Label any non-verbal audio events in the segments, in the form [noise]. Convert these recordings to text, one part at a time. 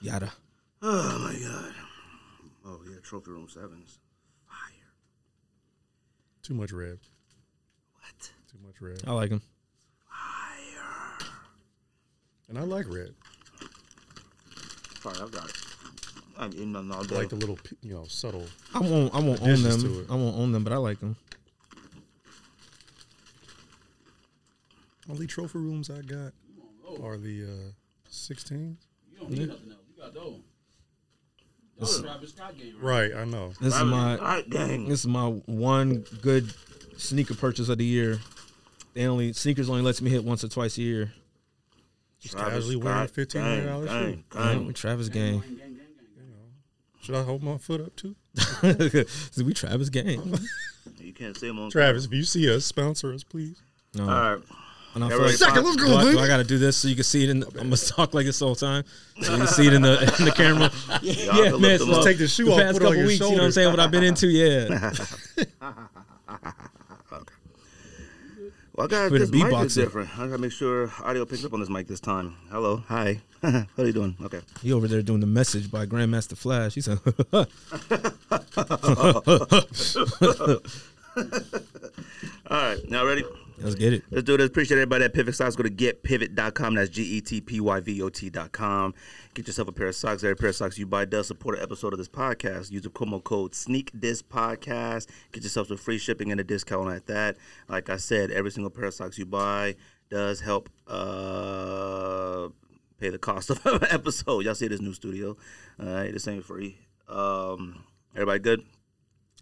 Yada. Oh my god. Oh yeah, trophy room sevens. Fire. Too much red. What? Too much red. I like him. And I like red. Sorry, I've got it. I'm eating them all I day. like the little, p- you know, subtle. I won't. I won't own Additions to them. it. I won't own them, but I like them. Only trophy rooms I got are the uh, 16s. You don't need nothing else. You got those. Those are Travis Scott game, right? Right, I know. This is Travis my. Scott gang. This is my one good sneaker purchase of the year. They only sneakers only lets me hit once or twice a year. Just Travis casually wearing a Scott fifteen gang, hundred dollar shoe. gang, Yeah, gang. we Travis gang. [laughs] Gang, gang, gang, gang. Should I hold my foot up too? See, we Travis [laughs] gang. You can't see them on Travis, if you see us, sponsor us, [laughs] please. No. All right. And I Everybody feel like, Second, let's do go, I, do baby. I gotta do this so you can see it. In the, I'm gonna talk like this all the time. So you can see it in the [laughs] in the camera. can Yeah, look man. them so up. Take the shoe the off, past put it on couple your weeks, you know what I'm shoulder. saying? What I've been into, [laughs] yeah. Well, I got Put a this mic beatbox is in. different. I gotta make sure audio picks up on this mic this time. Hello, hi. [laughs] How are you doing? Okay. He over there doing the message by Grandmaster Flash. He said, [laughs] All right. Now ready? "Let's get it." Let's do this. Appreciate everybody at Pivot Socks. Go to getpivot.com. That's G E T P Y V O T.com. Get yourself a pair of socks. Every pair of socks you buy does support an episode of this podcast. Use the promo code SneakDisPodcast. Get yourself some free shipping and a discount at that. Like I said, every single pair of socks you buy does help uh, pay the cost of an [laughs] episode. Y'all see this new studio. All right, this ain't free. Um, everybody good?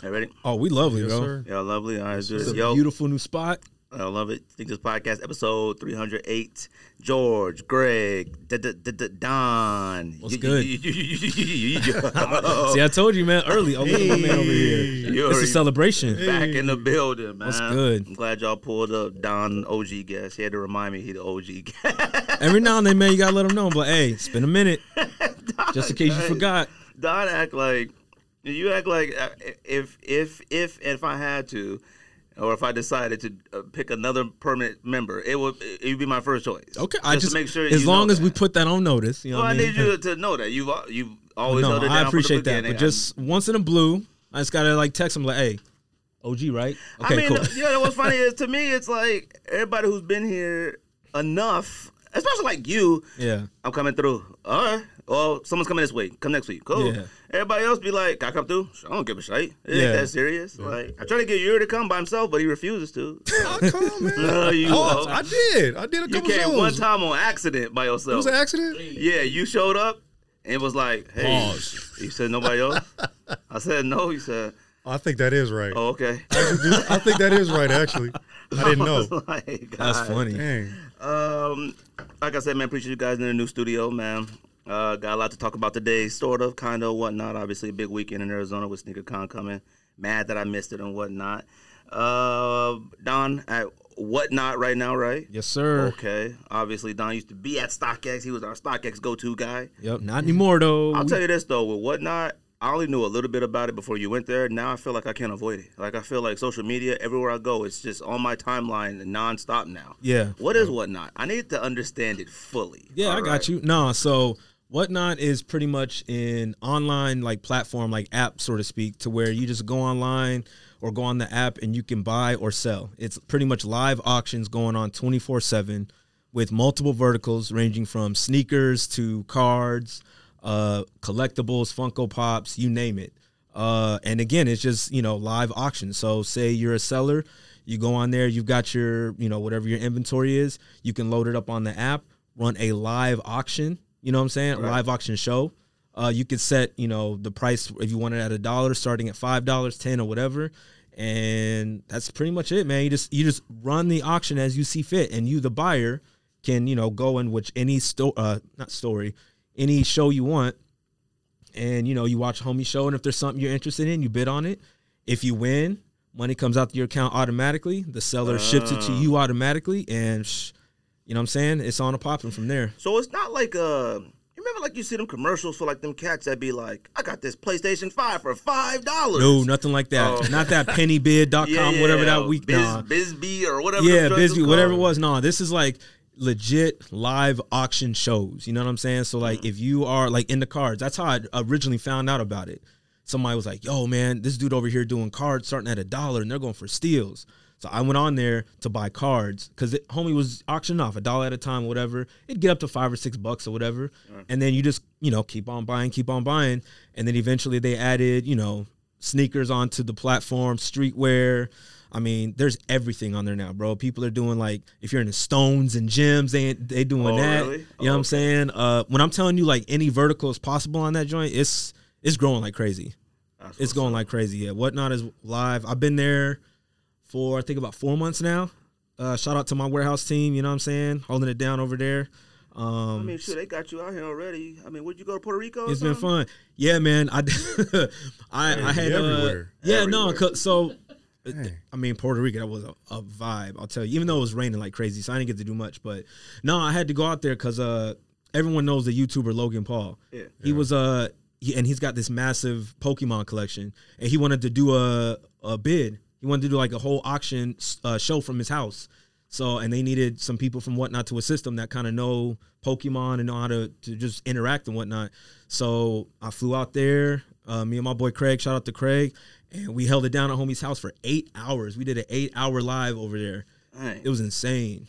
Everybody? Oh, we lovely, Yes, bro. sir. Y'all lovely? All right, let's do It's this. a Yo. beautiful new spot. I love it. Think this podcast episode 308. George, Greg, D- D- D- D- Don. What's good? Yo. [laughs] Oh. See, I told you, man, early. Oh, look at my man over here. Hey. You It's a already celebration. back in the building, man. What's good? I'm glad y'all pulled up Don OG guest. He had to remind me he the OG [laughs] guest. Every now and then, man, you gotta let them know. I'm like, hey, spend [laughs] a minute, just in case you forgot. Don act like you act like uh, if if if if I had to, or if I decided to uh, pick another permanent member, it would it would be my first choice. Okay, I just to make sure as you know long as we that. put that on notice. You know Well, what I I mean? need you to know that you've al- you've always no, held it down I from the appreciate that, beginning. but just once in a blue, I just gotta like text him like, "Hey, OG, right? Okay, I mean, uh, cool." you know what's funny is to me, it's like everybody who's been here enough, especially like you. yeah, I'm coming through. All right. Well, someone's coming this week. Come next week. Cool. Yeah. Everybody else be like, "Can I come through? I don't give a shit. It Yeah. ain't that serious. Like, I try to get Yuri to come by himself, but he refuses to. I come, [laughs] man. No, you Oh, won't. I did. I did a you couple came one shows. It time on accident by yourself. was an accident. Yeah, you showed up and was like, "Hey," Pause. you said nobody else. I said no. You said, I think that is right. "Oh, okay." I think that is right. Actually, [laughs] I didn't know. like, that's Oh God. funny. Dang. Um, like I said, man, appreciate you guys in the new studio, man. Uh, got a lot to talk about today, sort of, kind of, whatnot. Obviously, a big weekend in Arizona with SneakerCon coming. Mad that I missed it and whatnot. Uh, Don at whatnot right now, right? Yes, sir. Okay. Obviously, Don used to be at StockX. He was our StockX go-to guy. Yep, not anymore though. I'll We- tell you this though, with whatnot, I only knew a little bit about it before you went there. Now I feel like I can't avoid it. Like I feel like social media, everywhere I go, it's just on my timeline nonstop now. Yeah. What is whatnot? I need to understand it fully. Yeah, I All got right. you. Nah, so whatnot is pretty much an online like platform, like app, so to speak, to where you just go online or go on the app and you can buy or sell. It's pretty much live auctions going on twenty four seven with multiple verticals ranging from sneakers to cards, uh, collectibles, Funko Pops, you name it. Uh, and again, it's just you know live auction. So say you're a seller, you go on there, you've got your you know whatever your inventory is, you can load it up on the app, run a live auction. You know what I'm saying? A live auction show. Uh, you could set you know the price if you want it at a dollar, starting at five dollars, ten or whatever. And that's pretty much it, man. You just you just run the auction as you see fit, and you the buyer can you know go in which any store uh, not story, any show you want and you know you watch homie show and if there's something you're interested in you bid on it if you win money comes out to your account automatically the seller ships it to Oh. you automatically and sh- you know what i'm saying it's on a popping from there So it's not like uh you remember like you see them commercials for like them cats that be like, I got this PlayStation 5 for five dollars. no nothing like that Oh. not that pennybid.com [laughs] yeah, yeah, whatever yeah. that week Biz, nah. Bisbee or whatever. yeah them drugs is busy whatever it called. was nah this is like legit live auction shows. You know what I'm saying? So like if you are like into cards, that's how I originally found out about it. Somebody was like, "Yo, man, this dude over here doing cards starting at a dollar, and they're going for steals." So I went on there to buy cards because homie was auctioning off a dollar at a time, or whatever. It'd get up to five or six bucks or whatever, and then you just you know keep on buying, keep on buying, and then eventually they added you know sneakers onto the platform, streetwear. I mean, there's everything on there now, bro. People are doing like if you're in the stones and gyms, they they doing Oh, that. really? You know what Oh, I'm saying? Uh, when I'm telling you like any vertical is possible on that joint, it's it's growing like crazy. That's It's going like crazy. Yeah, whatnot is live. I've been there for I think about four months now. Uh, shout out to my warehouse team. You know what I'm saying? Holding it down over there. Um, I mean, sure, they got you out here already. I mean, would you go to Puerto Rico? or it's been something? fun. Yeah, man. [laughs] I I, I had uh, everywhere. yeah no. Everywhere. 'cause- So uh, Dang. I mean, Puerto Rico, that was a, a vibe. I'll tell you. Even though it was raining like crazy, so I didn't get to do much. But no, I had to go out there because uh, everyone knows the YouTuber Logan Paul. Yeah. He was uh, he, and he's got this massive Pokemon collection, and he wanted to do a a bid. He wanted to do like a whole auction s- uh, show from his house. So, and they needed some people from whatnot to assist them that kind of know Pokemon and know how to, to just interact and whatnot. So I flew out there. Uh, me and my boy Craig, shout out to Craig, and we held it down at homie's house for eight hours. We did an eight hour live over there. Dang. It was insane.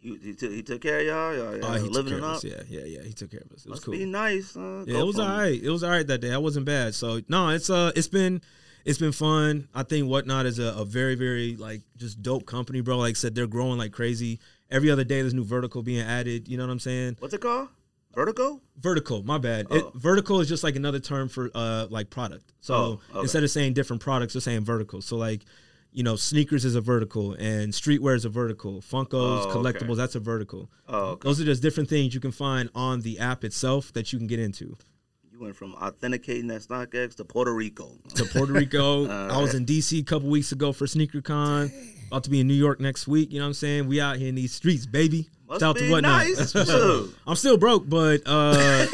You, he, took, he took care of y'all. Y'all, y'all Uh, he took living care it of up. us. Yeah, yeah, yeah. He took care of us. It was Must cool. be nice. Uh, Yeah, go it was for all right. It was all right that day. That wasn't bad. So no, it's uh, it's been, it's been fun. I think whatnot is a, a very very like just dope company, bro. Like I said, they're growing like crazy. Every other day, there's new vertical being added. You know what I'm saying? What's it called? Vertigo? Vertical. My bad. It, Oh. vertical is just like another term for uh like product. So Oh, okay. instead of saying different products, they're saying vertical. So like. You know, sneakers is a vertical, and streetwear is a vertical. Funkos, Oh, okay. collectibles, that's a vertical. Oh, okay. Those are just different things you can find on the app itself that you can get into. You went from authenticating that StockX to Puerto Rico. to [laughs] Puerto Rico. Oh, I was in DC a couple weeks ago for SneakerCon. About to be in New York next week. You know what I'm saying? We out here in these streets, baby. Must Shout out be to whatnot. nice. Shoot. I'm still broke, but [laughs] uh,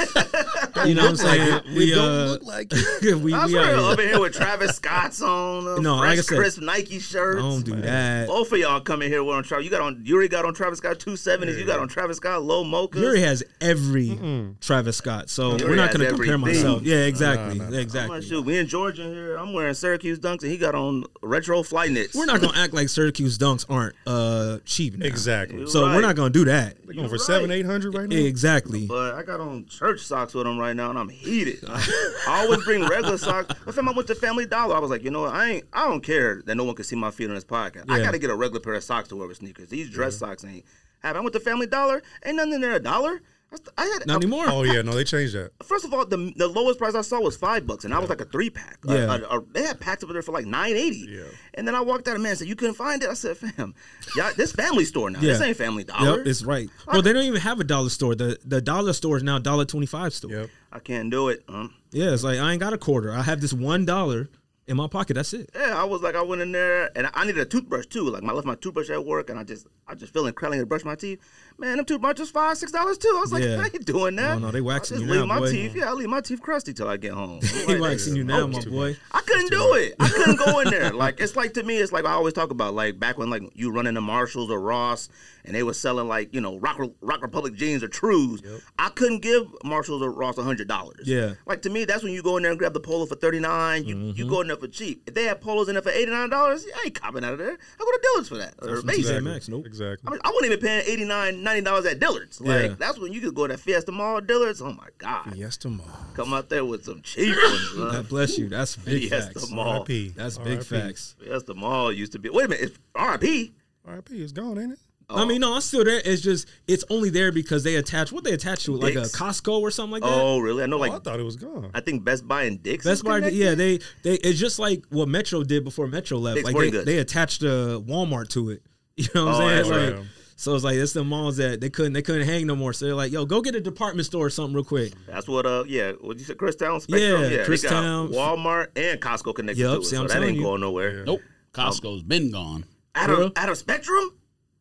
you know what I'm saying. we don't uh, [laughs] look like it. we, we I out swear, here. up in here with Travis Scott's on, uh, No, no, like fresh I said, crisp Nike shirts. Don't do that. Both of y'all coming here with on Travis. You got on. You already got on Travis Scott two seventies. You got on Travis Scott low mocha. Yuri has every Travis Scott, so Yuri we're not has going to compare everything. myself. Yeah, exactly, I'm like, exactly. shoot, we in Georgia here. I'm wearing Syracuse dunks, and he got on retro flight knits. We're not going to act like Syracuse dunks aren't uh, cheap. now. Exactly. So Right. we're not going to do that. They You're going for seven, right. eight hundred right now. Exactly. But I got on church socks with them right now, and I'm [laughs] heated. I always bring regular socks. The time I went to Family Dollar, I was like, you know what? I ain't. I don't care that no one can see my feet on this podcast. I Yeah. gotta get a regular pair of socks to wear with sneakers. These dress socks ain't. Have I went to Family Dollar? Ain't nothing in there a dollar. I st- I had Not anymore. Oh yeah, no, they changed that. First of all, the the lowest price I saw was five bucks, and I was like a three pack. Yeah. they had packs up there for like nine eighty. Yeah. And then I walked out, and man said, "You couldn't find it." I said, "Fam, y'all, this family store now. This Yeah. ain't Family Dollar. Yep, it's right. Well, they don't even have a dollar store. The the dollar store is now dollar twenty five store. Yep. I can't do it." Um, Yeah, it's like I ain't got a quarter. I have this one dollar in my pocket. That's it. yeah, I was like, I went in there, and I, I needed a toothbrush too. Like, I left my toothbrush at work, and I just, I just feeling crawling to brush my teeth. Man, them toothbrushes five, six dollars too. I was like, [laughs] Yeah. I ain't doing that. Oh, no, they waxing I just you leave now, my boy. teeth. Yeah, I leave my teeth crusty till I get [laughs] home. I'm He like, waxing you now, my boy. I couldn't do it. I couldn't go in there. Like it's like to me, it's like I always talk about. Like back when like you run into Marshalls or Ross, and they were selling like you know Rock Rock Republic jeans or Trues. I couldn't give Marshalls or Ross hundred dollars. Yeah. Mm-hmm. Like to me, that's when you go in there and grab the polo for thirty nine. You you go in there for cheap. If they had polos in there for eighty nine dollars, I ain't copping out of there. I go to Dillard's for that. Or Macy's. Exactly. Max, nope. Exactly. I, mean, I wouldn't even paying $89, 90 dollars at Dillard's. Like Yeah. that's when you could go to Fiesta Mall, Dillard's. Oh my God, Yes, tomorrow. come out there with some cheap ones. [laughs] huh? God bless you. That's big Fiesta facts. Mall. RIP. That's big RIP. facts. Yes, the mall used to be. Wait a minute, it's RIP. RIP is gone, ain't it? Oh. I mean, no, I'm still there. It's just it's only there because they attach what they attach to, like Dicks. a Costco or something like that. Oh, really? I know, I like thought it was gone. I think Best Buy and Dick's. Best Buy, yeah, they they it's just like what Metro did before Metro left. Dick's like Sporting they, Goods. they attached a Walmart to it. [laughs] You know what Oh, I'm saying? that's It's like- right. So it's like it's the malls that they couldn't they couldn't hang no more. So they're like, yo, go get a department store or something real quick. That's what. Uh, yeah. What you said, Christown Spectrum. Yeah, Yeah, they got Christown. Walmart and Costco connected Yup, to it, see, so I'm that telling ain't you. going nowhere. Yeah. Nope. Nope. Costco's been gone. Out of Really? out of Spectrum?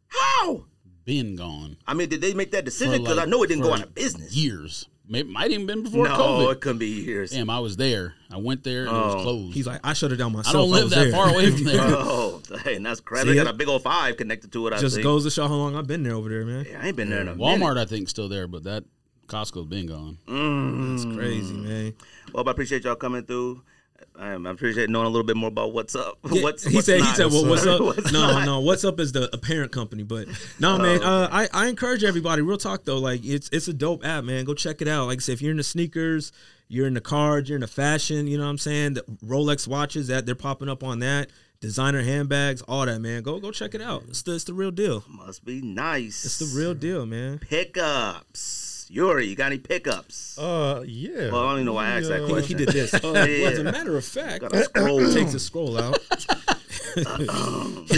How? Been gone. I mean, did they make that for decision? Because like- I know it didn't go for out of business. Years. Maybe might even been before No, COVID. it couldn't be years. Damn, I was there. I went there and it Oh. was closed. He's like, I shut it down myself. I don't live was that there. far away from there. [laughs] [laughs] Oh, dang, that's crazy. See They got it? a big old five connected to it. I Just think. goes to show how long I've been there over there, man. Yeah, I ain't been there in a Walmart, I think, still there, but that Costco's been gone. Mm, It's crazy, man. Well, I appreciate y'all coming through. I, I appreciate knowing a little bit more about what's up. [laughs] Yeah, what's, he what's said he not. uh, said well what's [laughs] up What's no not. Oh. no what's up is the parent company but no man uh, I, I encourage everybody real talk though like it's it's a dope app man go check it out like I said if you're into sneakers you're into cards you're into fashion you know what I'm saying the Rolex watches that they're popping up on that designer handbags all that man go go check it out it's the, it's the real deal Must be nice. it's the real deal man pickups. Yuri, you got any pickups? Uh, yeah. Well, I don't even know why I asked that Yeah. Oh, he, question. he did this uh, [laughs] Yeah. [laughs] as a matter of fact Gotta scroll. takes a scroll out [laughs] hit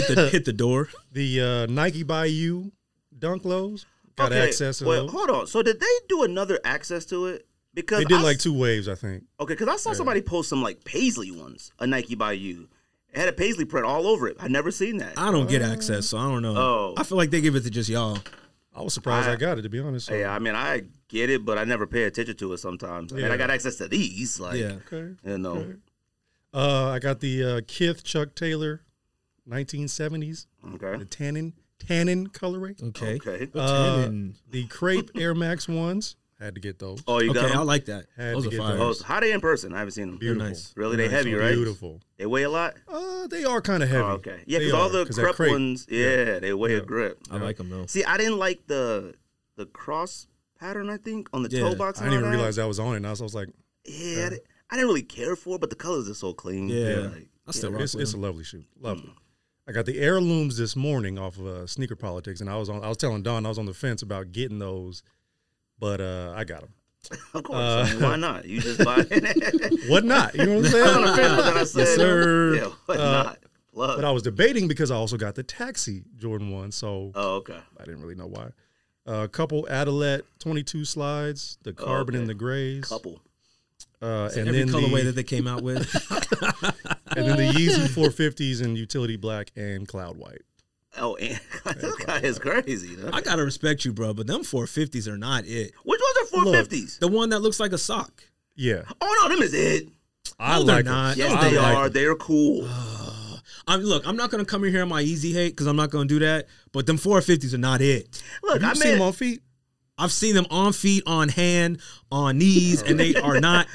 the hit the door The uh, Nike Bayou Dunk Lows [laughs] got Okay, access to Well, those. hold on. So did they do another access to it? Because They did I like s- two waves, I think. Okay, because I saw somebody post some like paisley ones, a Nike by you. It had a paisley print all over it. I never seen that. I don't get Mm. access, so I don't know. Oh. I feel like they give it to just y'all. I was surprised I, I- got it to be honest. So, yeah, I mean, I get it, but I never pay attention to it sometimes. And I Yeah. got access to these, like, yeah. Okay. you know. Okay. Uh, I got the uh, Kith Chuck Taylor, 1970s, the Okay. tannin tannin colorway. Okay. Okay. Uh, Tannin. the crepe Air Max ones had to get those. Oh, you got okay, I 'em? like that. Had Those to are get fire. Oh, so how they in person? I haven't seen them. They're Beautiful. nice. Really, they Nice. heavy, right? Beautiful. They weigh a lot. Uh, they are kind of heavy. Oh, okay. Yeah, They because all are, the 'cause that crepe, crepe- ones, yeah, they weigh a grip. I like them though. See, I didn't like the the cross pattern. I think on the Yeah, toe box. I and didn't even all realize that was on it. And I was, I was like, Yeah, I, didn't, I didn't really care for, it, but the colors are so clean. Yeah. like, I still rock it's, with it's a them. lovely shoe. Mm-hmm. Lovely. I got the heirlooms this morning off of uh, Sneaker Politics, and I was on. I was telling Don I was on the fence about getting those, but uh, I got them. of course. Uh, I mean, [laughs] why not? You just buy. it. [laughs] What not? You know what I'm saying? I said, Yes, sir. Yeah, why not? Plug. Uh, but I was debating because I also got the Taxi Jordan one, so oh, okay. I didn't really know why. Uh, a couple Adelet 22 slides, the carbon and the grays, Oh, Couple. uh, and Every then colorway the, that they came out with. [laughs] and then the [laughs] Yeezy 450s in utility black and cloud white. Oh, and [laughs] this guy is crazy. you know? I gotta respect you, bro, but them 450s are not it. Which ones are four fifties? The one that looks like a sock. Yeah, Oh no, them is it. I they're like 'em. not. Yes, No, I they like Uh, are. 'em. They're cool. I'm look, I'm not gonna come in here on my easy hate because I'm not gonna do that. But them 450s are not it. Look, I You seen met. them on feet? I've seen them on feet, on hand, on knees, and they are [laughs] not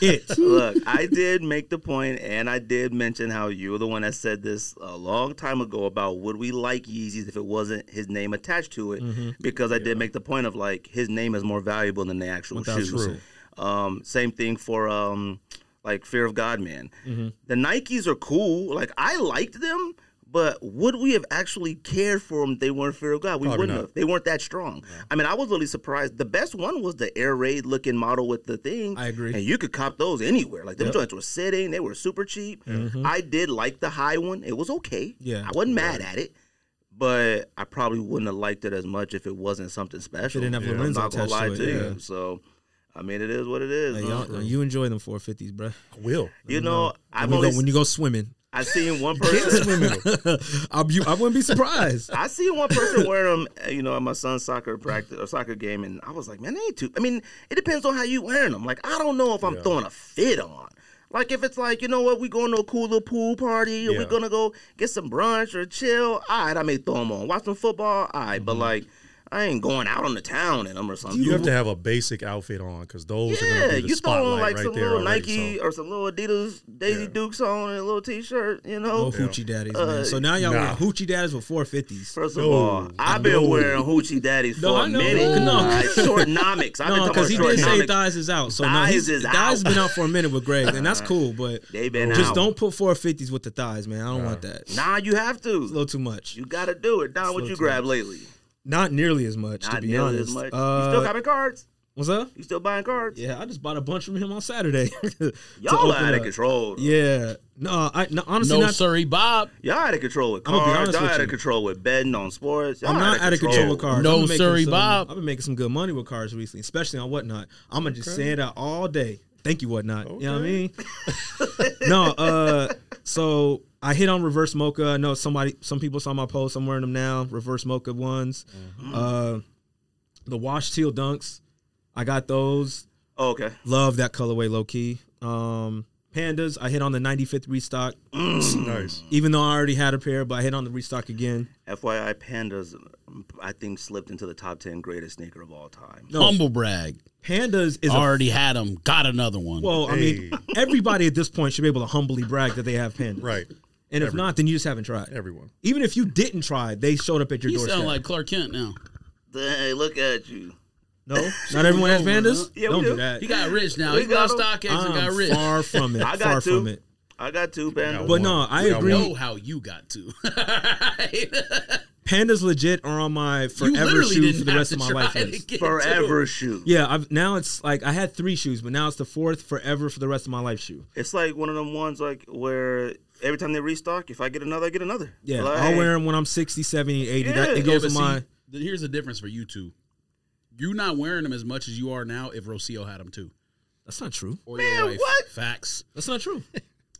it. Look, I did make the point, and I did mention how you were the one that said this a long time ago about would we like Yeezys if it wasn't his name attached to it? Because I did make the point of like his name is more valuable than the actual shoes. Um, same thing for um, like Fear of God, man. The Nikes are cool. Like I liked them. But would we have actually cared for them? If they weren't fear of God. We Probably wouldn't not. have. They weren't that strong. I mean, I was really surprised. The best one was the air raid looking model with the thing. I agree. And you could cop those anywhere. Like them joints were sitting, they were super cheap. I did like the high one. It was okay. Mm-hmm. Yeah. I wasn't mad at it. But I probably wouldn't have liked it as much if it wasn't something special. didn't have I'm Lorenzo not gonna attached lie to it, yeah. you. So I mean it is what it is. Hey, huh? y'all, you enjoy them 450s, bro. I will. you know, Uh-huh. I've When you, only go, when you [laughs] go swimming, I seen [laughs] one person I, you, I wouldn't [laughs] be surprised. I seen one person wearing them, you know, at my son's soccer practice or soccer game, and I was like, man, they ain't too. I mean, it depends on how you wearing them. Like, I don't know if I'm throwing a fit on. Like, if it's like, you know what, we going to a cool little pool party, or we're Yeah. gonna go get some brunch or chill. All right, I may throw them on, watch some football. All right, but like, I ain't going out on the town in them or something. You Mm-hmm. have to have a basic outfit on because those are yeah, going to be you the throw on spotlight like right some there. little already, Nike so. or some little Adidas Daisy Yeah. Dukes on and a little T-shirt, you know. No hoochie daddies, man. So now y'all wearing hoochie daddies with 450s. First of No, all, I've been no. wearing hoochie daddies No, for I a know. minute. No. Like, shortnomics. I've No, been because he talking about did say shortnomics. thighs is out. So no, Thighs he's, is thighs out. been out for a minute with Greg, and that's cool. But They been just out. don't put 450s with the thighs, man. I don't want that. It's nah, you have a to. little too much. You gotta do it. Don, what you grabbed lately? Not nearly as much, Not to be nearly honest. as much. you still Uh, copping cards? what's up? You still buying cards? Yeah, I just bought a bunch from him on Saturday. [laughs] to Y'all open are out of up. control. Yeah. No, I no, honestly no, not. sorry, Bob. Y'all out of control with I'm gonna be cards. honest Y'all with out of you. control with betting on sports. Y'all I'm not out of control with cars. No, I've been making sorry, some- Bob. I've been making some good money with cars recently, especially on whatnot. I'm gonna just say it out all day. Thank you, whatnot. You know what I mean? [laughs] no, uh, so I hit on reverse mocha. I know somebody, some people saw my post. I'm wearing them now. Reverse mocha ones. Uh, the wash teal dunks. I got those. Oh, okay. Love that colorway low key. Um, Pandas, I hit on the 95th restock, um, [clears throat] nice. even though I already had a pair, but I hit on the restock again. FYI, Pandas, um, I think, slipped into the top 10 greatest sneaker of all time. No. Humble brag. Pandas is a Already had them. Got another one. well, I mean, Hey. [laughs] everybody at this point should be able to humbly brag that they have pandas. Right. And if not, then you just haven't tried. Everyone. Even if you didn't try, they showed up at your you doorstep. sound like Clark Kent now. Hey, look at you. [laughs] no, not everyone has over, huh? pandas. Yeah, we Don't do. do that. He got rich now. We He got got stock X and got I'm rich. far from [laughs] it. I got far two. from it. I got two Pandas. But no, One. I We got agree. one. know how you got to. [laughs] Pandas legit are on my you forever literally shoe didn't for the have rest to of my try life. to list. [laughs] get Forever shoe. Yeah, I've now it's like I had three shoes, but now it's the fourth forever for the rest of my life shoe. It's like one of them ones like where every time they restock, if I get another, I get another. Yeah, Like, I'll wear them when I'm 60, 70, 80. Yeah. That, it Yeah, goes but in see, my. th- here's the difference for you two. You're not wearing them as much as you are now. If Rocio had them too, That's not true. or Man, your wife. what? Facts. That's not true.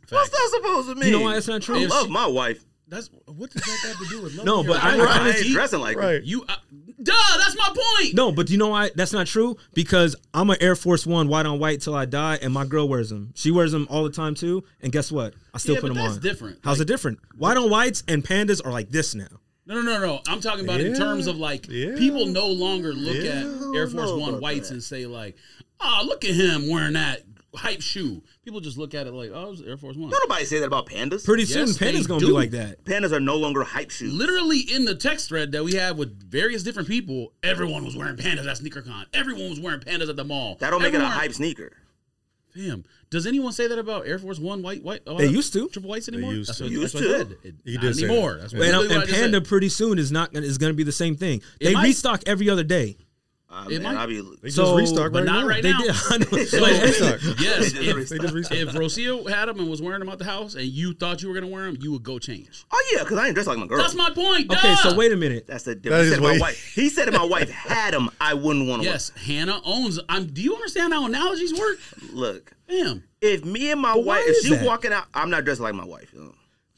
What's Facts. that supposed to mean? You know why it's not true? I If love she- my wife. That's what does that have to do with loving No, your but I- wife? I ain't Honestly, dressing like her. Right. You, I, duh. That's my point. No, but you know why that's not true? Because I'm an Air Force One, white on white till I die, and my girl wears them. She wears them all the time too, and guess what? I still Yeah, put but them that's on. different. How's it different? White on whites and pandas are like this now. No, no, no, no. I'm talking about in Yeah. terms of like Yeah. people no longer look Yeah. at Air Force know One about whites and say like, "Ah, look at him wearing that hype shoe." People just look at it like, "Oh, it was Air Force One." Don't nobody say that about pandas. Pretty Yes, soon, they pandas gonna do. be like that. Pandas are no longer hype shoes. Literally in the text thread that we have with various different people, everyone was wearing pandas at SneakerCon. Everyone was wearing pandas at the mall. That don't make it a Everyone- hype sneaker. Damn. Does anyone say that about Air Force One white white? uh, They used to. triple whites anymore. used that's to. What, Used that's what I to. said. It- He not did say anymore. that. That's And, uh, literally and what I just said. panda pretty soon is not gonna, is gonna be the same thing. They might- restock every other day. Uh, It man, might- I be, They So- just restock right but not now. [laughs] right they now. did. [laughs] I [laughs] know. So, [laughs] They restock. yes, just if, restock. They just restock. if Rocio had them and was wearing them at the house, and you thought you were gonna wear them, you would go change. oh yeah, because I ain't dressed like my girl. That's my point. Er, okay, duh. so wait a minute. That's the difference. is he, said my [laughs] way- wife, he said if my wife had them, I wouldn't want to Yes, Hannah owns. I'm. Do you understand how analogies work? Look, Damn. if me and my why wife, if is she's that? walking out, I'm not dressed like my wife. you know.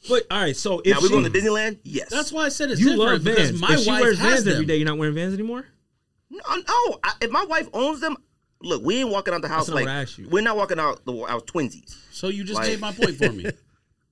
But all right, so if now we she, going to Disneyland? Yes. That's why I said it's you love different because Vans, my if she wife wears has Vans them. every day, you're not wearing Vans anymore. No, no. I, if my wife owns them, look, we ain't walking out the house not like what I asked you. we're not walking out the our twinsies. So you just Like- made my point [laughs] for me.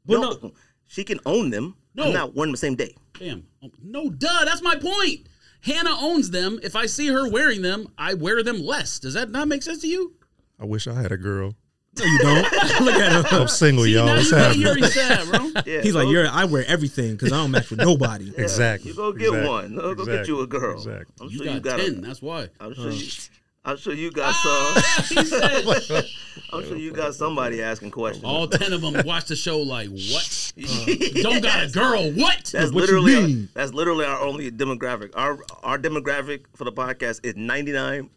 Well, no, no. she can own them. No. I'm not wearing them the same day. Damn. No, duh. That's my point. Hannah owns them. If I see her wearing them, I wear them less. Does that not make sense to you? I wish I had a girl. No, [laughs] you [laughs] don't. Look at him. I'm single, See, y'all. now What's you made happening? Yuri sad, [laughs] bro. Yeah, He's like, so- you're. I wear everything because I don't match [laughs] with nobody. Exactly. You go get Exactly. one. Go get Exactly. you a girl. Exactly. I'm You sure got, you got. ten. A, [laughs] That's why. I'm sure you. I'm sure you got some. uh, Ah, [laughs] he said, [laughs] I'm sure you got somebody asking questions. [laughs] all ten of them watch the show like what? Don't got a girl. What? That's you literally mean? Our, that's literally our only demographic. Our our demographic for the podcast is 99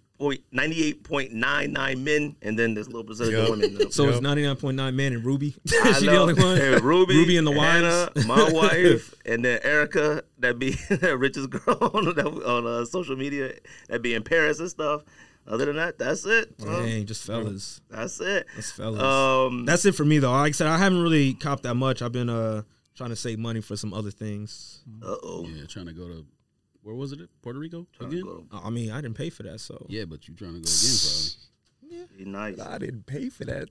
98.99 men, and then there's a little percentage Yup. of women. So it's Yep. 99.9 man and Ruby. [laughs] Is I she the know. only one? And Ruby, Ruby and the Hannah, wives. [laughs] my wife, and then Erica, that be [laughs] the richest girl [laughs] on, that- on uh, social media, that be in Paris and stuff. Other than that, that's it. bro. Dang, just fellas. That's it. That's fellas. Um, That's it for me though. Like I said, I haven't really copped that much. I've been uh trying to save money for some other things. uh oh. Yeah, trying to go to where was it? at? Puerto Rico again? I mean, I didn't pay for that, so Yeah, but you trying to go again probably. Be nice. I didn't pay for that.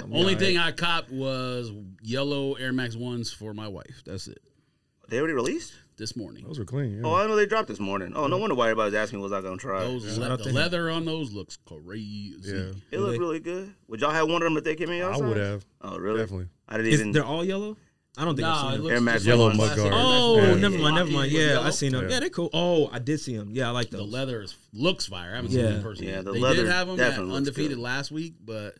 [laughs] [laughs] Only thing I copped was yellow Air Max ones for my wife. That's it. They already released? This morning, Those are clean. Oh, Yeah. I know they dropped this morning. Oh, no wonder why everybody's asking was I gonna try. it. those le- out the to him. leather on those looks crazy. Yeah. It looked really good. Would y'all have one of them if they came in? I Outside? would have. Oh, really? Definitely. I didn't Is, even. they're all yellow? I don't think I've Nah, seen it them. looks Air Max just Yellow like mud classic guard. Air Max Oh, ones. never mind, never mind. With Yeah, yellow. I seen them. Yeah. they're cool. Oh, I did see them. Yeah, I like The those. leather is, looks fire. I haven't seen it Yeah. in person. Yeah, yet. the they leather did have them at definitely looks undefeated good. last week, but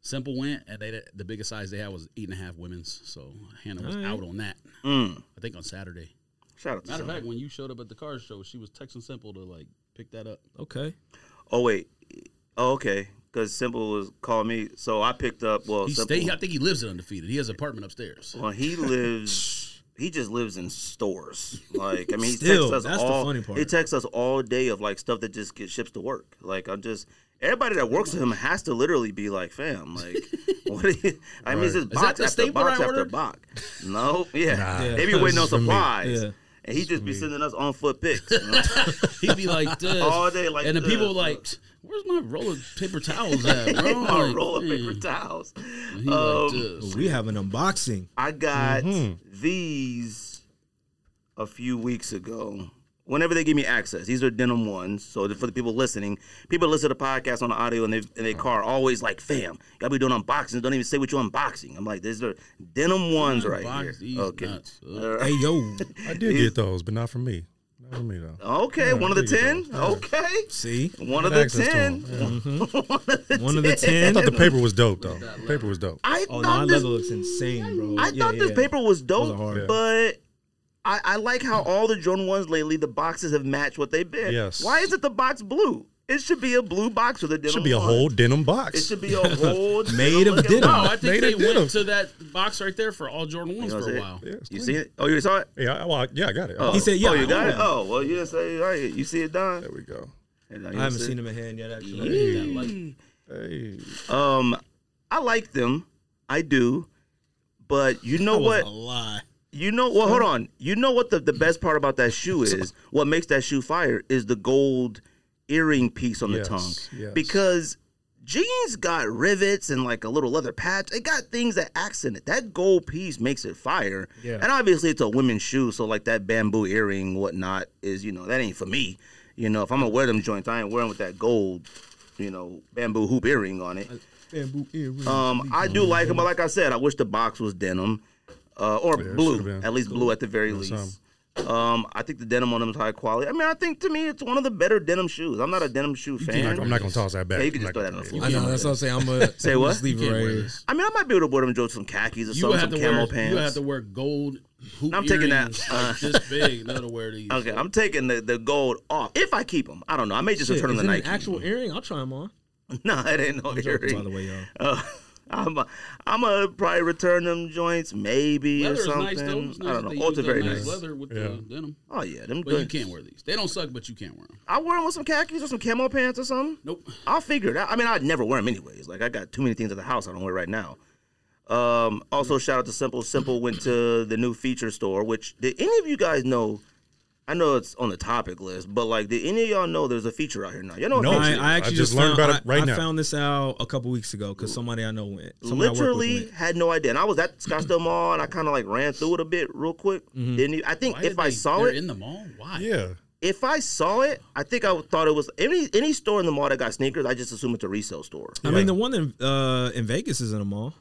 Simple went and they did- the biggest size they had was eight and a half women's. So Hannah was Alright. out on that. Mm. I think on Saturday. Shout out to Matter of Sony. fact, when you showed up at the car show, she was texting Simple to like pick that up. Okay. Oh wait. Oh okay. Because Simple was called me, so I picked up. Well, He Oh, Simple. Oh. stay, I think he lives in undefeated. He has an apartment upstairs. well, he lives. He just lives in stores. Like I mean, he Still, texts us that's the all. funny part. He texts us all day of like stuff that just gets ships to work. Like I'm just everybody that works with him has to literally be like, fam, like. What are you, [laughs] I mean, it's just that box the after staple box I after ordered? box. No, [laughs] yeah, Yeah. they be waiting on This is for me. supplies, Yeah. and he just be sending us on foot pics. [laughs] you know? [laughs] He'd be like this All day like and the this. people like Where's my roll of paper [laughs] towels at, bro? my Like, roll of yeah. paper towels. Um, He like this. We have an unboxing. I got Mm-hmm. these a few weeks ago. Whenever they give me access, these are denim ones. So for the people listening, people listen to the podcast on the audio in their, in their car, always like, "Fam, y'all be doing unboxings. Don't even say what you're unboxing." I'm like, "These are denim ones right here." Unbox these okay, nuts. All right. Hey [laughs] yo, I did get those, but not from me. Not from me though. okay, one of the there ten. you Okay, see, one I of had the access to ten. 'em, [laughs] [laughs] Mm-hmm. one of the I ten. thought the paper was dope though. The paper was dope. I Oh, no, my thought leather this looks insane, bro. I Yeah, thought this yeah. paper was Those are dope, hard. but I, I like how all the Jordan ones lately the boxes have matched what they've been. Yes. Why is it the box blue? It should be a blue box with a denim. Should be a on it. whole denim It box. should [laughs] be a whole Made of looking denim. Oh, box. I think Made they it denim. went to that box right there for all Jordan ones You know what for a I'm while. saying? Yeah, it's You clean. see it? Oh, you saw it? Yeah, I, well, I- yeah, I got it. I Oh. bought it. He said, "Yeah, Oh, you I got own it. it. Oh, well, you didn't say. All right, you see it, Don? There we go. I haven't seen him in hand yet. Actually, Hey. Hey, Um, I like them. I do. But you know what? lie. You know, well, hold on. You know what the, the best part about that shoe is? What makes that shoe fire is the gold earring piece on Yes, the tongue. yes. Because jeans got rivets and like a little leather patch. It got things that accent it. That gold piece makes it fire. Yeah. And obviously, it's a women's shoe, so like that bamboo earring, whatnot, is you know that ain't for me. You know, if I'm gonna wear them joints, I ain't wearing with that gold, you know, bamboo hoop earring on it. bamboo earrings. Um, I do like them, but like I said, I wish the box was denim uh, or it should've blue, been. at least blue at the very least. Um, I think the denim on them is high quality. I mean, I think to me, it's one of the better denim shoes. I'm not a denim shoe I'm not, fan. I'm not gonna toss that back. Yeah, you can I'm just not throw that on gonna- the yeah. floor. I know that's what I'm saying. I'm [laughs] gonna Say what? Just leave You it can't right wear here. this. I mean, I might be able to wear them with some khakis or You would something, some have to camo wear. pants. You would have to wear gold hoop I'm taking that, earrings uh, like this big. in order to wear [laughs] these. Okay, I'm taking the, the gold off if I keep them. I don't know. I may just Shit, return is them it to an Nike. [laughs] actual earring? I'll try them on. no, it ain't no Joking, earring. by the way, y'all. Uh, I'm a, I'm gonna probably return them joints maybe Leather or is something. nice though. It's nice I don't that know. they Oh, it's a use that very nice nice. leather with the denim. Oh yeah, them. But you good. can't wear these. They don't suck, but you can't wear them. I wear them with some khakis or some camo pants or something. Nope. I'll figure it out. I mean, I'd never wear them anyways. Like I got too many things at the house I don't wear right now. Um, also, shout out to Simple. Simple went to the new feature store. Which did any of you guys know? I know it's on the topic list, but like, did any of y'all know there's a feature out here now? You know, what No. feature Oh, I, is? I actually I just just learned found- about it right I, I now. found this out a couple weeks ago because somebody I know went. Somebody I work with literally went. had no idea. And I was at Scottsdale Mall, and I kind of like ran through it a bit real quick. Mm-hmm. Didn't even, I think Why if did I they- saw they're it, in the mall, why? Yeah, if I saw it, I think I thought it was any any store in the mall that got sneakers. I just assume it's a resale store. I mean, the one in uh, in Vegas is in a mall.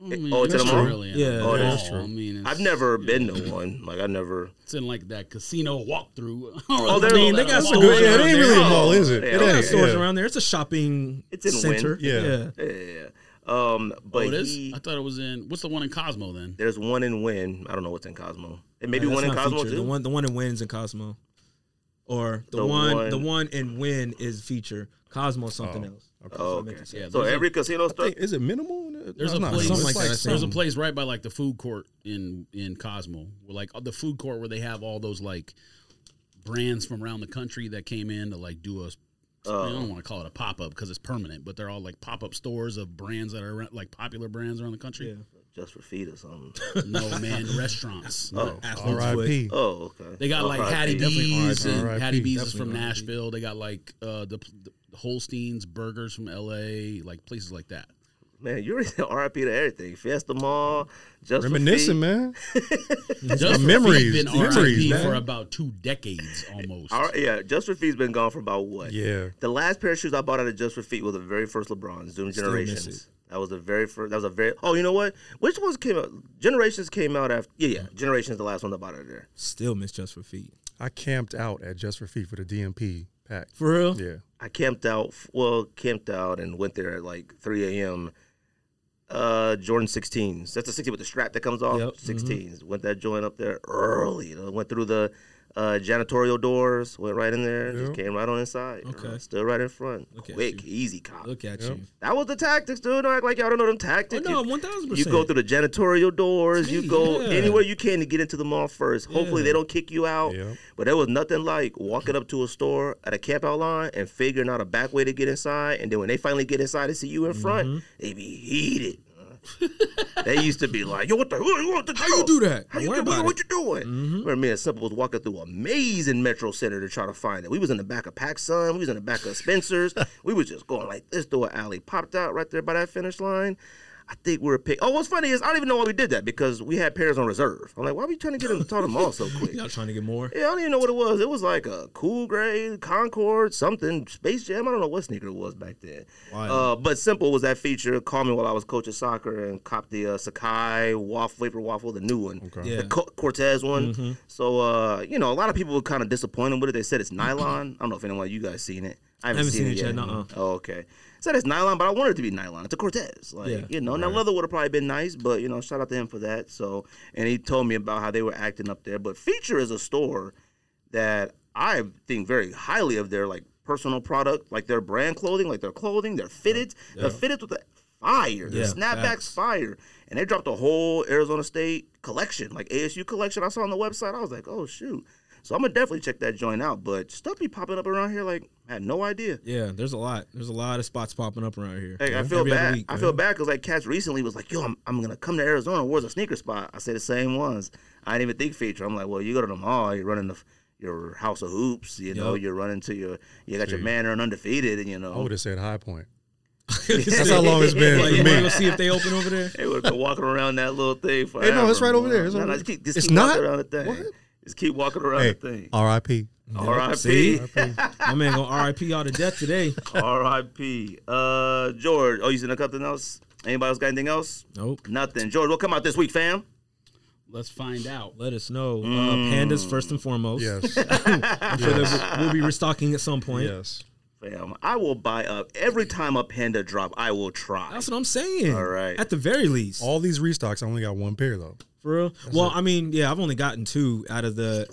mean, Oh, it's in not a mall? really in a Yeah. mall. Oh, that's I mean, it's, I've never been to one. Like I never. It's in like that casino walkthrough. [laughs] Oh, they're- I mean, they got some some good- yeah, it ain't really a mall, is it? Yeah, it okay. They ain't, got stores yeah. around there. It's a shopping It's in Wynn. center. Yeah. Yeah. Um, Oh, but it he- is? I thought it was in. What's the one in Cosmo then? there's one in Wynn. I don't know what's in Cosmo. And maybe Oh, That's one in not Cosmo featured. too. The one, the one in Win's in Cosmo, or the, The one, the one- one in Win is feature. Cosmo is something else. Oh, That's what I okay. meant to say. Yeah, So there's a- every casino I store. think- Is it minimal? No, There's it's a not place. minimal. Something like It's that, I think. there's a something. place right by like the food court in in Cosmo, where like the food court where they have all those like brands from around the country that came in to like do a. I don't want to call it a pop up because it's permanent, but they're all like pop up stores of brands that are around, like popular brands around the country. Just for feet or something. No man, restaurants. Oh. Athlete's foot. R.I.P. Oh, okay. They got like Alright, Hattie yeah. B's and R.I.P. Hattie B's is Definitely from R.I.P. Nashville. They got like uh, the, the Holsteins burgers from L.A. Like places like that. Man, you're [laughs] RIP to everything. Fiesta Mall, just for Reminiscing, feet. [laughs] man. Just memories, been memories, R.I.P. man. for about two decades almost. All right, yeah, Just for Feet's been gone for about what? Yeah. The last pair of shoes I bought out of Just for Feet was the very first LeBron Zoom Still miss it. Generations. That was the very first. That was a very. Oh, you know what? Which ones came out? Generations came out after. Yeah, yeah. Generations, the last one I bought out of there. Still miss just for feet. I camped out at Just for Feet for the DMP pack. For real? Yeah. I camped out. Well, camped out and went there at like 3 a.m. Uh, Jordan 16s. That's the 16 with the strap that comes off. Yep, mm-hmm. 16s. Went that joint up there early. You know, went through the uh, janitorial doors. Went right in there. Just came right on inside. you know, Okay. still right in front. Look at Quick, easy cop. Look at you. That was the tactics, dude. Don't act like y'all don't know them tactics. Oh, no, You- 1000%. You go through the janitorial doors. You me, go yeah. anywhere you can to get into the mall first. Hopefully they don't kick you out. Yep. But there was nothing like walking up to a store at a camp out line and Mm-hmm. figuring out a back way to get inside. And then when they finally get inside and see you in front, they be heated. [laughs] Uh, they used to be like, yo, what the? What the How you do that? How Don't you worry doing? about What it. you doing? Where me and Simple was walking through amazing Metro Center to try to find it. We was in the back of PacSun. We was in the back of Spencer's. we was just going like this through an alley. Popped out right there by that finish line. I think we were pick. Oh, what's funny is I don't even know why we did that because we had pairs on reserve. I'm like, why are we trying to get them to them all so quick? Y'all trying to get more? Yeah, I don't even know what it was. It was like a cool gray Concord, something Space Jam. I don't know what sneaker it was back then. Wow. Uh, but simple was that feature. Call me while I was coaching soccer and cop the uh, Sakai waffle vapor waffle, the new one, Yeah. the Co- Cortez one. So uh, you know, a lot of people were kind of disappointed with it. They said it's nylon. I don't know if anyone of you guys seen it. I haven't, Haven't seen, it yet. nuh-uh. Oh, okay. Said it's nylon, but I wanted it to be nylon. It's a Cortez. Like, Yeah. you know, now leather would have probably been nice, but you know, shout out to him for that. So and he told me about how they were acting up there. But Feature is a store that I think very highly of their like personal product, like their brand clothing, like their clothing, their fitteds. The fitteds with the fire. The Yeah, snapbacks facts. fire. And they dropped a whole Arizona State collection, like ASU collection I saw on the website. I was like, oh shoot. So I'm gonna definitely check that joint out. But stuff be popping up around here like I had no idea. Yeah, there's a lot. There's a lot of spots popping up around here. Hey, I Every feel other bad. week, I man. feel bad because like Cats recently was like, "Yo, I'm, I'm gonna come to Arizona. Where's a sneaker spot?" I say the same ones. I didn't even think feature. I'm like, "Well, you go to the mall. You're running the f- your house of hoops. You know, Yup. you're running to your you got your manor and undefeated, and you know." I would have said High Point. [laughs] That's how long it's been Like, you for want to go me. see if they open over there? [laughs] They would have been walking around that little thing for. Hey, no, it's right over there. It's no, over no, there. just keep, just It's keep walking not? around the thing. What? Just keep walking around Hey, oh, the thing. Oh. R.I.P. R.I.P. [laughs] See? My man gonna RIP y'all to death today. R.I.P. Uh, George. Oh, you seen something else? Anybody else got anything else? Nope. Nothing. George, what come out this week, fam? Let's find out. [laughs] Let us know. Mm. Uh, pandas first and [laughs] foremost. Yes. I'm sure that we'll, we'll be restocking at some point. yes. Fam, I will buy up every time a panda drop. I will try. That's what I'm saying. All right. At the very least. All these restocks, I only got one pair though. For real? well, I mean, yeah, I've only gotten two out of the.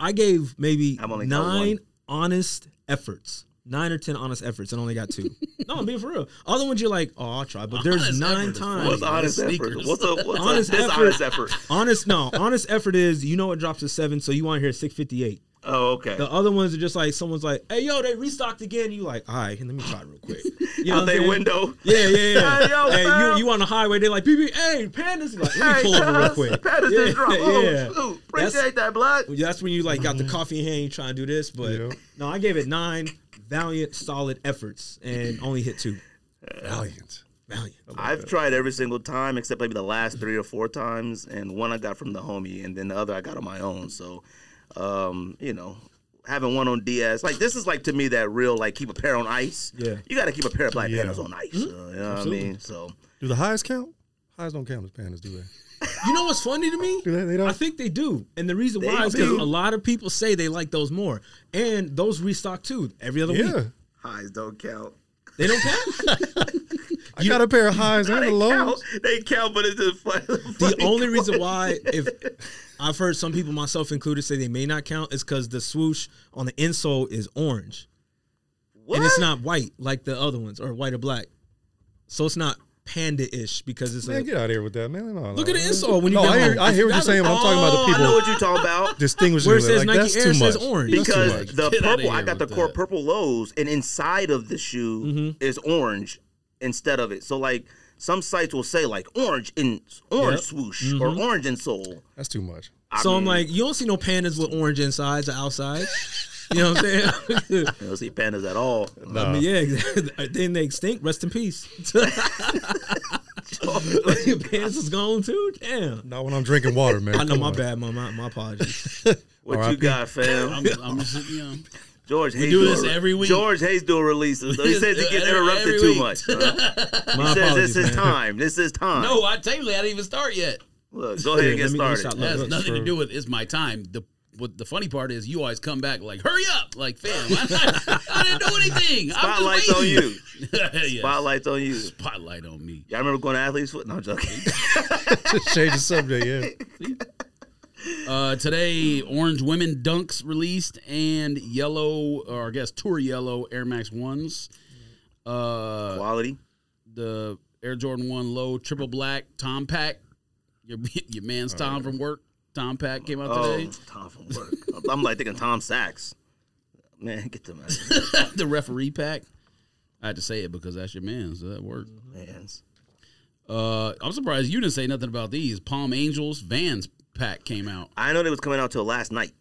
I gave maybe I've only got nine one. honest efforts, nine or ten honest efforts, and only [laughs] got two. no, I'm being for real. Other ones you're like, oh, I'll try, but there's Honest nine effort is times. what's funny. honest effort? Sneakers. What's a what's honest Honest a, this effort. honest effort? [laughs] Honest, no, honest effort is you know it drops to seven, so you want to hear six fifty eight. Oh, okay. The other ones are just like someone's like, hey yo, they restocked again. You like, all right, let me try [laughs] real quick. You Out what they I'm saying? window. Yeah, yeah, yeah. [laughs] Hey, yo, hey, fam. you, you on the highway? They like, BB, hey, pandas. You're Like, let me Hey, pull over real cuz, quick. Pandas yeah, didn't drop. Oh, Mm-hmm. yeah. shoot. That's- Appreciate that, blood. Well, that's when you like got the coffee in hand, you trying to do this. But Yeah. no, I gave it nine valiant, solid efforts [clears throat] and only hit two. Valiant. Valiant. I've tried every single time except maybe the last three or four times, and one I got from the homie, and then the other I got on my own. So, um, you know, having one on Diaz, like this is like to me that real like keep a pair on ice. Yeah. Mm-hmm. you got to keep a pair of black Yeah. pandas on ice. Uh, you know what I mean? So Do the highs count? Highs don't count as pandas, do they? You know what's funny to me? Do they- they don't- I think they do, and the reason why is because do. a lot of people say they like those more, and those restock too every other Yeah. week. highs don't count. They [laughs] don't count. I got a pair of highs and They a count. lows. They count, but it's just [laughs] funny. the only reason why, if I've heard some people, myself included, say they may not count, is because the swoosh on the insole is orange what? and it's not white like the other ones, or white or black. So it's not panda-ish because it's a Man, get out of here with that, man. No, no. Look at the insole when you No, get I hear, home. I hear what you're saying, but I'm talking about the I know people what you're talking [laughs] about. distinguishing. Where it with says like, Nike that's Air too says much. orange. That's too because much. the Get outta purple, I here got the with core that. purple lows, and inside of the shoe is orange instead of it. So like some sites will say like orange in orange Yep. swoosh or orange insole. That's too much. so I'm like, you don't see no pandas with orange insides or outsides. You know [laughs] what I'm saying? [laughs] You don't see pandas at all. I Uh. mean, yeah, exactly. then they extinct. Rest [laughs] in peace. [laughs] pandas is gone too. Damn. Not when I'm [laughs] drinking water, man. I know Come my on. bad, my my, my apologies. What you R.I.P. got, fam? I'm, I'm just, you know, George hates do doing this every week. George hates doing releases. So he says he gets Every- interrupted every too week. much. huh? My Says apologies, this is man. time. This is time. no, I technically I didn't even start yet. Look, go ahead and Yeah, get let me- let started. me stop. That has that's nothing to do with it's my time. The what the funny part is you always come back like hurry up, like fam, I, [laughs] I didn't do anything. I'm Spotlight's just on waiting. you. [laughs] yes. Spotlight's on you. Spotlight on me. Y'all remember going to athlete's foot? No, I'm [laughs] joking. [laughs] Change the subject, yeah. Uh, today, orange women dunks released and yellow, or I guess tour yellow Air Max ones. Uh, Quality. the Air Jordan One Low Triple Black Tom Pack. Your [laughs] your man's Tom from work. Tom Pack came out Oh, today. [laughs] Tom from work. I'm like thinking Tom Sachs. Man, get them out of here, the referee pack. I had to say it because that's your man's. So that worked. man. Uh, I'm surprised you didn't say nothing about these. Palm Angels Vans pack came out. I know they was coming out till last night,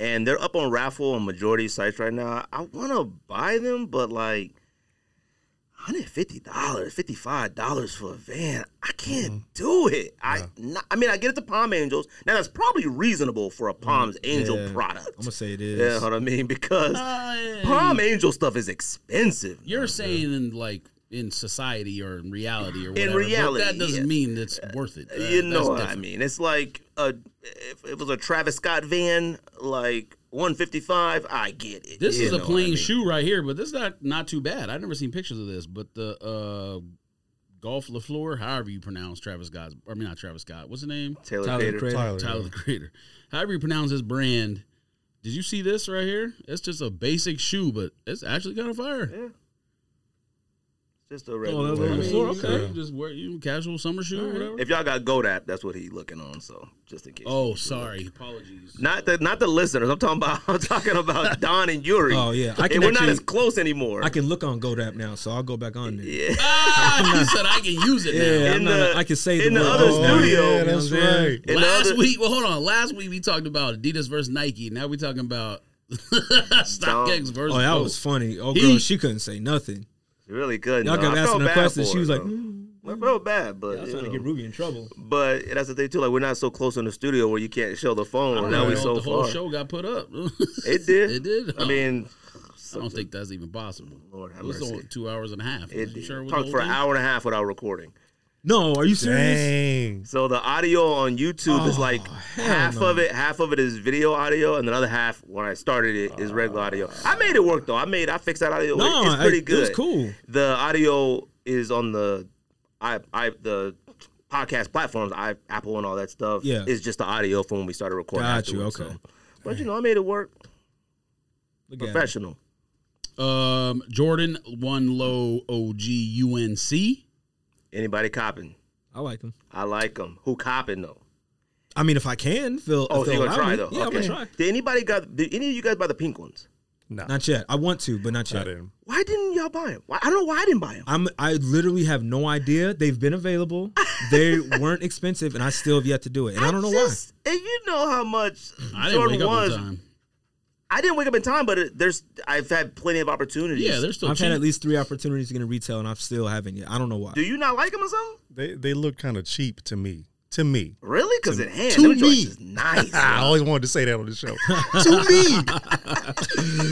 and they're up on raffle on majority sites right now. I want to buy them, but like. Hundred fifty dollars, fifty five dollars for a van. I can't Mm-hmm. do it. I, not, I mean, I get it to Palm Angels. Now that's probably reasonable for a Palm Angel Mm-hmm. yeah. product. I'm gonna say it is. yeah, what I mean because Palm Angel stuff is expensive. You're saying in like in society or in reality or whatever. reality, but that doesn't yeah. mean it's worth it. Uh, you know that's what I different. mean? It's like a if it was a Travis Scott van, like one fifty five. I get it. This You is a know what plain I mean? shoe right here, but this is not not too bad. I've never seen pictures of this, but the uh, Golf Lafleur, however you pronounce Travis Scott's, or I mean not Travis Scott, what's the name? Taylor, [laughs] Tyler Creator. Creator. Tyler. Tyler the Creator. However you pronounce his brand. Did you see this right here? It's just a basic shoe, but it's actually kind of fire. Yeah. Just a Oh, regular. that's I mean, what one. it you was. can Yeah. just wear you know, casual summer shoe or whatever. if y'all got GoDap, that's what he looking on. So just in case. Oh, sorry, apologies. Not the not the listeners. I'm talking about [laughs] I'm talking about [laughs] Don and Yuri. Oh, yeah. I And can we're not actually- as close anymore. I can look on GoDap now, so I'll go back on there. yeah. ah, you said I can use it [laughs] now. Yeah, In I'm not, the- I can say in the word other studio. now. You know Oh, yeah, what that's I'm saying? right. And the last other- week, well, hold on. Last week we talked about Adidas versus Nike. Now we're talking about [laughs] StockX versus. Oh, that Coke. was funny. Oh, He- girl, she couldn't say nothing. Really good. Y'all no, kept I felt asking her bad questions. for She it, was like, though. mm, I felt bad, but I was you trying to know. get Ruby in trouble. But that's the thing too. Like we're not so close in the studio where you can't show the I phone. don't Now know we if so the whole far. show got put up. [laughs] It did. It did? I mean, I don't think that's even possible. Lord have it was mercy. on two hours and a half. it Wasn't you did. sure it was talked the for whole an thing? hour and a half without recording. No, are you serious? Dang. So the audio on YouTube is Oh, like hell half no. of it. Half of it is video audio, and the other half, when I started it, is regular audio. I made it work though. I made I fixed that audio. No, it's pretty I- good. It was cool. The audio is on the I I the podcast platforms, I Apple and all that stuff. Yeah. it's just the audio from when we started recording. Got you, afterwards, okay. so. But you know, I made it work. Look at it. Professional. Um, Jordan one low OG UNC. Anybody copping? I like him. I like them. Who copping though? I mean, if I can, Phil. Oh, if so you they'll gonna allow try me. though? Yeah, I'm okay. gonna try. Did anybody got? Did any of you guys buy the pink ones? Nah, Not yet. I want to, but not I yet. didn't. Why didn't y'all buy them? Why, I don't know why I didn't buy them. I'm. I literally have no idea. They've been available. They [laughs] weren't expensive, and I still have yet to do it. And I don't know why. why. And you know how much I didn't Jordan wake up in was. time. I didn't wake up in time, but it, there's I've had plenty of opportunities. Yeah, they're still I've cheap. [laughs] had at least three opportunities to get in retail, and I still haven't yet. I don't know why. Do you not like them or something? They they look kind of cheap to me. [laughs] To me, Really? Because in hand, to them joints me. is nice. I [laughs] always wanted to say that on [laughs] the show. [laughs] to me,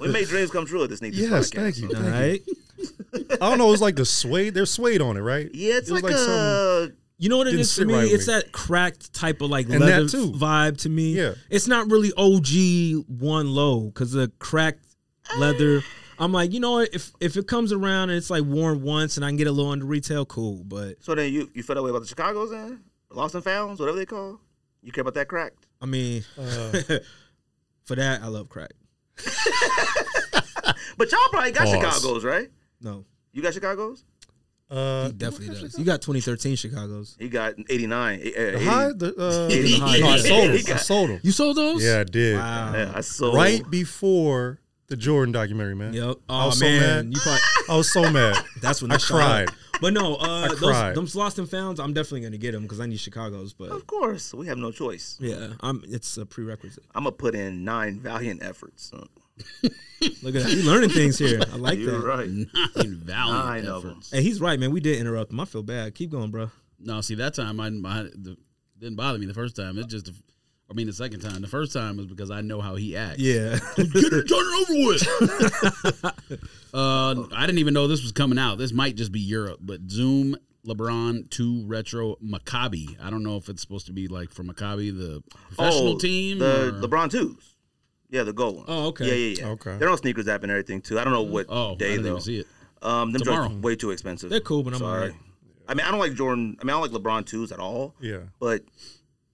we made dreams come true at this sneak. This yes, podcast. thank you. All Thank you. [laughs] right. I don't know. It's like the suede. There's suede on it, right? Yeah, it's It was like, uh, like a. You know what it Didn't is for sit me? right with it's me. that cracked type of like And that leather too. vibe to me. Yeah. It's not really OG one low because the cracked leather. [sighs] I'm like, you know what? If if it comes around and it's like worn once and I can get a little under retail, cool. But So then you you felt that way about the Chicago's then? Lost and Founds, whatever they call. You care about that cracked? I mean, [laughs] Uh, for that I love crack. But y'all probably got Pause. Chicago's, right? No, You got Chicago's? uh, he definitely does. You got 2013 Chicago's. He got 89. eh, eh, The 80. high, the, [laughs] uh, He high. no, I sold He him. I got- sold him. You sold those? Yeah, I did. Wow. Yeah, I sold. Right before the Jordan documentary, man. Yep. I Oh was so man, mad. you probably, I was so mad. [laughs] that's when I that shot up. cried. But no, uh, cried. those those lost and founds, I'm definitely gonna get them because I need Chicago's. But Of course, we have no choice. yeah, I'm. It's a prerequisite. I'm gonna put in nine valiant efforts. Uh, Look at that. You learning things here. I like You're that. right. Nine valiant Nine of 'em. efforts. Hey, he's right, man. We did interrupt him. I feel bad. Keep going, bro. No, see that time I, I the, didn't bother me the first time. It just, I mean, the second time. The first time was because I know how he acts. Yeah. get it done and over with. [laughs] uh, I didn't even know this was coming out. This might just be Europe, but Zoom LeBron two retro Maccabi. I don't know if it's supposed to be like for Maccabi the professional oh, team. the or- LeBron twos. Yeah, the gold one. Oh, okay. Yeah, yeah, yeah. Okay. They're on sneakers app and everything too. I don't know what Oh, I day didn't though. even see it. Um, them Tomorrow. Jordans are way too expensive. They're cool, but I'm all right. I mean, I don't like Jordan. I mean, I don't like LeBron twos at all. Yeah. But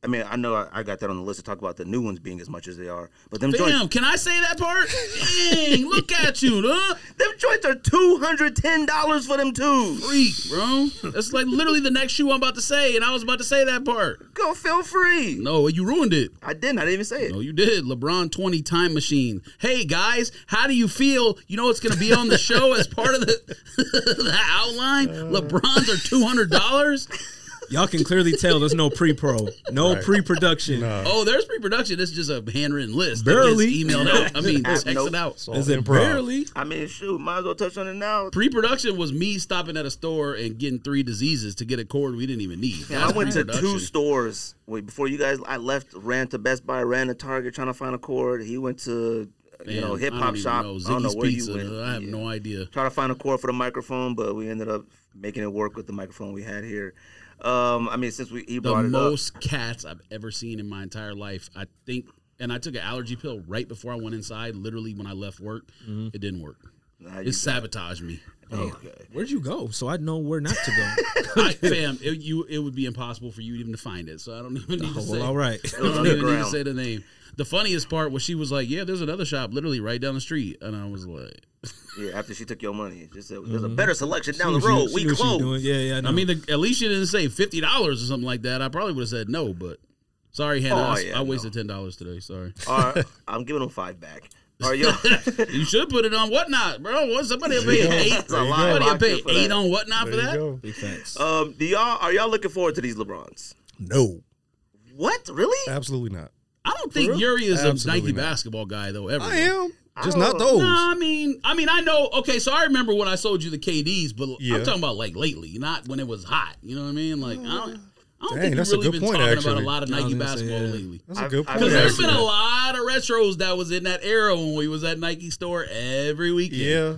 I mean, I know I, I got that on the list to talk about the new ones being as much as they are, but them joints, Damn, can I say that part? Dang, look at you, huh? them joints are two hundred ten dollars for them twos. Freak, bro. That's like literally the next shoe I'm about to say, and I was about to say that part. Go feel free. No, you ruined it. I didn't. I didn't even say it. No, you did. LeBron 20 time machine. Hey guys, how do you feel? You know it's gonna be on the show as part of the, [laughs] the outline. LeBron's are two hundred dollars. [laughs] Y'all can clearly tell there's no pre-pro, no Right. pre-production. Nah. Oh, there's pre-production. This is just a handwritten list. Barely. that gets emailed out. [laughs] I mean, Ah, texted nope. out. It's all Is it improv. barely? I mean, shoot, might as well touch on it now. Pre-production was me stopping at a store and getting three diseases to get a cord we didn't even need. Man, I That's went to two pre-production. stores wait, before you guys. I left, ran to Best Buy, ran to Target trying to find a cord. He went to you Man, know I hip hop don't even shop. know. I don't know Ziggy's where Pizza. you went. I have Yeah. no idea. Try to find a cord for the microphone, but we ended up making it work with the microphone we had here. Um, I mean, since we he The brought it up, most cats I've ever seen in my entire life. I think, and I took an allergy pill right before I went inside. Literally, when I left work, it didn't work. Nah, Mm-hmm. you- Oh, It [laughs] sabotaged me. Where'd you go? So I know where not to go. I, fam, it, you, it would be impossible for you even to find it. So I don't [laughs] even need to Oh, say. well, all right. I don't even need to Underground. say the name. The funniest part was she was like, "Yeah, there's another shop literally right down the street," and I was like, yeah, after she took your money, it just said, there's a better selection down [laughs] the She knew- road. she We knew what she was close. doing. Yeah, yeah. I mean, the, at least you didn't say fifty dollars or something like that. I probably would have said no, but sorry, Hannah, Oh, I, yeah, I wasted ten dollars today. Sorry, All [laughs] right, I'm giving him five back. Are you? you should put it on whatnot, bro. What somebody pay go. eight? That's a lot of Somebody locked in pay for eight that. on whatnot for There you that? go. big facts. um, do y'all are y'all looking forward to these Lebrons? No, What [laughs] really? absolutely not. I don't think Yuri is Absolutely a Nike not. basketball guy though. Ever. I am just I Oh, don't- not those. No, I mean, I mean, I know. Okay, so I remember when I sold you the KDs, but Yeah. I'm talking about like lately, not when it was hot. You know what I mean? Like, I don't, I don't Dang, think that's you've a really good been point, talking about actually. a lot of I was Nike gonna say, basketball yeah. lately. That's I- a good I- point. Because there's actually. been a lot of retros that was in that era when we was at Nike store every weekend. yeah,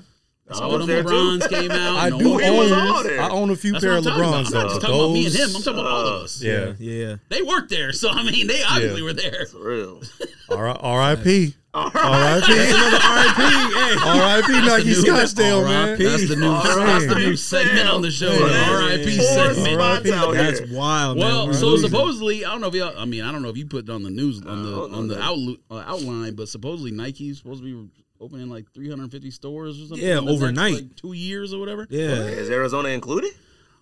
So I was when there the too. LeBrons came out. I Oh, no do one he was own. all there. I own a few That's pair what of I'm talking Lebrons about. I'm though. not just but talking about me and him. I'm Those, talking about all of us. yeah. yeah. They worked there, so I mean, they obviously were there. For [laughs] real. R- R.I.P. R.I.P. R.I.P. Nike new- Scottsdale man. R.I.P.. That's the new, that's the new segment on the show. Yeah. the RIP Four segment. spots out That's here. wild, man. Well, We're so losing. supposedly, I don't know if y'all. I mean, I don't know if you put it on the news on the don't know on the that. outlo- uh, outline, but supposedly Nike's supposed to be opening like 350 stores or something. Yeah, in the next, overnight. like, two years or whatever. yeah. Is Arizona included?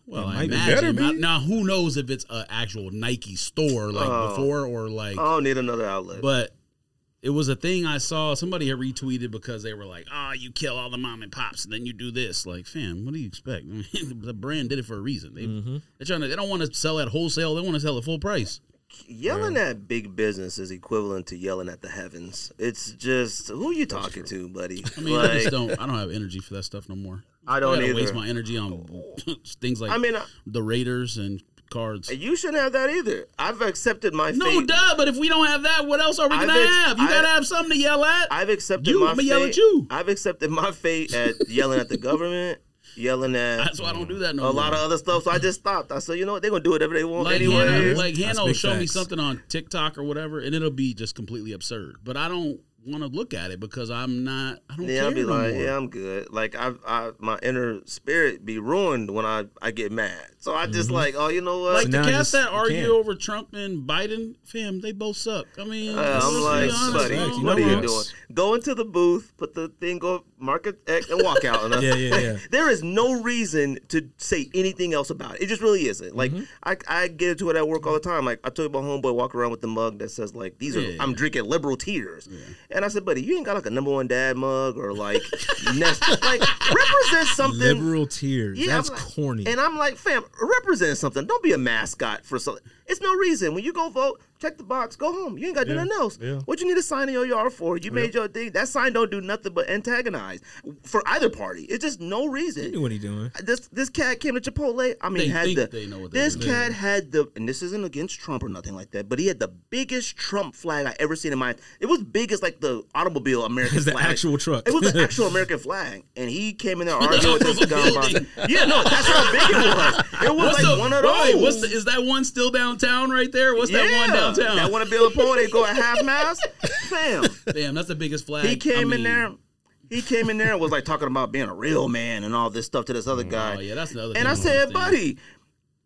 Well, It I might be. imagine. Better Now, be. now, who knows if it's an actual Nike store like Oh. before or like, I don't need another outlet. but. It was a thing I saw. Somebody had retweeted because they were like, "Ah, you kill all the mom and pops, and then you do this." Like, fam, what do you expect? [laughs] the brand did it for a reason. They, Mm. Mm-hmm. They're trying to. They don't want to sell at wholesale. They want to sell at full price. yelling at big business is equivalent to yelling at the heavens. It's just who you talking to, buddy. I mean, I just like, don't. I don't have energy for that stuff no more. I don't gotta either. waste my energy on [laughs] things like I mean, I- the Raiders and cards. you shouldn't have that either. I've accepted my No, fate. duh. But if we don't have that, what else are we I've gonna ex- have? You I- gotta have something to yell at. I've accepted You, my I'ma fate. yell at you. I've accepted my fate at yelling at the government, yelling at [laughs] That's why I don't do that no a more. lot of other stuff. So I just stopped. I said, you know what? They're gonna do whatever they want like anyway. Hannah, like That's Hannah will big show me facts. something on TikTok or whatever, and it'll be just completely absurd. But I don't want to look at it because I'm not. I don't Yeah, care I'll be no like, more. yeah, I'm good. Like I, I, my inner spirit be ruined when I, I get mad. So I just like, oh, you know what? Mm-hmm. Like So the now cats just- that you argue can't. over Trump and Biden, fam, they both suck. I mean, Uh, let's I'm be like, honest, buddy, bro. you what are know you what? doing? Go into the booth, put the thing go, mark it, X, and walk out. And Yeah, [laughs] yeah, yeah. there is no reason to say anything else about it. It just really isn't. Like I, I get into it at work all the time. Like I told you, my homeboy walk around with the mug that says like, "These are Yeah, yeah. I'm drinking liberal tears," and I said, "Buddy, you ain't got like a number one dad mug or like, [laughs] nest, like represent something." Liberal tears. Yeah, I'm That's like- corny. And I'm like, fam, represent something. Don't be a mascot for something. It's no reason. When you go vote, check the box, go home. You ain't got to Yeah, do nothing else. yeah. What you need a sign in your yard for? You made your thing. That sign don't do nothing but antagonize for either party. It's just no You knew reason. what he doing. This this cat came to Chipotle. I mean, They had think the they know what they're this doing. cat had the and this isn't against Trump or nothing like that, but he had the biggest Trump flag I ever seen in my. It was big as like the automobile American [laughs] It's the flag. actual truck. It was the actual American flag, and he came in there arguing with this gun box. Yeah, no, that's how big it was. It was What's like the, one of wait, those. what's the, is that one still downtown right there? What's that one downtown? That one to build a pony, go at half [laughs] mast. Fam, Damn, that's the biggest flag. he I came in mean, there. He came in there and was like talking about being a real man and all this stuff to this other guy. Oh yeah, that's the other. And I thing don't said, understand. buddy,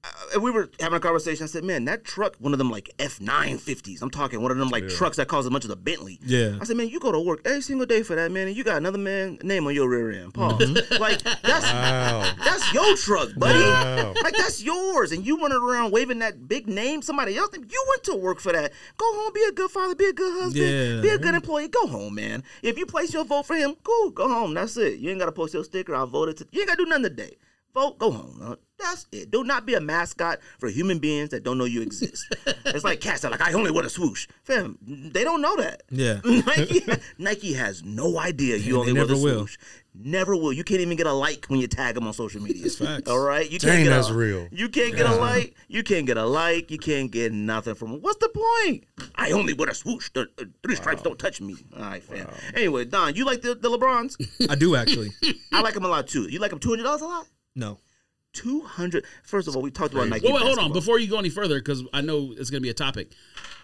uh, and we were having a conversation. I said, "Man, that truck, one of them like F nine fifties. I'm talking one of them like trucks that cost as much as a Bentley." Yeah. I said, "Man, you go to work every single day for that man, and you got another man name on your rear end, Paul. like that's [laughs] [laughs] Wow. that's your truck, buddy. Wow. [laughs] Like that's yours, and you running around waving that big name. Somebody else, name. you went to work for that. Go home, be a good father, be a good husband, Yeah. be a good employee. Go home, man. If you place your vote for him, cool. Go home. That's it. You ain't gotta post your sticker. I voted. To, you ain't gotta do nothing today. Vote. Go home. huh? That's it. Do not be a mascot for human beings that don't know you [laughs] exist. it's like cats that are like I only want a swoosh. Fam, they don't know that. Yeah. [laughs] Nike, Nike has no idea you only they wear the never will. swoosh. Never will. You can't even get a like when you tag them on social media. That's facts. All right, you Dang, can't get that's a, real. You can't get a like. You can't get a like. You can't get nothing from. 'em. What's the point? I only wear a swoosh. The, uh, three stripes don't touch me. All right, fam. Anyway, Don, you like the, the [laughs] Lebrons? I [laughs] do actually. I like them a lot too. You like them two hundred dollars a lot. No. Two hundred. First of all, we talked about Nike. Wait, wait, hold on. basketball. Before you go any further, because I know it's going to be a topic.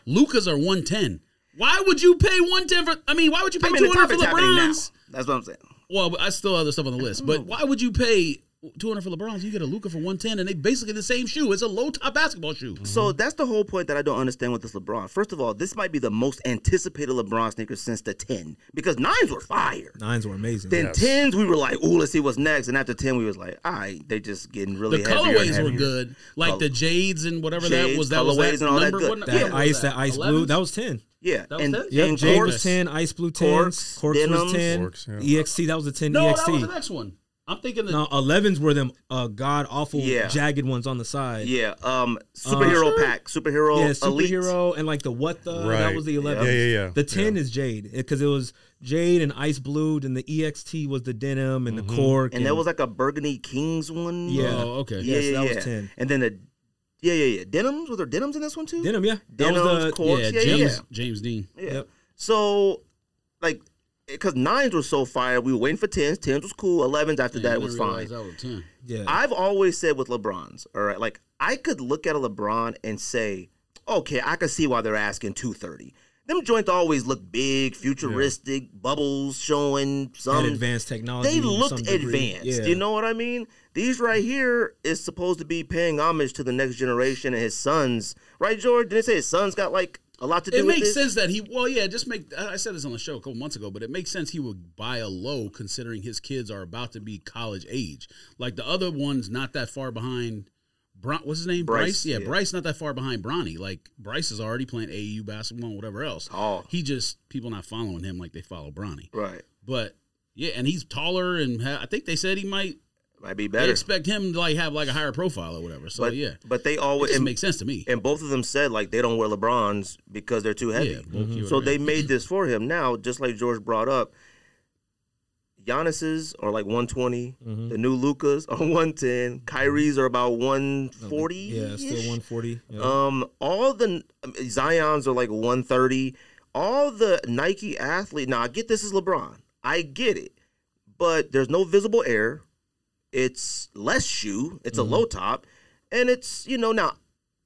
Lucas are one ten. Why would you pay one ten for? I mean, why would you pay I mean, two the hundred for topic's happening now. LeBron's? That's what I'm saying. Well, but I still have other stuff on the list. [laughs] But why would you pay two hundred for LeBron's? You get a Luca for one ten, and they basically the same shoe. It's a low top basketball shoe. So that's the whole point that I don't understand with this LeBron. First of all, this might be the most anticipated LeBron sneaker since the 10 because nines were fire. Nines were amazing. Then Yes. tens, we were like, "Ooh, let's see what's next." And after ten, we was like, "All right, they just getting The really heavier and colorways were heavier." good, like the jades and whatever that Jades, was. That was that colorways and all that number. good- what- that what was ice, that ice blue, 11? that was ten. Yeah, That was and, it? Yeah, and Jade corks, was ten, ice blue ten, Corks, corks, was denims. ten, Corks, yeah. ext that was a ten No, ext. that was the next one. I'm thinking the No, elevens were them uh, god awful Yeah. jagged ones on the side. Yeah, um, superhero pack, superhero, Yeah, elite. superhero and like the what the that Right. was the Yeah. eleven. Yeah, yeah, yeah. The ten is jade because it was jade and ice blue, and the ext was the denim and Mm-hmm. the cork. and that was like a burgundy kings one. Yeah. Oh, okay. yeah, yes, yeah, that was yeah. 10. And then the, yeah, yeah, yeah, denims. Were there denims in this one too? denim. Yeah, that denims, was the corks. Yeah, yeah, James yeah. James Dean. Yeah. Yep. So, like, because nines were so fire, we were waiting for tens. Tens was cool. Elevens after I that didn't was realize fine. That was ten. yeah. I've always said with LeBrons, all right, like I could look at a LeBron and say, okay, I can see why they're asking 230. Them joints always look big, futuristic, bubbles showing Had some advanced technology. um, They to some looked degree. advanced. Yeah. You know what I mean? These right here is supposed to be paying homage to the next generation and his sons. Right, George? Didn't it say his sons got like a lot to do It with makes this? sense that he. Well, yeah, just make. I I said this on the show a couple months ago, but it makes sense he would buy a low considering his kids are about to be college age. Like the other one's not that far behind. Bron, what's his name? Bryce, Yeah, yeah. Bryce not that far behind Bronny. Like Bryce is already playing AAU basketball and whatever else. Oh. he just people not following him like they follow Bronny. Right. But yeah, and he's taller and ha- I think they said he might. Might be They better. expect him to like have like a higher profile or whatever. So but yeah, but they it always just and, makes sense to me. and both of them said like they don't wear LeBrons because they're too heavy. Yeah, both you So and- they made this for him. Now, just like George brought up, Giannis's are like 120. Mm-hmm. The new Lucas are [laughs] 110. Kyrie's are about 140. Yeah, still 140. Yeah. Um, all the um, Zion's are like 130. All the Nike athlete. Now I get this is LeBron. I get it, but there's no visible air. It's less shoe. It's Mm-hmm. a low top, and it's you know now.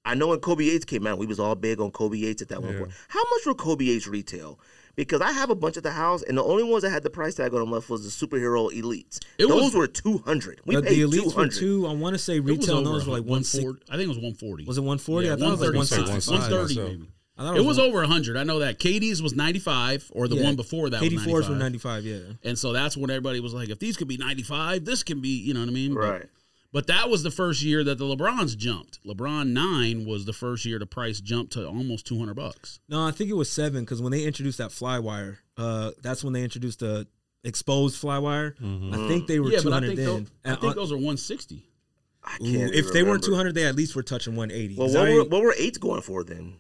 I know when Kobe Yates came out, we was all big on Kobe Yates at that one point. How much were Kobe Yates retail? Because I have a bunch at the house, and the only ones that had the price tag on them left was the superhero elites. It Those was- were two hundred. We But paid the two elites were hundred. two. I want to say It was retail on over those were like 160. 140. I think it was 140. Was it 140? Yeah, I thought it was like 135. 165. 130 myself. maybe. I thought It was one- over 100. I know that. Katie's was 95, or the yeah. one before that 84s was 95. were 95. Yeah. And so that's when everybody was like, if these could be 95, this can be, you know what I mean? But- Right. But that was the first year that the LeBrons jumped. LeBron 9 was the first year the price jumped to almost 200 bucks. No, I think it was seven because when they introduced that fly wire, uh, that's when they introduced the exposed fly wire. Mm-hmm. I think they were Yeah, but I 200 think, then. those, I And think on- those are 160. I Ooh, can't even if they weren't remember. 200, they at least were touching 180. Well, 'Cause what I- were, what were eights going for then?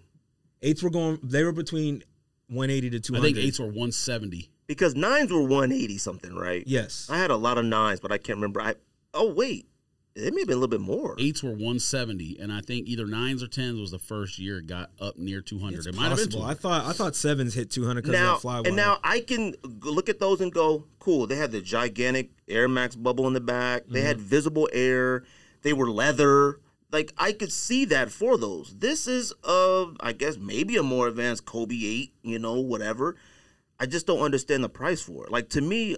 eights were going, they were between 180 to 200. I think 8s were 170. Because nines were one eighty something, right? Yes. I had a lot of nines, but I can't remember. I oh wait, it may have been a little bit more. 8s were 170. And I think either 9s or 10s was the first year it got up near 200. It's it might have been possible. 200. I thought I thought sevens hit 200 because of Now that fly wire. and now I can g- look at those and go, cool. They had the gigantic Air Max bubble in the back. They Mm-hmm. had visible air. They were leather. Like I could see that for those. This is uh, I guess maybe a more advanced Kobe eight. You know, whatever. I just don't understand the price for it. Like to me,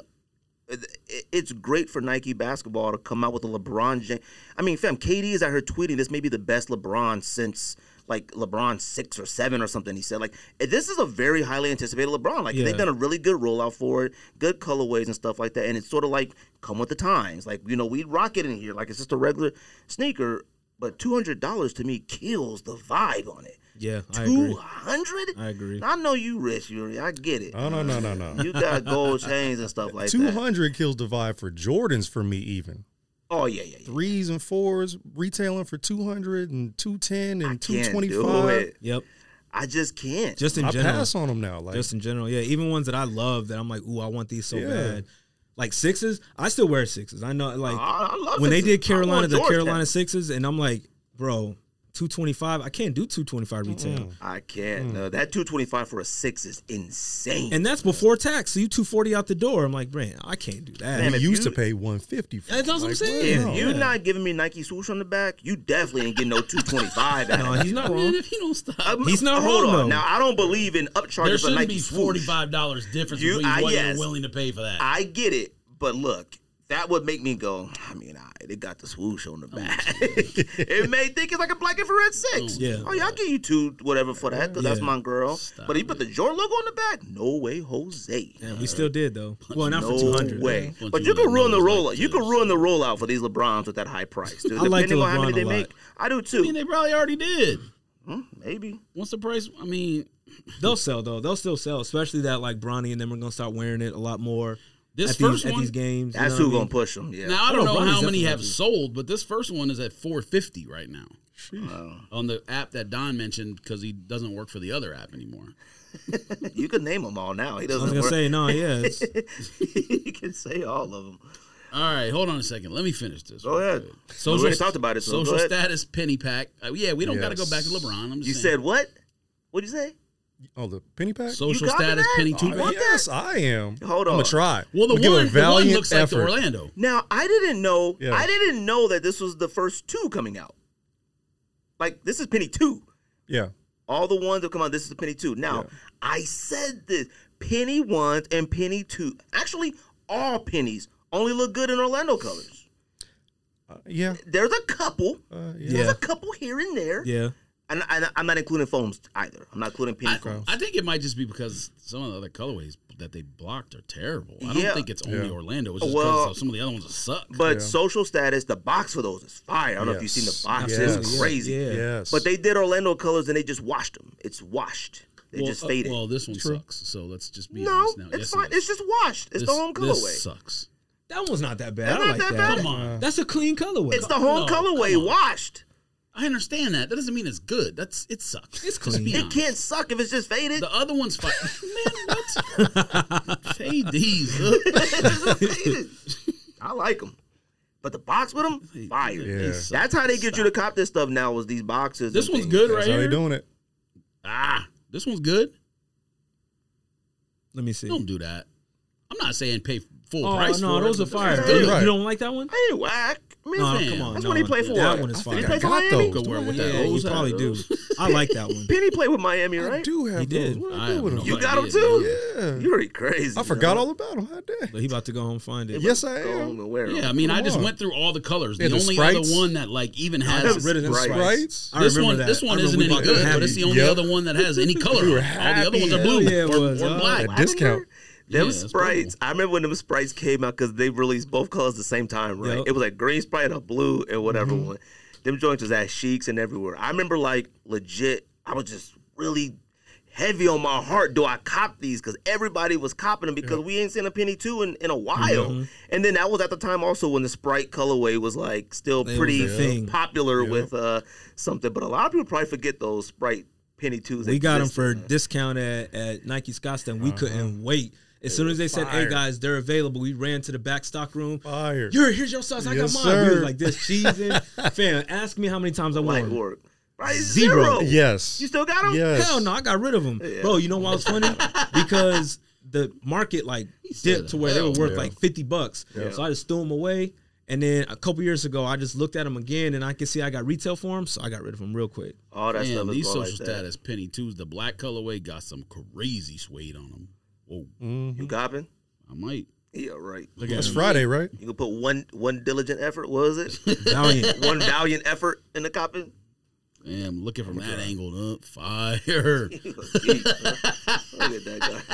it- it's great for Nike basketball to come out with a LeBron James. I mean, fam, KD is out here tweeting this may be the best LeBron since like LeBron six or seven or something. He said like this is a very highly anticipated LeBron. Like Yeah. they've done a really good rollout for it, good colorways and stuff like that. And it's sort of like come with the times. Like you know we rock it in here. Like it's just a regular sneaker, but two hundred dollars to me kills the vibe on it. Yeah, I Two agree. hundred? I agree. Uh, I know you rich, Yuri. I get it. Oh no no no no. You got [laughs] gold chains and stuff like Two that. hundred kills the vibe for Jordans for me even. Oh yeah, yeah, yeah. Threes and fours retailing for 200 and 210 and I can't do 225. it. Yep. I just can't. Just in I general. pass on them now. Like Just in general, yeah. Even ones that I love that I'm like, ooh, I want these so Yeah. bad. Like sixes, I still wear sixes. I know, like I- Ah, I love when they sixes. did I want Carolina, the Georgetown. Carolina sixes, and I'm like, bro, two twenty five. I can't do two twenty five retail, I can't. No, that two twenty five for a six is insane. Hmm. and that's before tax. So you two forty out the door. I'm like, man, I can't do that. Damn, we if used you- to pay 150 for That's them. what I'm Like, saying. if wow. you're not giving me Nike swoosh on the back, you definitely ain't getting [laughs] no two twenty five. No, he's not Man, wrong. if you don't stop, He's not Hold wrong, on. though. Now I don't believe in There upcharges for shouldn't Nike be swoosh. forty-five dollars difference You- between I- what yes. you're willing to pay for that. I get it, but look, that would make me go. I mean, I they got the swoosh on the Oh, back. [laughs] it may think it's like a black infrared six. Yeah. Oh yeah, I'll give you two whatever for that because that's Yeah. my girl. but he put the Jordan logo on the back. No way, Jose. Damn, we still did though. Well, not for two No hundred. way. Yeah. But you can ruin the Like rollout. You this. can ruin the rollout for these LeBrons with that high price, dude. I like the Depending on how many LeBron a they lot. make, I do I mean, too. they probably already did. Hmm, Maybe. Once the price, I mean, They'll sell though. They'll still sell, especially that like Bronny and them are gonna start wearing it a lot more. This at these, first at one- these games. you That's who know what I gonna mean? push them. Yeah. now I don't Oh, no, know Bronny's how many definitely have good. sold, but this first one is at 450 right now on the app that Don mentioned because he doesn't work for the other app anymore. you can name them all now. He I was doesn't. gonna work. say no. Yeah, it's, [laughs] you can say all of them. All right, hold on a second. Let me finish this. Go real ahead. quick. we already talked about it. So social go ahead. status penny pack. Uh, yeah, we don't got to go Yes. back to LeBron. I'm just You saying. said what? What'd you say? Oh, the penny pack? social You got status that? penny Oh, two I- pack. want yes, I am. Hold I'm on. gonna try. Well, the I'm gonna give one, a the one valiant looks like effort. the Orlando. Now I didn't know. Yeah. I didn't know that this was the first two coming out. Like this is Penny Two. Yeah. All the ones that come out. This is the Penny Two. Now I said this Penny Ones and Penny Two. Actually, all pennies only look good in Orlando colors. Uh, yeah. There's a couple. Uh, yeah. There's Yeah. a couple here and there. yeah. And I, I'm not including foams either. I'm not including penny I, foams. I think it might just be because some of the other colorways that they blocked are terrible. I don't Yeah. think it's only Yeah. Orlando. It's just Well, because some of the other ones suck. But social status, the box for those is fire. I don't know if you've seen the Yes. box. It's Yes. crazy. Yeah. Yes. But they did Orlando colors and they just washed them. It's washed. They just uh, faded. well, this one sucks. So let's just be no, honest now. it's Yes, it fine. is. It's just washed. It's this, the home this colorway. sucks. That one's not that bad. That's I not like that that. bad. Come on, That's a clean colorway. It's the home No, come colorway on. washed. I understand that. That doesn't mean it's good. That's it sucks. It's Just be clean. It honest. can't suck if it's just faded. The other one's fine. Man, what? Fade these. look. [laughs] It's just faded. [laughs] I like them. But the box with them, fire. Yeah. That's how they get you to cop this stuff now. Was these boxes? This and one's things. good right That's how here. they doing it. Ah, this one's good. Let me see. Don't do that. I'm not saying pay full Oh price. no, for those it. are fire. Hey, You- Good. right. You don't like that one? Hey, whack. Man, No, man, come on. that's no, what he played for. That one is Did he fire. play for got Miami? those. Go wear it with Yeah, that you hose hat, probably do. though. I like [laughs] that one. Penny played with Miami, right? I do have He those. did. What I I do have with no them? You I got them did, too? Yeah. You're really crazy. I forgot all about them. How But did? he about to go home and find it. Yes, I Go home am. and wear 'em. Yeah, I mean, I just on. went through all the colors. Yeah, the the only sprites. other one that like even that has was this Rid of them Sprites. Sprites. I remember one. that. This one I remember isn't we any bought good, that. but it's the only Yep. other one that has any color. on were it. all the other ones are happy. blue Hell yeah, it or, was. or Oh. black. That discount. Them Yeah, that's sprites. cool. I remember when them sprites came out because they released both colors at the same time, right? Yep. It was like green sprite and a blue and whatever Mm-hmm. one. Them joints was at Sheiks and everywhere. I remember like legit. I was just really heavy on my heart. Do I cop these? Because everybody was copping them because we ain't seen a penny two in, in a while. Mm-hmm. And then that was at the time also when the sprite colorway was like still was pretty the thing. popular with uh something. But a lot of people probably forget those sprite penny twos. We got them existed. for a discount at, at Nike Scottsdale. and We couldn't wait. As soon as they said, "Hey Uh-huh. fire. guys, they're available," we ran to the back stock room. Fire. You're here's your sauce. I Yes, got mine. We was sir. like this [laughs] cheesing. Fam, ask me how many times I light won. work. Right? Zero. Zero. Yes. You still got them? Yes. Hell no, I got rid of them, bro. You know why it's [laughs] funny? because the market like dipped to where they were worth Yeah. like fifty bucks. So I just threw them away. And then a couple years ago, I just looked at them again, and I could see I got retail for them, so I got rid of them real quick. All that Man, stuff is these going social like that. status penny twos. The black colorway got some crazy suede on them. Whoa, Mm-hmm. You copping? I might. Yeah, right. Look at That's him. Friday, right? You can put one one diligent effort. What was [laughs] it? [laughs] Valiant. one valiant effort in the copping. [laughs] Damn, looking from that angle, up fire. Look [laughs] at that [laughs]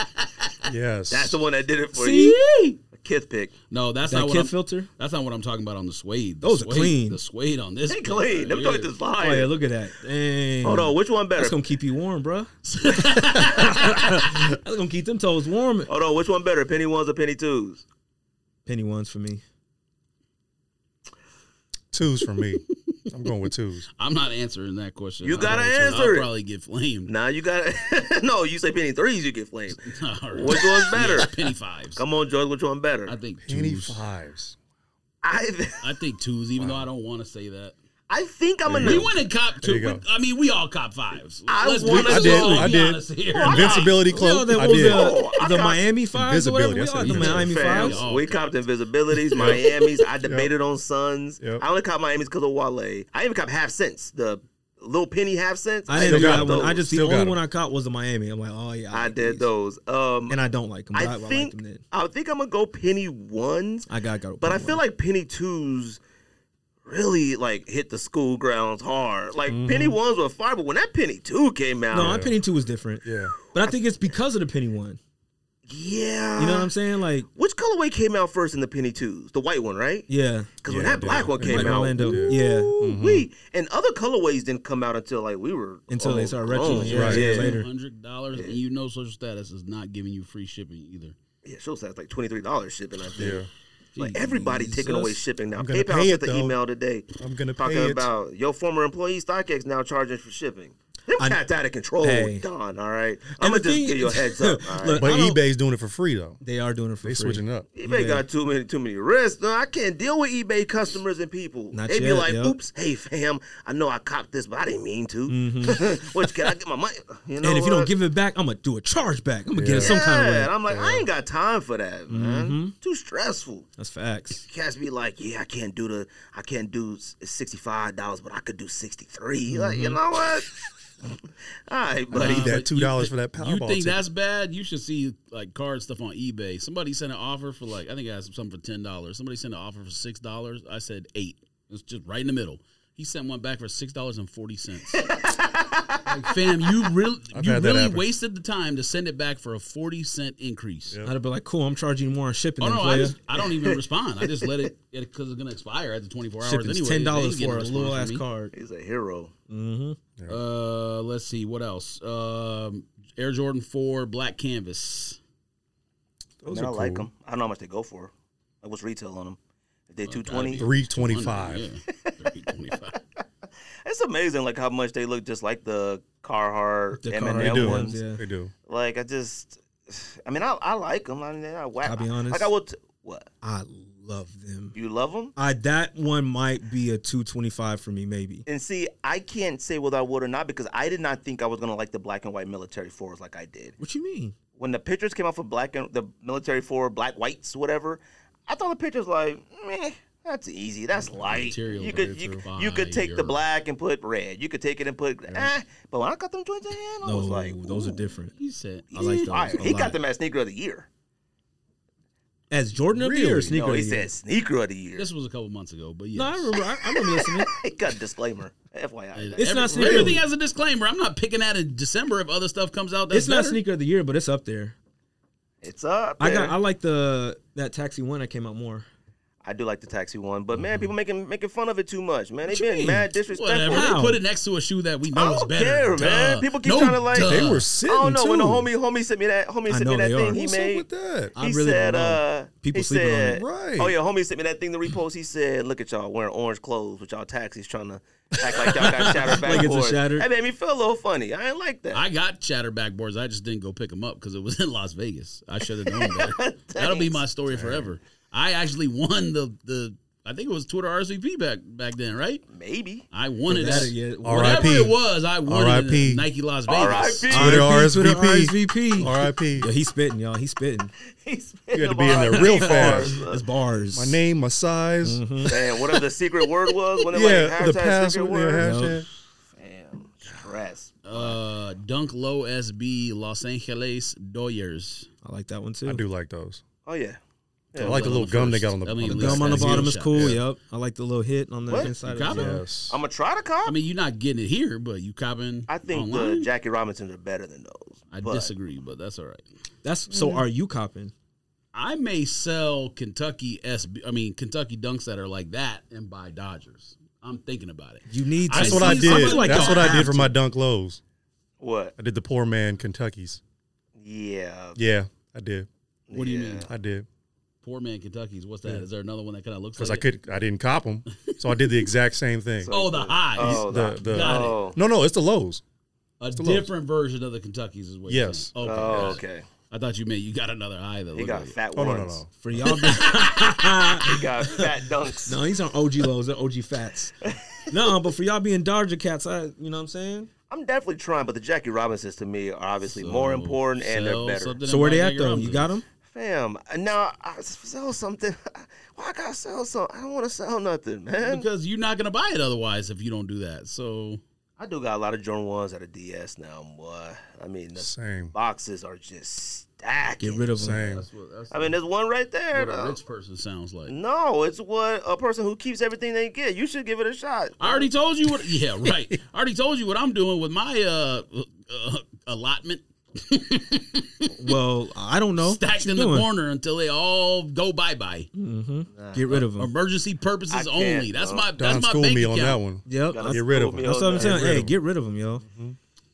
guy. Yes. That's the one that did it for you. A Kith pick. No, that's That not what kid I'm, filter. That's not what I'm talking about on the suede. The Those are suede, clean. The suede on this. They bitch clean. Them right joints here. is Oh yeah, fire. look at that. Dang. Hold on, which one That's better? gonna keep you [laughs] warm, bro. That's gonna keep them toes warm. Hold on, which one better? Penny ones or penny twos? Penny ones for me. Twos for me. I'm going with twos. I'm not answering that question. You I gotta don't- answer I'll it. probably get flamed. Nah, you got [laughs] no. You say penny threes, you get [laughs] flamed. [laughs] All right. Which one's better? Yeah, penny fives. Come on, George. Which one better? I think Penny twos. fives. I [laughs] I think twos, even though I don't want to say that. I think I'm We gonna. went and There cop two. you go. I mean, we all cop fives. I Let's be, wanna- let's I did, all I be did. honest here. Invincibility You know, cloak. that I was did. Oh, I the, the got- Miami Fives or whatever. Invisibility, We are that's it. the Miami Fam, Fives. Oh, we okay. copped [laughs] invisibilities, Miami's. I debated on Suns. Yep. I only copped Miami's because of Wale. I even copped half cents. The little penny half cents. I didn't do got that those. one. I just the Still got only 'em. one I caught was the Miami. I'm like, oh yeah, I like did these. those. Um, and I don't like them. But I, I, I like think them then. I think I'm gonna go penny ones, I got got. but I feel like penny twos really like hit the school grounds hard. Like penny ones were fire, but when that penny two came out, Mm-hmm. no, my penny two was different. Yeah. But I think it's because of the penny one. yeah, You know what I'm saying? Like, Which colorway came out first in the penny twos? The white one, right? yeah, Because when Yeah, that black yeah. one Like came like out, Orlando. dude. Yeah, Wait, and other colorways didn't come out until like we were Until they started retro, grown. yeah, Right. yeah, Yeah. later. Hundred dollars, and you know social status is not giving you free shipping either. Yeah, show says like twenty three dollars shipping. I think Yeah. like everybody taking away shipping now. I'm gonna PayPal pay sent it, the though. email today I'm gonna pay talking it. about your former employee StockX now charging for shipping. Them I- cats out of control, Hey. Don. All right, I'm gonna the just thing give you a is- heads [laughs] up. All right? Look, But I don't- eBay's doing it for free though. They are doing it for They free. switching up. eBay got too many too many risks. No, I can't deal with eBay customers and people. Not they be yet, like, yep. "Oops, hey fam, I know I copped this, but I didn't mean to. [laughs] Which can I get my money? You know, Mm-hmm. and if you don't what? give it back, I'm gonna do a chargeback. I'm gonna get Yeah. it some kind of Yeah, way. and Mm-hmm. I'm like, I ain't got time for that, man. Too stressful. That's facts. Cats be like, yeah, I can't do the, I can't do sixty five dollars, but I could do sixty three. Like, Mm-hmm. you know what? [laughs] All right, buddy. Nah, that but $2 you for that thi- Powerball You think ticket. that's bad? You should see like card stuff on eBay. Somebody sent an offer for like I think I had something for ten dollars. Somebody sent an offer for six dollars. I said eight. It's just right in the middle. He sent one back for six dollars and [laughs] forty cents. like, fam, you really I've you had that really happen. wasted the time to send it back for a forty cent increase. I'd have been like, cool. I'm charging you more on shipping. Oh than no, I player. just I don't even respond. I just let it because it's gonna expire after twenty four hours shipping's anyway. ten dollars They ain't for a getting response little from ass me. card. He's a hero. Mm-hmm. Uh, let's see what else. Um, Air Jordan Four Black Canvas. Those Man, I are like cool. them. I don't know how much they go for. Like, what's retail on them? If Oh, they two twenty, Three twenty five. Yeah, 325. it's amazing. Like how much they look just like the Carhartt The M Carhartt and They Yeah, M do. ones, ones. yeah. They do. Like I just, I mean, I, I like them. I mean, I whack. I'll be honest. Like I will. T- what I love them. you love them? I that one might be a two twenty five for me, maybe. And see, I can't say whether I would or not because I did not think I was gonna like the black and white military fours like I did. What you mean? When the pictures came out for black and the military four, black whites, whatever, I thought the pictures like, meh, that's easy, that's light. material You could variety you, of you could take the fire. black and put red. You could take it and put eh. But when I got them joints in, hand, I No, was like, those are ooh, different. [laughs] He said, I like these those fire. a He got lot. them as sneaker of the year. As Jordan of the year, Really? or sneaker. no, of he the year? said sneaker of the year. "This was a couple months ago, but yes. No, I remember. I, I remember [laughs] listening. he got a disclaimer. FYI. It's not Every- sneaker. Everything has a disclaimer. I'm not picking that in December if other stuff comes out. That's It's not better. sneaker of the year, but it's up there. It's up. I there. got. I like the that taxi one that came out more. I do like the taxi one, but man, people making making fun of it too much. Man, they've you been mean? mad Whatever. disrespectful. Wow. They put it next to a shoe that we know I is don't better. care, man. Duh. People keep No, trying to, like- duh. They were I sitting. don't know when the homie too. homie sent me that homie I sent me know that they thing are. he What's up made. with that? I he really said, don't know. uh, People he sleeping on said, it. Right. Oh yeah, homie sent me that thing to repost. He said, "Look at y'all wearing orange clothes with y'all taxis trying to act like y'all got shattered Like it's a backboards." shattered- That made me feel a little funny. I ain't like that. I got chatterback boards. I just didn't go pick them up because it was in Las Vegas. I should have [laughs] known better. That'll be my story forever. I actually won the the. I think it was Twitter RSVP back back then, right? Maybe. I won it. That at- yeah, Whatever RIP. it was, I won it RIP. in Nike Las Vegas. R.I.P. Twitter Twitter RSVP. RSVP. [laughs] R.I.P. Yo, he's spitting, y'all. He's spitting. He's You had to be in there real fast. It's bars. My name, my size. Man, whatever the secret word was, when it Yeah, like the hashtag password. secret Yeah, word. hashtag. Damn, stress. Uh, Dunk Low SB Los Angeles Doyers. I like that one too. I do like those. Oh yeah. I like the little gum they got on the, I on mean, the at The gum on the that's bottom good is shot. cool. Yeah. Yep. I like the little hit on the What? inside. of You copy? it. Yes. I'm gonna try to cop. I mean, you're not getting it here, but you copping. I think online? the Jackie Robinsons are better than those. I but disagree, but that's all right. That's so. Are you copping? I may sell Kentucky SB. I mean, Kentucky dunks that are like that, and buy Dodgers. I'm thinking about it. You need. to. I That's what I see- I feel did. like That's y'all what I have did for to. my dunk lows. What? I did the poor man Kentucky's. Yeah. Yeah, I did. What do you mean? I did Poor man, Kentucky's. What's that? Is there another one that kind of looks because like? I it? could. I didn't cop them, so I did the exact same thing. Oh, the highs. Oh, the, the, Got it. oh. No, no, it's the lows. A little- different version of the Kentucky's is what. you're Yes. saying. Okay. Oh, got it. okay. I thought you meant you got another eye that He looked got like it. fat Oh no, ones. no, no. for y'all. He [laughs] got fat dunks. no, these aren't OG lows. They're OG fats. no, but for y'all being Dodger cats, I. You know what I'm saying? I'm definitely trying, but the Jackie Robinsons to me are obviously more important and they're Sell better. something So where about they at Jagger though? You Rumsey. got them? Fam, uh, now I s- sell something. [laughs] Why I gotta sell something? I don't want to sell nothing, man. because you're not gonna buy it otherwise if you don't do that. So I do got a lot of Jordan ones at a DS now, boy. I mean, the Same, boxes are just stacked. Get rid of them. same. that's what that's I mean, there's one right there. what a Though. rich person sounds like. No, it's what a person who keeps everything they get. You should give it a shot. I already told you what. Yeah, right. I already told you what I'm doing with my uh, uh allotment Well, I don't know. stacked in the corner until they all go bye bye. Mm-hmm. Get rid of them. Emergency I can't, purposes only. That's bro. my Don that's my schooled bank me account. on that one. Yep. Gotta That's, Get rid of school them. me that's on what I'm that. saying. rid Hey, of 'em. get rid of them, yo.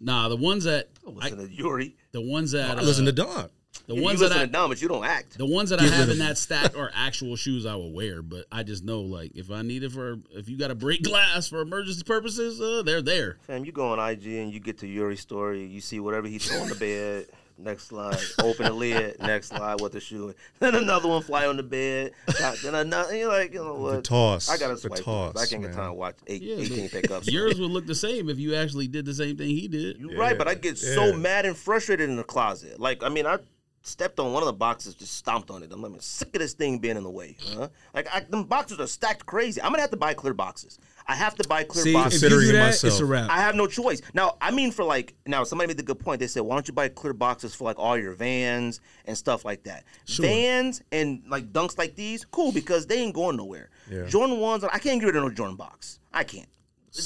Nah, the ones that I, Listen to Yuri. the ones that I uh, listen to Don. the you ones listen that I to Dom, but you don't act. The ones that I have in that stack are actual shoes I will wear, but I just know like if I need it for if you got to break [laughs] glass for emergency purposes, uh, they're there. Fam, you go on IG and you get to Yuri's story. You see whatever he threw on the bed. Next slide. Open the lid. Next slide. What the shoe? [laughs] Then another one fly on the bed. Got- Then another. You're like, you know The what? toss. I gotta the swipe. toss. I can't get man. time to watch eight, Yeah, 18 but pickups. Yours would look the same if you actually did the same thing he did. You're Yeah, right, but I get so yeah. mad and frustrated in the closet. Like, I mean, I stepped on one of the boxes, just stomped on it. I'm like, "I'm sick of this thing being in the way. Huh? Like, I, them boxes are stacked crazy. I'm gonna have to buy clear boxes. I have to buy clear See, if boxes. you Considering do that, myself. it's a wrap. I have no choice. Now, I mean, for like, now somebody made the good point. They said, why don't you buy clear boxes for like all your vans and stuff like that? Vans and like dunks like these, cool, because they ain't going nowhere. Yeah. Jordan 1s, I can't get rid of no Jordan box. I can't.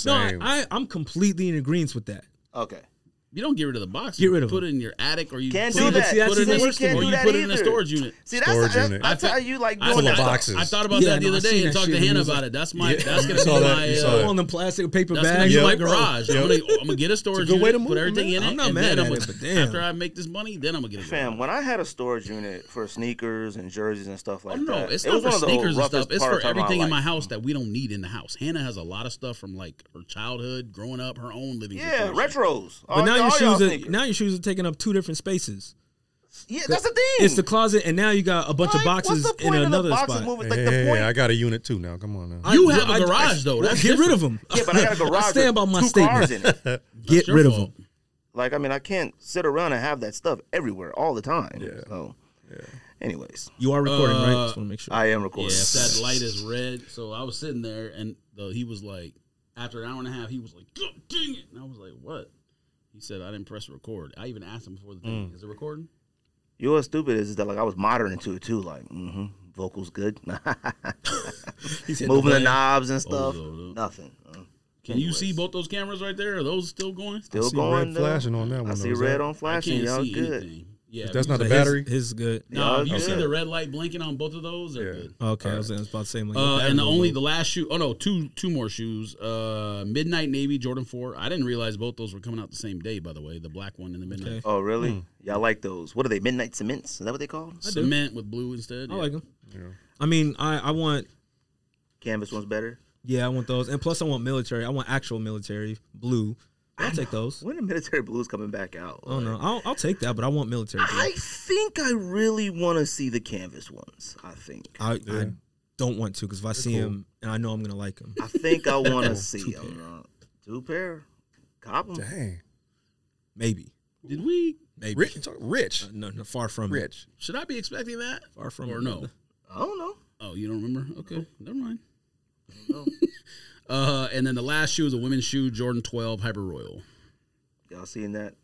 No, I, Same. I, I'm completely in agreement with that. Okay. You don't get rid of the box. Get you rid of Put them. it in your attic or you Can't put do it, in- that. See, that's put it the in thing, a, you can't or do you that put it in a either. storage unit. See, that's, Storage that's, unit. that's I how think- you like I, doing Full I, of that. boxes. I thought about Yeah, that the no, I other day seen and that talked to shit. He Hannah was about like- it. That's my. Yeah. That's gonna You saw be that. my. You saw uh, that. On the plastic paper That's bags. gonna be Yeah. my like, bro, garage. I'm, yeah. gonna, I'm gonna get a storage good unit, way to put move, everything man. in it. I'm not and mad at then I'm it, gonna, but damn. After I make this money, then I'm gonna get a garage. Fam, when I had a storage unit for sneakers and jerseys and stuff like Oh, no, that, it's it was not for one of the sneakers and roughest stuff. It's for parts of everything in my life. house that we don't need in the house. Hannah has a lot of stuff from like her childhood, growing up, her own living. Yeah, situation. retros. But all, now your all y'all shoes are sneakers. now your shoes are taking up two different spaces. yeah, that's the thing. It's the closet, and now you got a bunch Like, of boxes what's the in point of the another boxes spot. Moving, Hey, like, hey, the hey, point, I got a unit too now. Come on now. I- You have a I- garage, I- though. That's get rid of them. yeah, but I [laughs] got a garage. stand with by my two Cars in statement. it. Get your rid of fault. them. Like, I mean, I can't sit around and have that stuff everywhere all the time. Yeah. So, anyways, You are recording, right? Uh, Just want to make sure. I am Yeah, recording. if that light is red. So I was sitting there, and the, he was like, after an hour and a half, he was like, "God dang it!" And I was like, "What?" He said, "I didn't press record." I even asked him before the Mm. thing, "Is it recording?" You know what's stupid is, is that like I was modern into it too. Like, mm-hmm, vocals good, [laughs] moving the knobs and stuff. no, no. Nothing. Uh, Oh, Can you see both those cameras right there? Are those still going? I Still see going. red though. flashing on that one. I though. see Is red that- on I flashing. can't Y'all see good. anything. Yeah, That's not the his- battery. His, is good. No, Yeah, if you see okay. the red light blinking on both of those, they're Yeah. good. Okay, I was gonna- I was about to say. I'm like, Uh, what and the battery only low? the last shoe. Oh no, two two more shoes. Uh, Midnight Navy Jordan Four. I didn't realize both those were coming out the same day. By the way, the black one and the midnight Okay. Oh, Hmm. really? Y'all like those? What are they? Midnight cements? Is that what they called? cement with blue instead. I yeah. like them. I mean, I I want Canvas one's better. yeah, I want those, and plus I want military. I want actual military blue. I'll take those. When the military blues coming back out? Oh no, I'll, I'll take that, but I want military. Blue. I think I really want to see the canvas ones. I think. Uh, I, I don't want to because if I see him and I know I'm gonna like him. I think I want oh, to see them. Two pair. Cop 'em. Dang. Maybe. Did we? Maybe. Uh, Rich. you talk- Rich. No, no, far from it. Rich. Should I be expecting that? Far from or it, no? brother. I don't know. Oh, you don't remember? Okay, never mind. [laughs] uh, and then the last shoe is a women's shoe, Jordan Twelve Hyper Royal. Y'all seen that?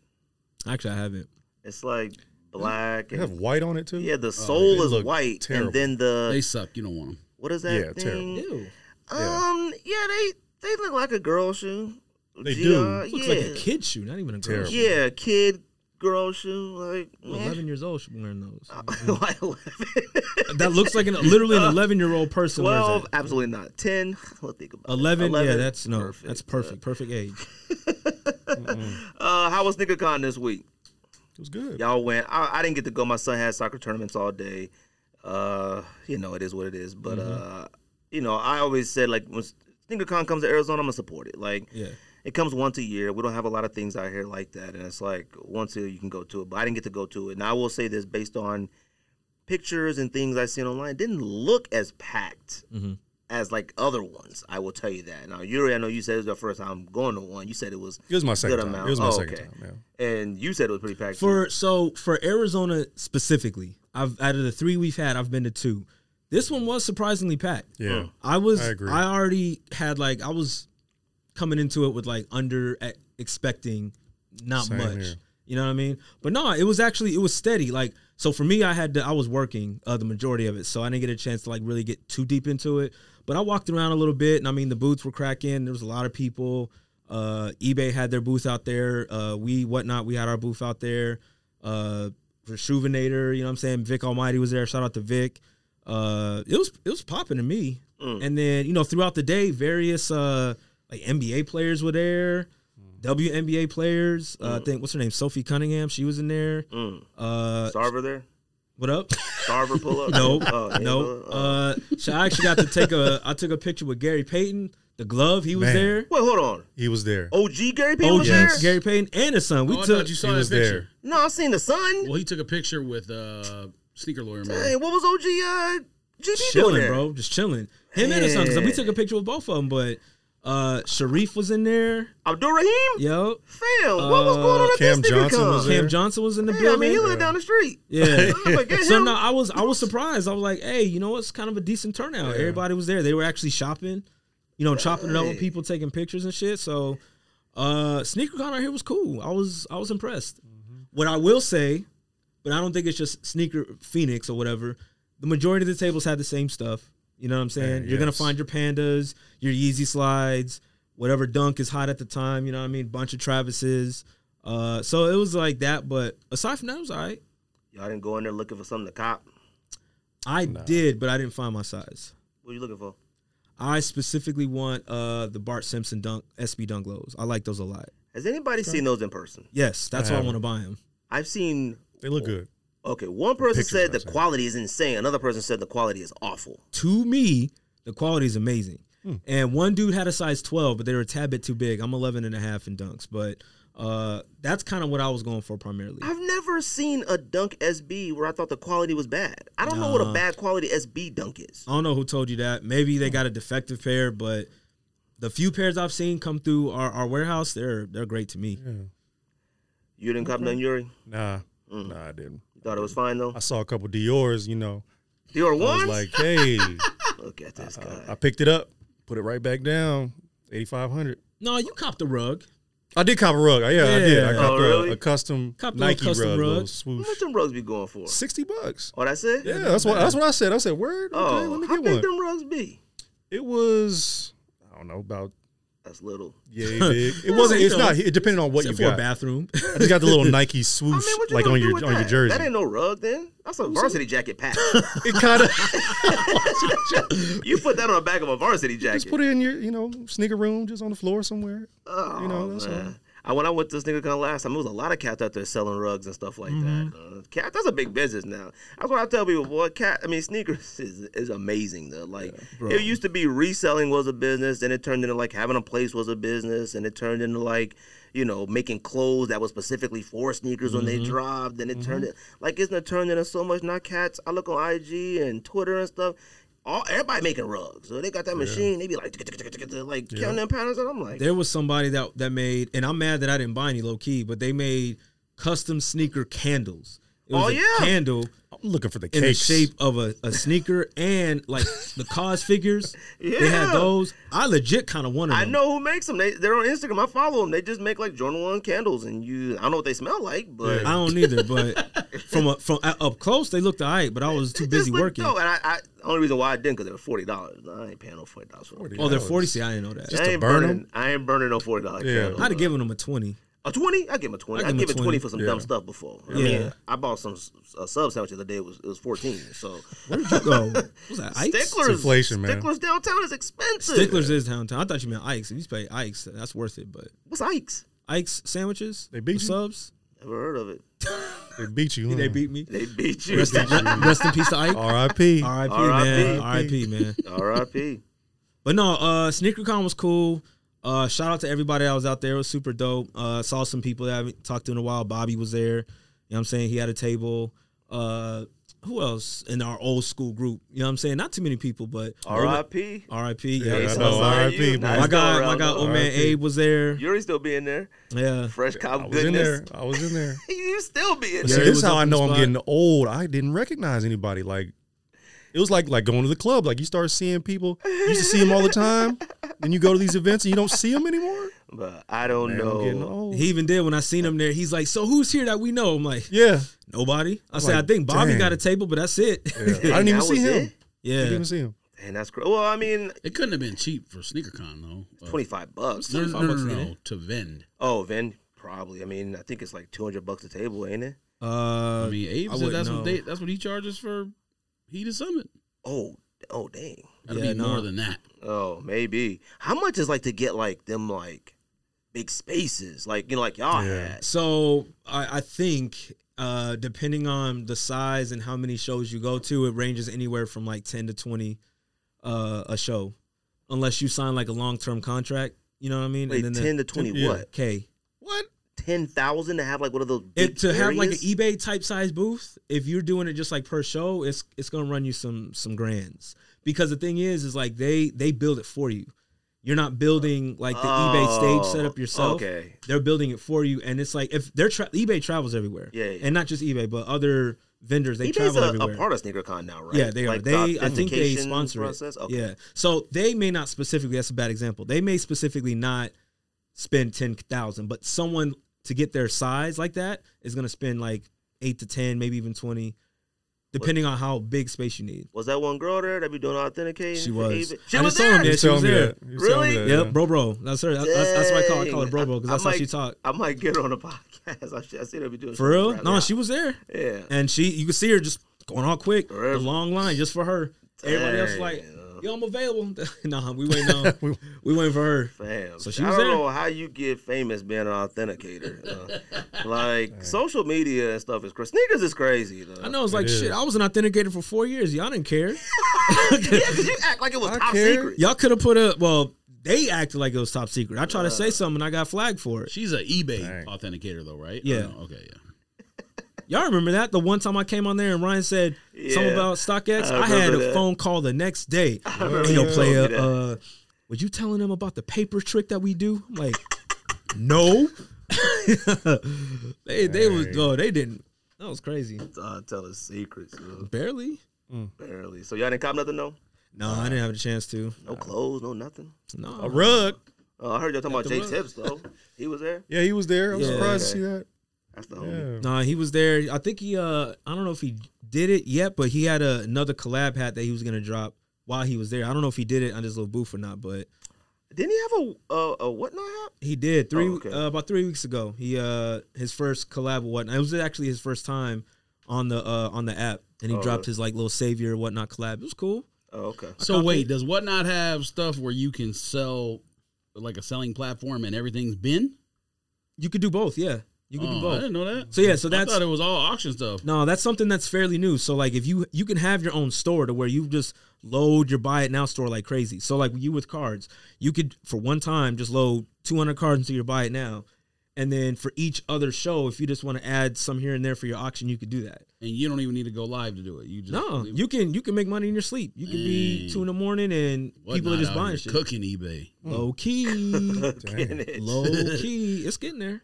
Actually, I haven't. It's like black. They have And, white on it too. yeah, the sole Oh, they is look white, terrible. and then They the suck. You don't want them. what is that Yeah, thing? terrible. Ew. Yeah. Um, yeah, they they look like a girl shoe. They G- do. uh, Looks yeah. like a kid shoe, not even a girl. Terrible. shoe. Yeah, kid girl shoe. Like I'm man. [laughs] Uh, Eleven years old should be wearing those. like 11. [laughs] that looks like an literally an eleven year old person. wears 12, that. absolutely not. 10, [laughs] we'll think about it. 11, yeah, that's no, that's Uh, perfect, perfect age. Uh, how was SnickerCon this week? it was good. Y'all went. I, I didn't get to go. My son had soccer tournaments all day. Uh, you know, it is what it is. But, Mm-hmm. uh, you know, I always said, like, when SnickerCon comes to Arizona, I'm going to support it. Like, Yeah, it comes once a year. We don't have a lot of things out here like that, and it's like once a year you can go to it. But I didn't get to go to it, and I will say this based on pictures and things I've seen online, it didn't look as packed Mhm. as like other ones. I will tell you that. Now, Yuri, I know you said it was the first time going to one. You said it was, It was my second Good time. amount. It was my Oh, second okay. time. Yeah. and you said it was pretty packed. for so for Arizona specifically, I've out of the three we've had, I've been to two. This one was surprisingly packed. Yeah. I was, I I, agree. already had like I was coming into it with like under e- expecting not Same much. here. You know what I mean? But no, it was actually it was steady. Like so for me, I had to I was working uh, the majority of it, so I didn't get a chance to like really get too deep into it. But I walked around a little bit, and I mean the booths were cracking. There was a lot of people. Uh, eBay had their booth out there. Uh, we whatnot, we had our booth out there. Uh, Rejuvenator, you know what I'm saying? Vic Almighty was there. Shout out to Vic. Uh, it was it was popping to me. And then you know throughout the day, various uh like NBA players were there. WNBA players. Uh, I think what's her name? Sophie Cunningham. She was in there. Mm. Uh, Starver there, what up? Starver pull up. No, Oh, yeah, no. pull up. Oh. Uh, so I actually got to take a. I took a picture with Gary Payton. The glove. He was Man. there. Wait, hold on. He was there. OG Gary Payton OG was there. yes. Gary Payton and his son. We oh, I took. thought you saw he that was picture. there. No, I seen the sun. Well, he took a picture with uh, sneaker lawyer Hey, man. what was OG uh, GB doing chilling, there? bro. Just chilling. Him and his son. Because we Yeah. took a picture with both of them. But uh, Sharif was in there. Abdul Rahim. Yo, Fail. what was going on at Uh, Cam this Johnson nigga was con? there. Cam Johnson was in the Yeah, I building. mean, he lived down the street. [laughs] yeah. I'm like, get So him. no, I was I was surprised. I was like, hey, you know what's kind of a decent turnout. Everybody was there. They were actually shopping, you know, chopping it up with people, taking pictures and shit. So uh SneakerCon out here was cool. I was I was impressed. What I will say, but I don't think it's just sneaker Phoenix or whatever. The majority of the tables had the same stuff. You know what I'm saying? Yeah, You're gonna yes. find your pandas, your Yeezy slides, whatever dunk is hot at the time, you know what I mean? Bunch of Travis's. Uh so it was like that, but aside from that, it was all right. Y'all didn't go in there looking for something to cop. I did, but I didn't find my size. What are you looking for? I specifically want uh the Bart Simpson dunk SB dunk lows. I like those a lot. Has anybody seen those in person? Yes, that's I why I haven't. want to buy them. I've seen. They look good. Okay, one person Pictures, said I'm the saying. quality is insane. Another person said the quality is awful. To me, the quality is amazing. Hmm. And one dude had a size 12, but they were a tad bit too big. I'm 11 and a half in dunks, but uh that's kind of what I was going for primarily. I've never seen a dunk SB where I thought the quality was bad. I don't know what a bad quality SB dunk is. I don't know who told you that. Maybe they got a defective pair, but the few pairs I've seen come through our, our warehouse, they're they're great to me. You didn't cop none, Yuri. Nah, Mm. nah, I didn't. You thought it was fine though. I saw a couple Dior's. You know, Dior I ones. was like, hey, [laughs] Look at this guy. I picked it up, put it right back down. Eighty five hundred. No, you copped the rug. I did cop a rug. Yeah, I did. I Yeah. copped Oh, a- really? a, custom Copped a little Nike custom rug, rug. little How swoosh. much them rugs be going for? Sixty bucks. Oh, that's it. Yeah, that's what that's what I said. I said, word. Oh, Okay, let me how get big one. them rugs be? It was I don't know about That's little. [laughs] yay big. It wasn't. It's not. It depended on what you Except for a got. bathroom. I just got the [laughs] little Nike I swoosh mean, what you like gonna on do your with on your that? jersey. That ain't no rug then. That's a varsity jacket [laughs] pack. it [laughs] kind of you put that on the back of a varsity jacket. just put it in your you know sneaker room, just on the floor somewhere. oh, you know, that's man. all. I, when I went to sneaker con last time, there was a lot of cats out there selling rugs and stuff like Mm-hmm. that. Uh, cat, that's a big business now. That's why I tell people, boy, cat. I mean, sneakers [laughs] is, is amazing though. Like it used to be reselling was a business, then it turned into like having a place was a business, and it turned into like you know making clothes that was specifically for sneakers when Mm-hmm. they dropped. Then it turned it like it's not turned into so much. Not cats. I look on IG and Twitter and stuff. All everybody making rugs, so they got that machine. They be like, like counting them patterns, and I'm like, There was somebody that that made, and I'm mad that I didn't buy any low key, but they made custom sneaker candles. It was Oh, a yeah. candle I'm looking for the in cakes. the shape of a, a sneaker and like the cause [laughs] figures. They Yeah. had those. I legit kind of wanted I them. know who makes them. They they're on Instagram. I follow them. They just make like Jordan One candles, and you I don't know what they smell like, but I don't either, but from a, from uh, up close they looked alright, but I was too It busy just looked working. dope. And I, I only reason why I didn't because they were forty dollars. I ain't paying no forty dollars for them. Oh, they're forty. See, I didn't know that. I to ain't burn burning. 'em? I ain't burning no forty dollars. Yeah. candle. I'd have given them a twenty. A twenty? I give him a twenty. I'd I give give him him a twenty for some dumb Yeah. stuff before. I Yeah. mean, I bought some s- a sub sandwich the other day. It was it was fourteen. So Where did you go? What was that Ike's? Sticklers, inflation, man. Sticklers downtown is expensive. Sticklers is downtown. I thought you meant Ike's. If you pay Ike's, that's worth it. But What's Ike's? Ike's sandwiches, They beat the you? subs, Mm. Never heard of it. [laughs] They beat you. they huh? [laughs] beat me. They beat you. [laughs] Rest in, rest in peace to Ike. [laughs] R.I.P. R.I.P. R.I.P.. man. R.I.P. man. R.I.P. But no, uh, SneakerCon was cool. Uh, shout out to everybody that was out there. It was super dope. Uh, saw some people that I haven't talked to in a while. Bobby was there. You know what I'm saying? He had a table. Uh, who else in our old school group? You know what I'm saying? Not too many people, but R.I.P. R.I.P. Yeah. Yeah, Hey, I so know, sorry R.I.P., you. man. Nice My go guy, my around, guy, though. old man R.I.P.. Abe was there. Yuri still being there. Yeah. Fresh I cop was in goodness. there. I was [laughs] in there. [laughs] You still being Yeah, See, it there. this was is how up I in the know I'm spot. getting old. I didn't recognize anybody. Like it was like like going to the club. Like you start seeing people. You used to see them all [laughs] the time. Then you go to these events and you don't see them anymore. But I don't Man, I'm getting know. old. He even did when I seen him there. He's like, "So who's here that we know?" I'm like, [laughs] yeah, "Nobody." I said, "I Like, think Bobby dang. got a table, but that's it." I didn't even that see was him. it? [laughs] yeah. I didn't even see him. And that's great. Well, I mean, Uh, It couldn't have been cheap for SneakerCon though. Uh, twenty five bucks. No, no, no, bucks to no, get no, to vend. Oh, then probably. I mean, I think it's like two hundred bucks a table, ain't it? Uh, I mean, Abe I said wouldn't that's what know. they, that's what he charges for. He to summit. Oh, oh, dang. That'd Yeah, be no. more than that. Oh, maybe. How much is like to get like them like big spaces, like you know, like y'all Yeah. had. So I, I think uh, depending on the size and how many shows you go to, it ranges anywhere from like ten to twenty uh, a show, unless you sign like a long term contract. You know what I mean? Wait, the- ten to twenty yeah. what? K. What? Ten thousand to have like one of those big It, to have like an areas? eBay type size booth, if you're doing it just like per show, it's it's gonna run you some some grands. Because the thing is, is like they they build it for you. You're not building like the eBay stage Oh, setup yourself. Okay. they're building it for you and it's like if they're tra- ebay travels everywhere Yeah, yeah. and not just ebay but other vendors they eBay's travel a, everywhere a part of SneakerCon now, right? yeah they are Like the they i think they authentication sponsor process? it Okay. yeah so they may not specifically that's a bad example they may specifically not spend 10000 but someone to get their size like that is going to spend like 8 to 10 maybe even 20 depending on how big space you need Was that one girl there that be doing authenticating? She for was. eBay? She I was just saw there. him there. Yeah, she was You tell me there. that. You tell me Really? that, yeah yeah. bro bro that's her that's, that's why i call, I call her Dang. bro bro because I- that's I how she might- talk I might get her on a [laughs] podcast. I, should, I see her be doing for shit real around no there. she was there [laughs] Yeah. And she, you can see her just going all quick, Forever. the long line just for her. Everybody else Dang. like, yo, I'm available. [laughs] nah, we waiting on, we waiting for her. Fam, So she I was don't there. know how you get famous being an authenticator. [laughs] uh, like social media and stuff is crazy. Sneakers is crazy. Though. I know it's like It shit. is. I was an authenticator for four years. Y'all didn't care. [laughs] yeah, 'cause [laughs] you act like it was I top care. secret. Y'all could have put a well. They acted like it was top secret. I tried to say something, and I got flagged for it. She's an eBay Dang. authenticator though, right? Or Yeah. no? Okay. Yeah. Y'all remember that the one time I came on there and Ryan said something Yeah. about StockX. I I, had a remember that. phone call the next day. remember Hey, yo, you player, told me that. uh, was you telling them about the paper trick that we do? I'm like, no. [laughs] they they was Dang. oh they didn't. That was crazy. Uh, telling secrets, uh, Barely. barely. So y'all didn't cop nothing though. No, I didn't have a chance to. No clothes, no nothing. No. A rug. Uh, I heard y'all talking about the Jay rug. Tips though. He was there. Yeah, he was there. I was Yeah. surprised to see that. [laughs] That's the homie. Yeah. Nah, he was there. I think he uh I don't know if he did it yet, but he had a, another collab hat that he was gonna drop while he was there. I don't know if he did it on his little booth or not, but Didn't he have a uh, a whatnot? hat? He did three Oh, okay. uh, about three weeks ago. He uh his first collab with whatnot. It was actually his first time on the uh on the app, and he Oh, dropped his like little savior whatnot collab. It was cool. Oh, okay. So wait, does Whatnot have stuff where you can sell like a selling platform and everything's bin? You could do both, yeah. You could do I both. didn't know that. So yeah, so I that's thought it was all auction stuff. no, that's something that's fairly new. So like if you you can have your own store to where you just load your buy it now store like crazy. So like you with cards, you could for one time just load 200 cards into your buy it now. And then for each other show, if you just want to add some here and there for your auction, you could do that. And you don't even need to go live to do it. You just No, you can you can make money in your sleep. You can be Dang. two in the morning and people are Whatnot just out buying here shit. Cooking eBay. Low [laughs] key, [laughs] Getting it. low key. It's getting there.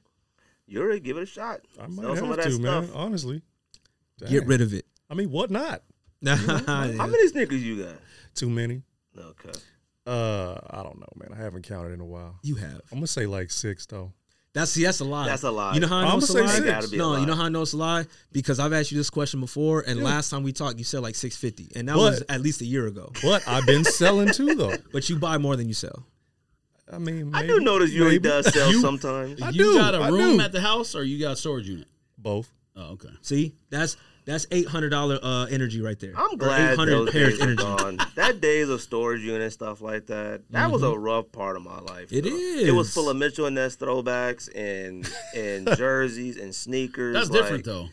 Yuri, give it a shot. I might Sell some have of to, that man. Oh, stuff. Honestly, [laughs] Get rid of it. I mean, what not? Nah, How yeah. many sneakers you got? Too many. Okay. Uh, I don't know, man. I haven't counted in a while. you have. I'm gonna say like six though. That's see, that's a lie. That's a lie. You know how I know I'ma it's a say lie? six. Gotta be a no, lie. you know how I know it's a lie because I've asked you this question before, and last time we talked, you said like six fifty, and that But- was at least a year ago. But [laughs] I've been selling too though. But you buy more than you sell. I mean, I maybe, do notice you he maybe. does sell [laughs] sometimes. I you do, got a I room do. at the house or you got a storage unit? both. Oh, okay. See, that's that's eight hundred dollar uh, energy right there. I'm Or glad those pairs days are gone. That days of storage unit stuff like that. That was Mm-hmm. a rough part of my life. It though. It was is. full of Mitchell and Ness throwbacks and [laughs] and jerseys and sneakers. That's like, different though.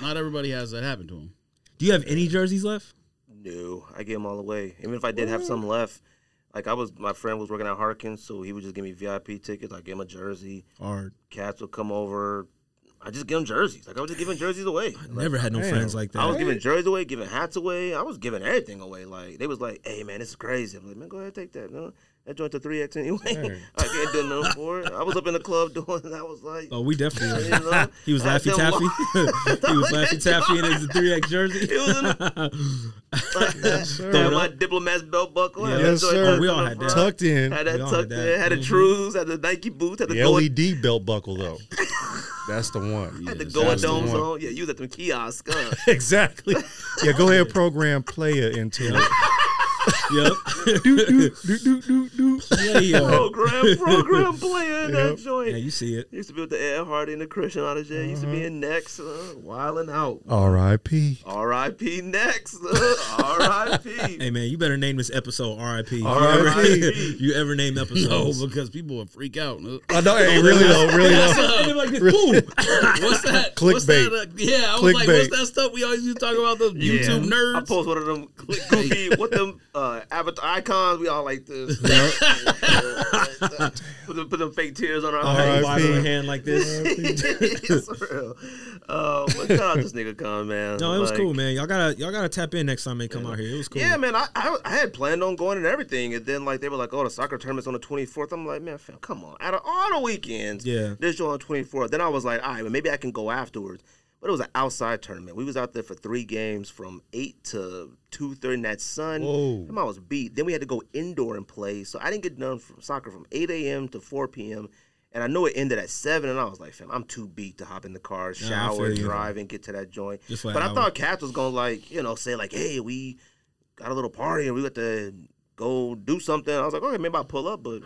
Not everybody has that happen to them. Do you have any jerseys left? No, I gave them all away. Even if I did have some left, like I was, my friend was working at Harkins, so he would just give me VIP tickets. I gave him a jersey. Hard. Cats would come over. I just give them jerseys. Like I was just giving jerseys away. Like, Never had no Damn. friends like that. I was giving jerseys away, giving hats away. I was giving everything away. Like they was like, "Hey man, this is crazy." I'm like, "Man, go ahead, take that." No, that joint to three X anyway. Dang. [laughs] I can't do nothing for it. I was up in the club [laughs] doing. I was like, oh, we [laughs] definitely. you Were. know, [laughs] He was I had Laffy them [laughs] Taffy. [laughs] he was Laffy Taffy in his three X jersey. It [laughs] was in like that. sir. Had my diplomat's belt buckle. had Yes, that joint sir. tucked We all in the had that. front. Tucked in Had We that all tucked had in. that. Mm-hmm. Had the trues. Had the Nike boots. Had the, The gold LED belt buckle though. That's the one. Had the Yes, Goa that's the domes one. on. Yeah, you was at them kiosks. huh? [laughs] Exactly. Yeah, [laughs] go ahead, program player into it. yep. do, do, do, do, do, do. Yeah, [laughs] yeah. [laughs] program, program player in that Yep. joint. yeah, you Mm-hmm. see it. Used to be with the Ed Hardy and the Christian Audition. Used to be in Next, uh, wilding out. R.I.P. R.I.P. Next, uh, R.I.P. [laughs] Hey man, you better name this episode R.I.P. You R.I.P.. ever- [laughs] You ever name No, episodes? Oh, because people would freak out. [laughs] I know. Hey, really though, really though. [laughs] like this, boom. [laughs] What's that? What's Clickbait. that? uh, yeah, I was like, what's Clickbait. that stuff we always used to talk about? Those YouTube Yeah. I nerds. post one of them cl- goofy with them uh, avatar icons. We all like this. [laughs] put, them, put them fake tears on our Hey, R.I.P.. eyes. why do I hand like this? [laughs] it's real. Uh, but shout out to Sneaker Con, man. [laughs] No, it was Like, cool, man. Y'all gotta y'all gotta tap in next time they come out here. It was cool. Yeah, man, I, I I had planned on going and everything, and then like they were like, "Oh, the soccer tournament's on the 24th." I'm like, "Man, fam, come on!" Out of all the weekends, Yeah. this show on the 24th. Then I was like, "All right, well, maybe I can go afterwards." But it was an outside tournament. We was out there for three games from eight to two thirty in that sun. Whoa. Them I was beat. Then we had to go indoor and play, so I didn't get done from soccer from 8 a.m. to 4 p.m. And I know it ended at seven, and I was like, "Fam, I'm too beat to hop in the car, I shower, feel you. drive, and get to that joint." Just for an but I hour. thought Cats was gonna like, you know, say like, "Hey, we got a little party and we got to go do something. I was like, okay, maybe I'll pull up, but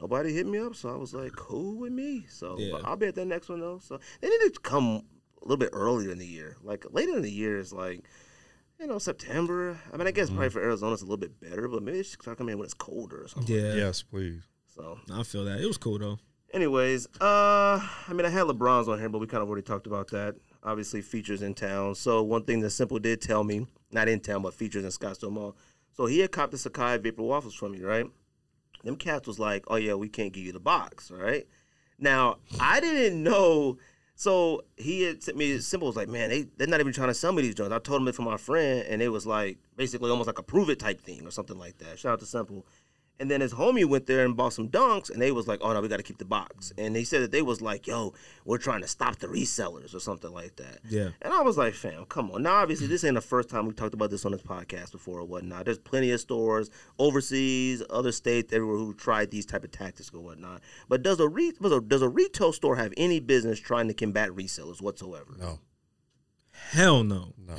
nobody hit me up. So I was like, cool with me. So Yeah. but I'll be at that next one though. So they need to come a little bit earlier in the year. Like later in the year is like, you know, September. I mean, I guess probably for Arizona it's a little bit better, but maybe it should start coming in when it's colder or something. Yeah, Yes, please. So, I feel that. It was cool though. anyways, uh, I mean, I had LeBron's on here, but we kind of already talked about that. Obviously, features in town. So one thing that Simple did tell me, not in town, but features in Scottsdale Mall. So he had copped the Sakai Vapor Waffles from you, right? Them cats was like, "Oh yeah, we can't give you the box, all right?" Now I didn't know. So he had sent me. Simple was like, "Man, they they're not even trying to sell me these joints." I told him it from my friend, and it was like basically almost like a prove it type thing or something like that. Shout out to Simple. And then his homie went there and bought some dunks, and they was like, "Oh no, we got to keep the box." And he said that they was like, "Yo, we're trying to stop the resellers or something like that." Yeah. And I was like, fam, come on. Now, obviously, this ain't the first time we talked about this on this podcast before or whatnot. There's plenty of stores overseas, other states, everywhere who tried these type of tactics or whatnot. But does a, re- does a does a retail store have any business trying to combat resellers whatsoever? No, Hell no. no.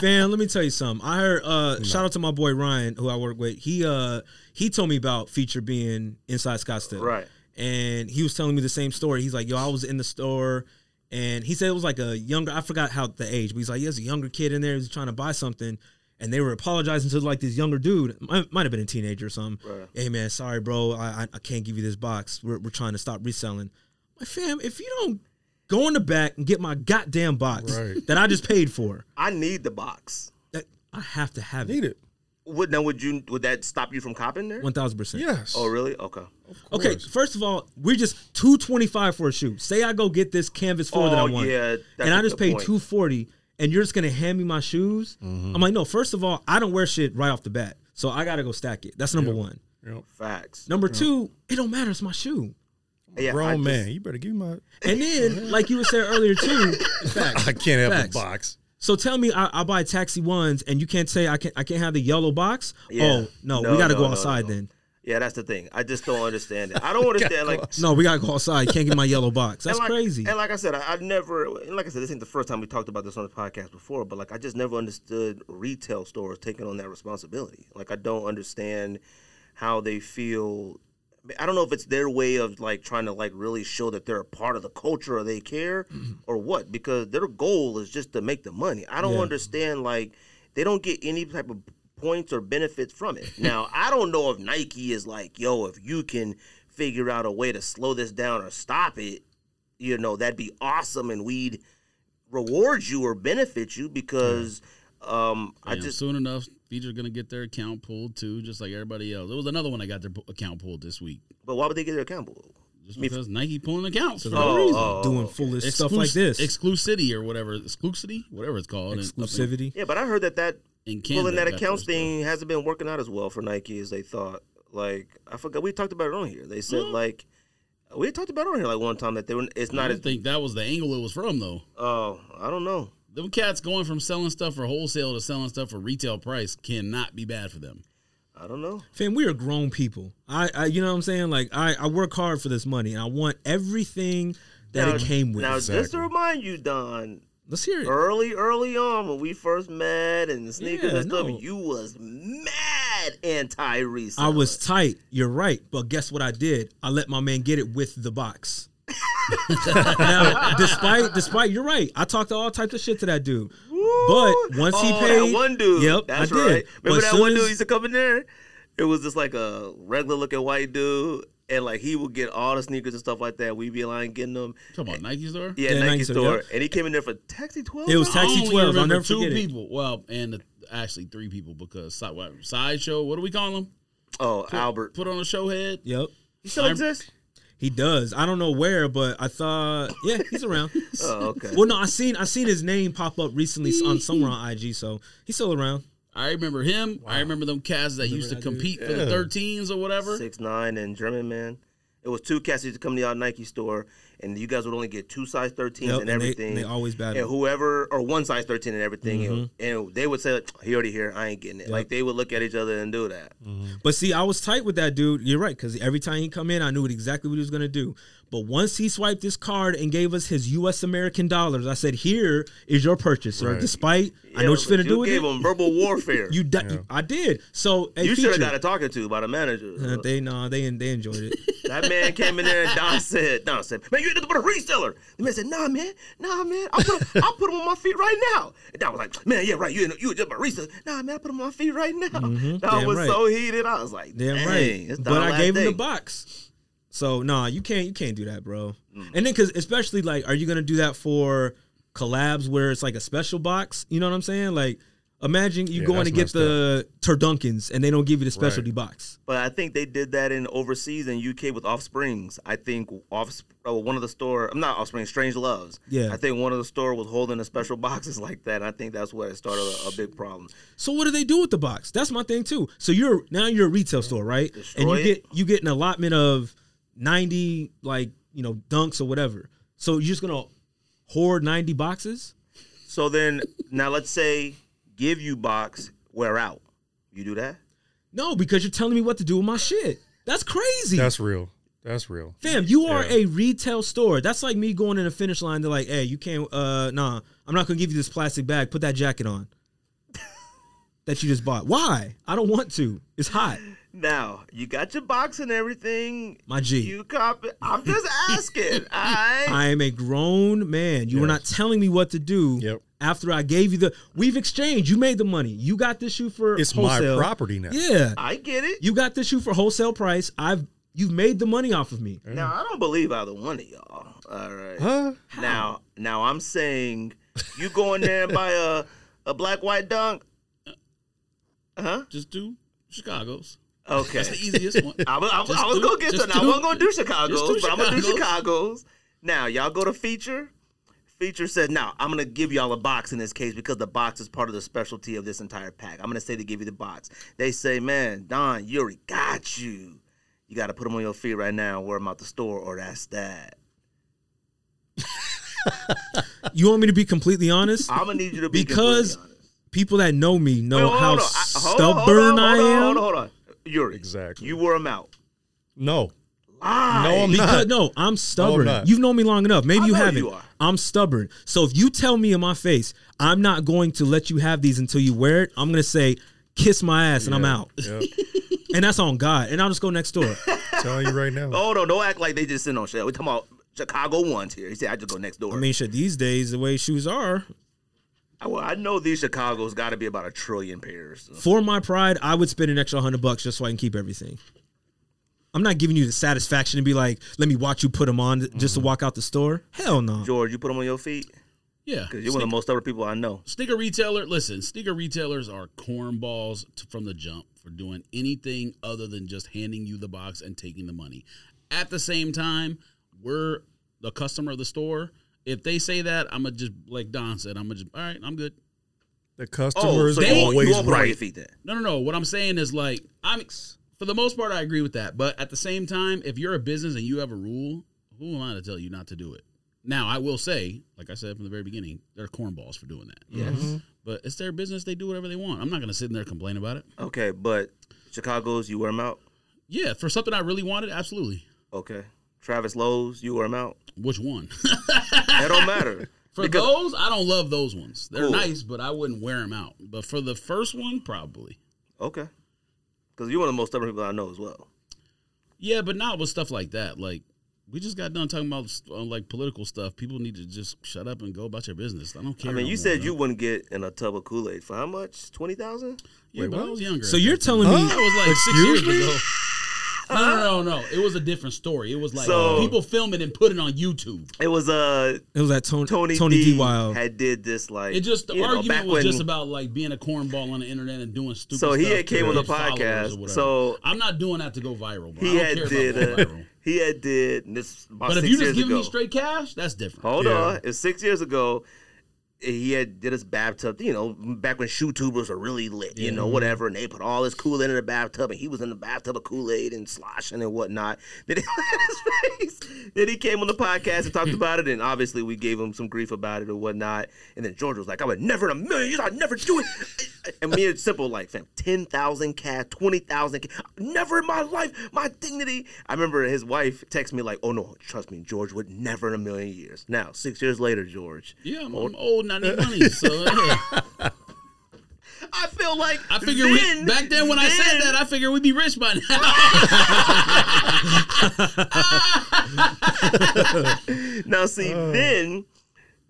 Fam, let me tell you something. I heard uh shout out to my boy Ryan, who I work with. He uh he told me about feature being inside Scottsdale. Right. And he was telling me the same story. He's like, yo, I was in the store and he said it was like a younger I forgot how the age, but he's like, yeah, there's a younger kid in there who's trying to buy something. And they were apologizing to like this younger dude. Might, might have been a teenager or something. Right. Hey man, sorry, bro. I, I I can't give you this box. We're we're trying to stop reselling. My fam, if you don't go in the back and get my goddamn box Right. that I just paid for I need the box. that I have to have Need it. it? Would now would you would that stop you from copping there? One thousand percent. Yes. Oh really? Okay. Okay. First of all, we're just two twenty five for a shoe. Say I go get this canvas four that I Oh, want, yeah, that's and a I just good pay point. Mm-hmm. two forty, and you're just gonna hand me my shoes? I'm like, no. First of all, I don't wear shit right off the bat, so I gotta go stack it. That's number one. Yep. Facts. Number two, it don't matter. It's my shoe. Yeah, I Grown just- man, you better give me my. [laughs] And then, like you were saying earlier too, facts. [laughs] I can't have Facts. the box. So tell me, I, I buy taxi ones, and you can't say I can't. I can't have the yellow box. Yeah. Oh no, No, we got to no, go no, outside no. then. Yeah, that's the thing. I just don't understand it. I [laughs] don't understand like No, we got to go outside. Can't get my [laughs] yellow box. That's and like, crazy. And like I said, I, I never, and like I said, this ain't the first time we talked about this on the podcast before, but like I just never understood retail stores taking on that responsibility. Like I don't understand how they feel. I don't know if it's their way of like trying to like really show that they're a part of the culture or they care Mm-hmm. or what, because their goal is just to make the money. I don't Yeah. understand like they don't get any type of points or benefits from [laughs] it. Now, I don't know if Nike is like, yo, if you can figure out a way to slow this down or stop it, you know that'd be awesome and we'd reward you or benefit you because um i Damn, just soon enough, these are gonna get their account pulled too, just like everybody else. There was another one I got their pu- account pulled this week, but why would they get their account pulled? just Me- because Nike pulling accounts for no Oh, reason. oh, Doing okay. foolish stuff like Exclus- this. exclusivity or whatever, exclusivity, whatever it's called, in- up in- Exclusivity. yeah but i heard that that In, Canada, pulling that got accounts their stuff. thing hasn't been working out as well for nike as they thought like i forgot we talked about it on here they said like we talked about it on here like one time that they were it's I not as don't think that was the angle it was from though. oh i don't know Them cats going from selling stuff for wholesale to selling stuff for retail price cannot be bad for them. i don't know Fam, we are grown people. I, I, you know what I'm saying? Like I, I work hard for this money, and I want everything that it came with. now just to Exactly. remind you don Let's hear it. early, early on when we first met and the sneakers Yeah, and stuff, no. you was mad anti resale. I was tight. You're right, but guess what I did? I let my man get it with [laughs] the box. now, despite despite you're right, I talked all types of shit to that dude. But once he Oh, paid that one dude. Yep, that's I did. right. But Remember that soon one as- dude used to come in there? It was just like a regular looking white dude, and like he would get all the sneakers and stuff like that. We'd be lying getting them. Talking about Nike store. Yeah, Yeah, Nike, Nike store, store, yep. and he came in there for taxi twelve. It was I Taxi only 12, I'll remember never two forget it. people. Well, and actually three people because si- what, sideshow. What do we call them? oh Albert. Put on a show head. Yep. He still [laughs] I'm- exists. He does. I don't know where, but I thought yeah, he's [laughs] around. Oh okay. well no, I seen I seen his name pop up recently [laughs] on somewhere on IG, so he's still around. I remember him. I remember them cats that used to compete for the Yeah. 13s or whatever. six nine and German man. It was two cats that used to come to y'all Nike store, and you guys would only get two size thirteens and Yep, and they- everything. they always battle. And whoever or one size thirteen and everything, and- Mm-hmm. and, they would say, "He already here. I ain't getting it." Like they would look at each other and do that. But see, I was tight with that dude. You're right, because every time he come in, I knew exactly what he was gonna do. But once he swiped his card and gave us his U.S. American dollars, I said, "Here is your purchase, sir." Right. Despite Yeah, I know what you're but finna do You with gave it. them [laughs] verbal warfare. you You, di- I did. So hey, should feature. have got a talking to by the manager. Uh, [laughs] they nah, they they enjoyed it. [laughs] that man came in there and Don said, Don said, man, you did put a reseller. The man said, nah, man, nah, man. I'll put, I'll put him on my feet right now. And Don was like, man, yeah, right. You, ain't- you were just a reseller. Nah, man, I put him on my feet right now. Don Mm-hmm. Damn was right. so heated. I was like, Damn Damn right. It's But Don I last gave him the day." box. So nah, you can't you can't do that, bro. Mm. And then because especially like, are you gonna do that for collabs where it's like a special box? You know what I'm saying? Like, imagine you Yeah, going to that's get the messed turdunkins and they don't give you the specialty box. But I think they did that in overseas in UK with Offsprings. I think off oh, one of the store. I'm not Offspring. Strange Loves. Yeah. I think one of the store was holding the special [laughs] boxes like that. And I think that's where it started a, a big problem. So what do they do with the box? That's my thing too. So you're now you're a retail store, right? and Destroy you it. get you get an allotment of ninety like you know dunks or whatever. So you're just gonna hoard ninety boxes? So then now let's say give you box wear out. You do that? No, because you're telling me what to do with my shit. That's crazy. That's real. That's real. Fam, you are Yeah. a retail store. That's like me going in a finish line. They're like, "Hey, you can't. Uh, nah, I'm not gonna give you this plastic bag. Put that jacket on [laughs] that you just bought. Why? I don't want to. It's hot. Now you got your box and everything. My G. You cop. I'm just asking. I [laughs] I am a grown man. You were not telling me what to do. Yep. After I gave you the, we've exchanged. You made the money. You got this shoe for It's wholesale. my property now. Yeah. I get it. You got this shoe for wholesale price. I've you've made the money off of me. Now I don't believe either one of y'all. All right. Huh? Now, now I'm saying you go in there and buy a a black white dunk. Just do Chicago's. Okay. That's the [laughs] easiest one. I was, I was, I was Just do- gonna get to just now. I do- wasn't gonna do just Chicago's, do but I'm gonna do Chicago's. Chicago's. Now y'all go to feature. Feature says, "Now I'm gonna give y'all a box in this case because the box is part of the specialty of this entire pack. I'm gonna say they give you the box. They say, man, Don, Yuri got you. You got to put them on your feet right now. Wear them out the store, or that's that. You want me to be completely honest? I'm gonna need you to be Because completely honest. People that know me know Wait, hold on, how hold on. I- hold on, hold on, stubborn I hold on, am. Hold on, hold on. Yuri, Exactly. You wore them out. No. Lie. No, I'm Because not. no, I'm stubborn. not. You've known me long enough. Maybe I you know haven't. you are. I'm stubborn. So if you tell me in my face, I'm not going to let you have these until you wear it, I'm gonna say, kiss my ass and I'm out. Yeah. and that's on God. And I'll just go [laughs] next door. telling you right now. Hold on, don't act like they just sitting on shit. We're talking about Chicago ones here. He said, I just go next door. I mean, shit. These days, the way shoes are, I, well, I know these Chicago's got to be about a trillion pairs. for my pride, I would spend an extra hundred bucks just so I can keep everything. I'm not giving you the satisfaction to be like, let me watch you put them on just to Mm-hmm. walk out the store. Hell no. George, you put them on your feet? Yeah, Because you're one of the most stubborn people I know. Sneaker retailer, listen, sneaker retailers are cornballs t- from the jump for doing anything other than just handing you the box and taking the money. At the same time, we're the customer of the store. If they say that, I'm gonna just like Don said, I'm gonna just all right, I'm good. The Oh, customer is so you won't- you always won't put 'em on your right. feet then. No, no, no. What I'm saying is like I'm for the most part I agree with that, but at the same time, if you're a business and you have a rule, who am I to tell you not to do it? Now, I will say, like I said from the very beginning, they're cornballs for doing that. Yes. But it's their business; they do whatever they want. I'm not going to sit in there and complain about it. Okay, but Chicago's, you wear them out? Yeah, for something I really wanted, absolutely. Okay. Travis Lowe's, you wear them out? Which one? [laughs] That don't matter. [laughs] for Because- those, I don't love those ones. They're Cool. nice, but I wouldn't wear them out. But for the first one, probably. Okay. Because you're one of the most stubborn people I know as well. Yeah, but not with stuff like that. Like we just got done talking about uh, like political stuff. People need to just shut up and go about your business. I don't care. I mean, no you more, said bro. you wouldn't get in a tub of Kool Aid for how much? 20,000? Yeah, Wait, but I what? was younger. So at you're that time. telling me that was like Excuse six years [laughs] me? ago. No, no, no, no. It was a different story. It was like So- people filming and putting on YouTube. It was uh, it was that Tony Tony, Tony, D. Wild. had did this like It just the you know, argument back was when- just about like being a cornball on the internet and doing stupid. So he stuff had came to on the get followers or podcast, whatever. so- I'm not doing that to go viral, bro. he I had don't care did about uh, going viral. he had did and this about But if six you just years giving ago. me straight cash, that's different. Hold Yeah. on, it was six years ago. He had did his bathtub, you know, back when shoe tubers were really lit, you know, whatever, and they put all this Kool Aid in the bathtub, and he was in the bathtub of Kool Aid and sloshing and whatnot. [laughs] Then he, his face. then he came on the podcast and talked about it, and obviously we gave him some grief about it or whatnot. And then George was like, "I would never in a million years, I'd never do it." [laughs] And me and Simple like, "Fam, ten thousand cash, twenty thousand, never in my life, my dignity." I remember his wife text me like, "Oh no, trust me, George would never in a million years." Now six years later, George, Yeah, I'm, I'm old and I need money. [laughs] So yeah. I feel like I figure we, back then when I said that, I figured we'd be rich by now. Now, see, then,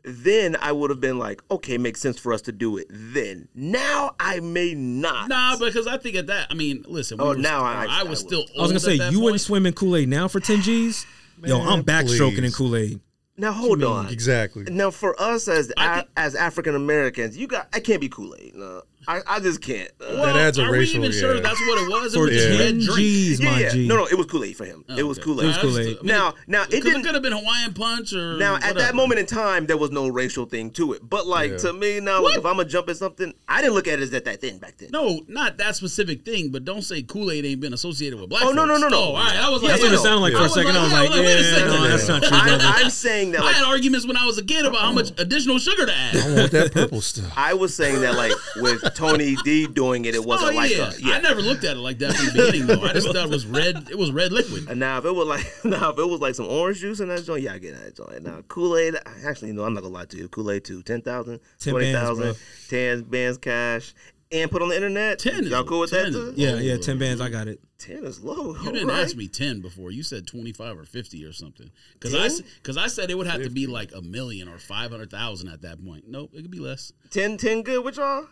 then I would have been like, okay, makes sense for us to do it. Then, now I may not. [laughs] nah, because I think at that, I mean, listen. we Oh, were- now I- I was would. still. I was gonna old say at you wouldn't that point. swim in Kool Aid now for [sighs] ten G's. Yo, I'm Man, backstroking in please. Kool Aid. now hold on. Exactly. [laughs] Now, for us as I a- think- as African Americans, you got I can't be Kool Aid. No, I, I just can't. Uh, Well, adds a are racial, we even sure yeah. that's what it was? It For was just red ten drink. G's, yeah, my yeah. G. No, no, it was Kool Aid for him. it was Oh, Okay. Kool It Aid. was Kool-Aid. I mean, Now- now, it 'cause didn't- could have been Hawaiian punch or Now, at that whatever. moment in time, there was no racial thing to it. But like Yeah. to me now, like, if I'm gonna jump at something, I didn't look at it as that that thing back then. No, not that specific thing, but don't say Kool Aid ain't been associated with black. Oh, no, no, folks. no, no. Oh, all right, I was like, That's what yeah. it sounded like for a was second. I was like, yeah, wait a yeah, second. no, that's not true, brother. I, I'm saying that I like Oh. had arguments when I was a kid about how much additional sugar to add. want that [laughs] purple stuff. I was saying that like with Tony D doing it, it [laughs] Oh [laughs] wasn't like yeah. a, yeah. I never looked at it like that from the beginning though. I just thought it was red. It was red liquid. And now if it was like [laughs] now if it was like some orange juice in that joint, yeah, I get that joint. Now Kool Aid, actually no, I'm not gonna lie to you. Kool Aid too, 10,000, 10 20,000, bands, 10 bands cash, and put on the internet. Ten is y'all cool with ten that? is- Too? Yeah, yeah, ten bands. I got it. ten is low. You didn't ask me ten before. You said twenty five or fifty or something. Because I Ten? because I said it would have to be like a million or five hundred thousand at that point. Nope, it could be less. 10, 10 good with y'all.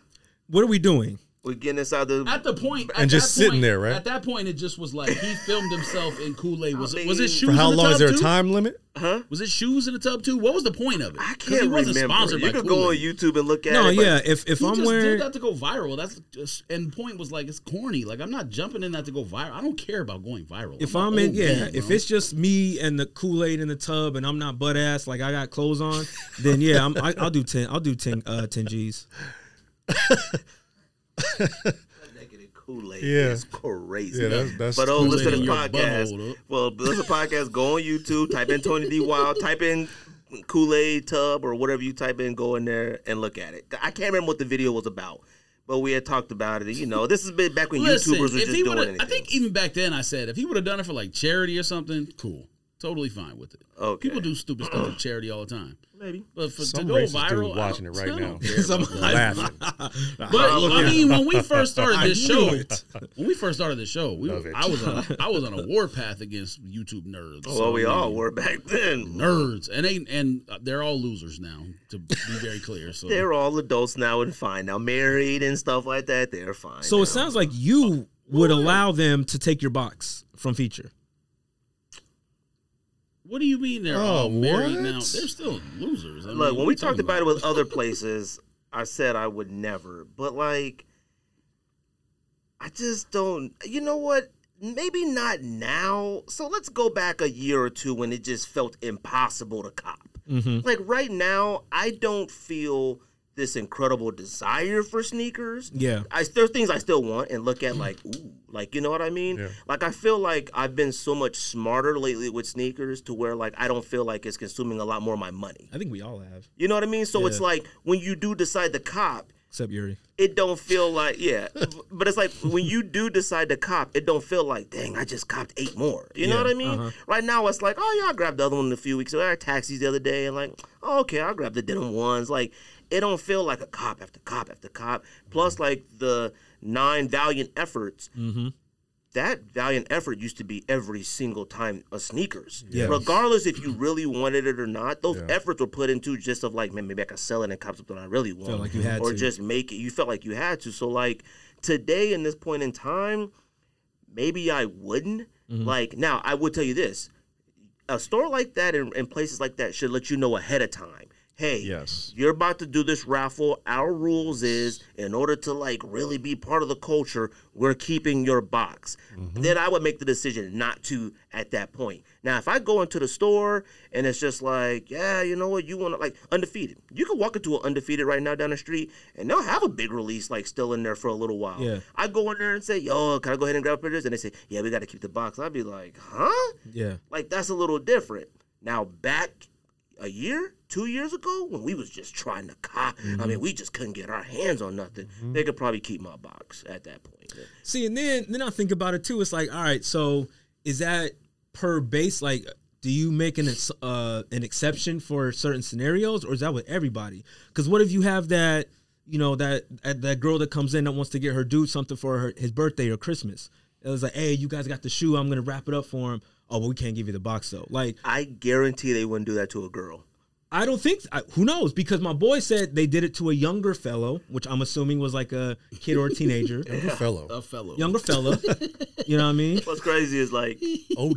What are we doing? We getting inside the. At the point, at And just that sitting point- there, right? At that point, it just was like he filmed himself in Kool Aid. Was it was it mean- shoes? For how in the long tub is there a too? time limit? Was it shoes in the tub too? What was the point of it? I 'Cause he can't wasn't remember. sponsored You by could go on Kool-Aid. YouTube and look at No, it. but yeah. If if He I'm just did wearing that to go viral. That's just and point was like it's corny. Like I'm not jumping in that to go viral. I don't care about going viral. If an I'm in, old yeah, man, if bro. it's just me and the Kool Aid in the tub and I'm not butt ass, like I got clothes on, then yeah, I'm, I, I'll do [laughs] ten. I'll do ten. Uh, ten G's. Kool Aid Yeah. is crazy. Yeah, that's- that's but oh, Kool-Aid listen to in the your podcast. butthole, though. Well, listen to the podcast. Go on YouTube. Type in Tony D Wild. Type in Kool Aid tub or whatever you type in. Go in there and look at it. I can't remember what the video was about, but we had talked about it. You know, this has been back when Listen, YouTubers were if just he doing would anything. I think even back then I said if he would have done it for like charity or something, cool. Totally fine with it. Oh, Okay. People do stupid stuff for charity all the time. Maybe. But for Some to go racist viral, dude I don't- watching it right I [laughs] don't [laughs] now. care about that. laughing. But I mean, when we [laughs] first started this I knew show, it. when we first started this show, we Love were, it. I was on [laughs] a, I was on a warpath against YouTube nerds. Oh, well, we So, I all mean, were back then. nerds, and they and uh, they're all losers now. To be very clear, [laughs] so They're all adults now and fine now, married and stuff like that. They're fine. So now. it sounds like you would allow them to take your box from feature. what do you mean they're Oh, all married what? now? They're still losers. I Look, mean, when what we you talked talking about it with other places, I said I would never. But like, I just don't. You know what? Maybe not now. So let's go back a year or two when it just felt impossible to cop. Like right now, I don't feel this incredible desire for sneakers. Yeah. I there are things I still want and look at like ooh, like you know what I mean? Yeah. Like I feel like I've been so much smarter lately with sneakers to where like I don't feel like it's consuming a lot more of my money. I think we all have, You know what I mean? So it's Yeah. like when you do decide to cop, except Yuri. it don't feel like [laughs] yeah. but it's like when you do decide to cop, it don't feel like dang, I just copped eight more. You know Yeah, what I mean? uh-huh. Right now it's like oh yeah, I grabbed the other one in a few weeks. ago. I had taxis the other day and like oh, okay, I grabbed the denim ones. Like it don't feel like a cop after cop after cop. Plus like the nine valiant efforts Mm-hmm. that valiant effort used to be every single time a sneakers. Yeah. Regardless if you really wanted it or not, those Yeah. efforts were put into just of like, man, maybe I could sell it and cop something I really want. like you had or to. just make it. You felt like you had to. So like today in this point in time, maybe I wouldn't. Mm-hmm. Like now I would tell you this. A store like that and, and places like that should let you know ahead of time. Hey, Yes. you're about to do this raffle. Our rules is in order to like really be part of the culture, we're keeping your box. Then I would make the decision not to at that point. Now, if I go into the store and it's just like, yeah, you know what, you want to like undefeated. You can walk into an undefeated right now down the street and they'll have a big release like still in there for a little while. Yeah. I go in there and say, yo, can I go ahead and grab this? And they say, yeah, we got to keep the box. I'd be like, huh? Yeah. Like that's a little different. Now back a year, two years ago, when we was just trying to cop, I mean, we just couldn't get our hands on nothing. They could probably keep my box at that point. See, and then then I think about it too. It's like, all right, so is that per base? Like, do you make an ex- uh, an exception for certain scenarios, or is that with everybody? Because what if you have that, you know, that that that girl that comes in that wants to get her dude something for her, his birthday or Christmas? It was like, hey, you guys got the shoe. I'm gonna wrap it up for him. Oh, well, we can't give you the box though. Like, I guarantee they wouldn't do that to a girl. I don't think. I, who knows? Because my boy said they did it to a younger fellow, which I'm assuming was like a kid or a teenager, [laughs] Good [laughs] fellow. a fellow. younger fellow. You know what I mean? What's crazy is like, OW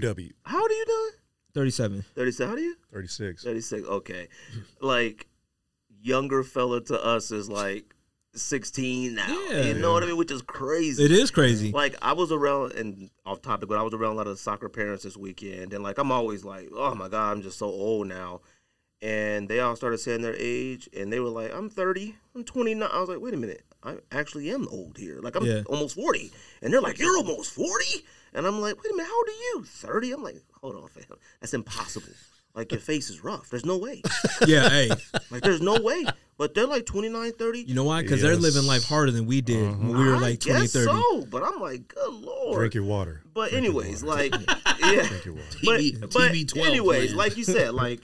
[laughs] how old are you doing? Thirty-seven. Thirty-six. How do you? 36. Thirty-six. [laughs] Okay, like younger fella to us is like sixteen now. Yeah. You know what I mean? Which is crazy. It is crazy. Like I was around and off topic, but I was around a lot of soccer parents this weekend, and like I'm always like, oh my god, I'm just so old now. And they all started saying their age, and they were like, I'm 30, I'm 29. I was like, wait a minute, I actually am old here. Like I'm Yeah. almost 40, and they're like, you're almost 40, and I'm like, wait a minute, how old are you? 30? I'm like, hold on, fam, that's impossible. Like your face is rough. There's no way. yeah, hey, Like there's no way. But they're like 29, 30. you know why? Because they're Yes. living life harder than we did when we were like 20, 30. so, but I'm like, good lord. Drink your water. But Drink your anyways, water. like yeah. Drink your water. But, TV but TV12 anyways, plan. like you said, like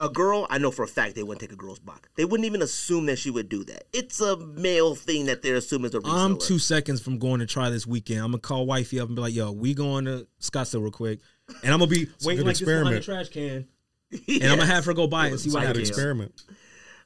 a girl, I know for a fact they wouldn't take a girl's box. They wouldn't even assume that she would do that. It's a male thing that they're assuming is a reseller. I'm two seconds from going to try this weekend. I'm gonna call wifey up and be like, "Yo, we going to Scottsdale real quick," and I'm gonna be waiting good like experiment. this behind the trash can, and I'm gonna have her go by and see what It's a good happens. experiment.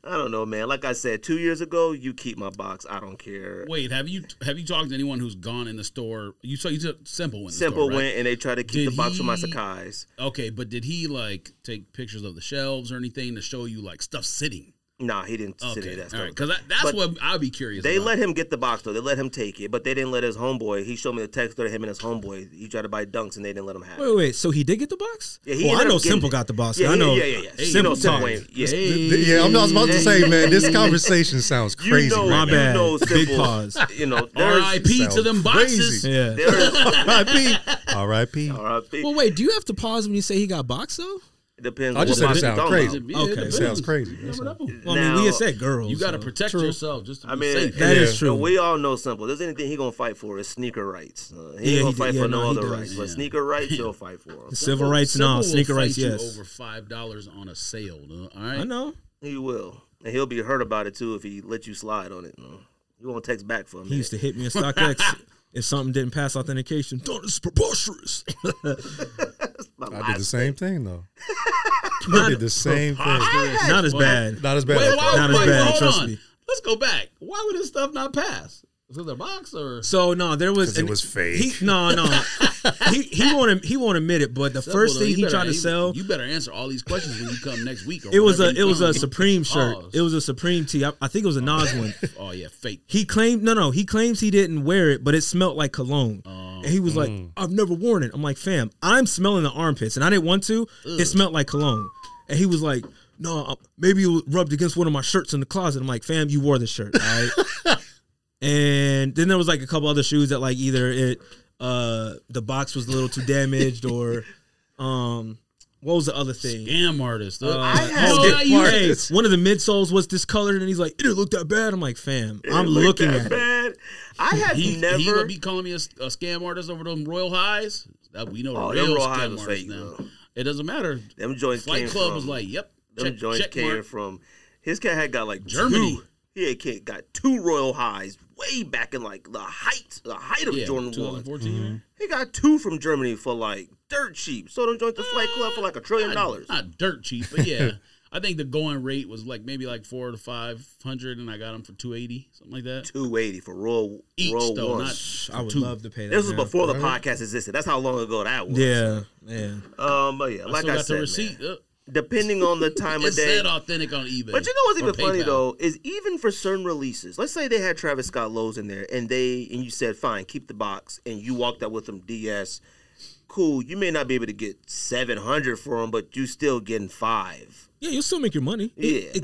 I don't know, man. Like I said, two years ago, you keep my box. I don't care. Wait, have you have you talked to anyone who's gone in the store? You saw you took simple went. in the Simple store, right? went and they tried to keep Did the box from my he- Sakai's. Okay, but did he like take pictures of the shelves or anything to show you like stuff sitting? Nah, he didn't sit Okay, any of that all right, stuff. because that's But what I'll be curious. They about. let him get the box though. They let him take it, but they didn't let his homeboy. He showed me the text of him and his homeboy. He tried to buy dunks, and they didn't let him have Wait, it. wait, wait. So he did get the box? Yeah, he well, I ended up know getting Simple it. got the box. Yeah, I yeah, know. yeah, yeah, yeah. Simple you know, Simple talks. ain't- yeah. Th- th- yeah, I'm not about to say, [laughs] man. This conversation sounds You crazy. know, My right you bad. know, Big Simple. pause. [laughs] You know, there's, R.I.P. to Sounds them boxes. crazy. Yeah. [laughs] there's now. R.I.P. R.I.P. R.I.p. Well, wait. Do you have to pause when you say he got boxed though? It depends. I on just what said it box you're sounds talking crazy. about. Yeah, Okay. it Sounds depends. crazy. You never know. Well, I mean, we Now- had said girls. You got to so. protect yourself just to be I mean, safe. That is Yeah. true. But we all know simple. If there's anything he gonna fight for is sneaker rights. Uh, he Yeah, ain't gonna he d- fight yeah, for no, no, he other does. rights. But sneaker rights, he'll fight for them. Civil rights, Civil no. will Sneaker fight rights, you yes. Over five dollars on a sale. duh, All I right. know. He will, and he'll be hurt about it too if he let you slide on it. you know. He won't text back for a He used minute. to hit [laughs] me in StockX if something didn't pass authentication. Don't, it's preposterous. My I did the last- same [laughs] thing though. I not, did the same thing. [laughs] not as bad. Not as bad. Wait, why, Not as wait, bad, hold trust on. me. Let's go back. Why would this stuff not pass? Was it a box or So no, there was 'Cause it and was fake. He, no, [laughs] no, he he won't he won't admit it. But the first Well, thing you he better- tried to you- sell, You better answer all these questions when you come next week. [laughs] Or it was a whenever it you was come. a Supreme shirt. Pause. It was a Supreme tee. I, I think it was a Nas one. [laughs] Oh yeah, fake. He claimed no, no. He claims he didn't wear it, but it smelt like cologne. and he was like, "I've never worn it." I'm like, "Fam, I'm smelling the armpits, and I didn't want to. It smelled like cologne." And he was like, "No, uh, maybe it rubbed against one of my shirts in the closet." I'm like, "Fam, you wore the shirt, all right?" and then there was like a couple other shoes that like either it uh the box was a little too damaged or um what was the other thing? Damn artist. Uh, had- oh, Oh, now you- hey, one of the midsoles was discolored, and he's like, "It didn't look that bad." I'm like, "Fam, I'm Look looking that at it." bad. I have he, he never. would be calling me a, a scam artist over them Royal Highs. That we know the Oh, them real Royal Highs scam was artists fake, now. bro. It doesn't matter. them joints Flight came Club from, was like, yep. Them check- joints check came mark. from. His cat had got like Germany. Two, he had kid got two royal highs way back in like the height, the height of yeah, Jordan one. 2014. man. He got two from Germany for like dirt cheap. Sold them joints to Flight Club for like a Ah, trillion dollars. Not dirt cheap, but [laughs] yeah. I think the going rate was like maybe like four to five hundred, and I got them for two eighty, something like that. Two eighty for royal Each royal though, one. not I would two. love to pay that. this was now. before the podcast existed. That's how long ago that was. Yeah, yeah. Um. But yeah, like still I, said, got the man, receipt. Uh, depending on the time [laughs] it of day. said authentic on eBay. But you know what's or even funny PayPal. though is even for certain releases, let's say they had Travis Scott Lowe's in there, and they and you said fine, keep the box, and you walked out with them DS. Cool, you may not be able to get seven hundred for them, but you still getting five. Yeah, you'll still make your money. Yeah.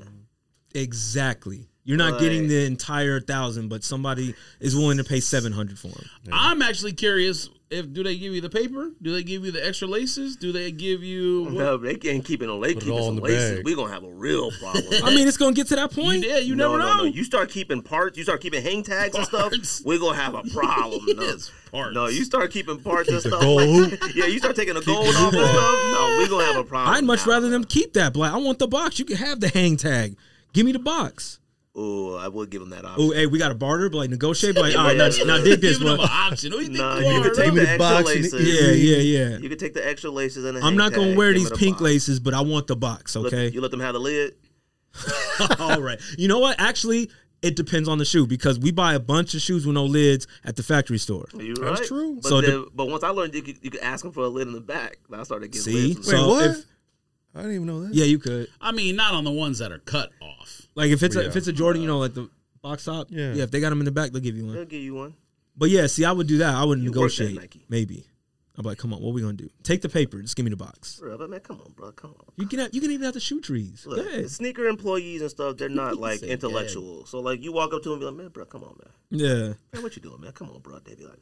exactly. You're not Like- getting the entire thousand, but somebody is willing to pay seven hundred for them. I'm actually curious if do they give you the paper? Do they give you the extra laces? Do they give you? What? No, they can't keep it on. They Put it keep it all in on the laces. bag. We gonna have a real problem. [laughs] I mean, it's gonna get to that point. Yeah, you No, never no, know. no. [laughs] You start keeping parts, you start keeping hang tags and Parts. stuff, we're gonna have a problem. Yes, no. parts. No, you start keeping parts and The stuff. gold like- hoop. yeah, you start taking the gold off and stuff. No, we're gonna have a problem. I'd much now. rather them keep that black. I want the box. You can have the hang tag. Give me the box. Ooh, I would give them that option. Oh, hey, we got to barter, but like negotiate. But like, all right, [laughs] now, Yeah, yeah, now yeah. dig this Giving them one. an option. Who you think Nah, you you are? could take Give me the the extra box and- laces. Yeah, yeah, yeah. You could take the extra laces and. the I'm hang not gonna tag, wear give these it a pink box. laces, but I want the box. Let- Okay. you let them have the lid. [laughs] All right. You know what? Actually, it depends on the shoe because we buy a bunch of shoes with no lids at the factory store. Are you That's right? true. But So then, the- but once I learned you could, you could ask them for a lid in the back, I started getting. See? lids and So Wait, what? if- I didn't even know that. Yeah, you could. I mean, not on the ones that are cut off. Like if it's a, Yeah. if it's a Jordan, you know, like the box top. Yeah. Yeah. If they got them in the back, they'll give you They'll one. give you one. But yeah, see, I would do that. I would You work that, negotiate. Nike. Maybe. I'm like, come on, what we gonna do? Take the paper. Just give me the box. Bro, but man, come on, bro, come on. You can have, you can even have the shoe trees. Look, yeah. sneaker employees and stuff, they're not like said, yeah. intellectual. So like you walk up to them and be like, man, bro, come on, man. Yeah. Man, what you doing, man? Come on, bro. They [sniffs] be like,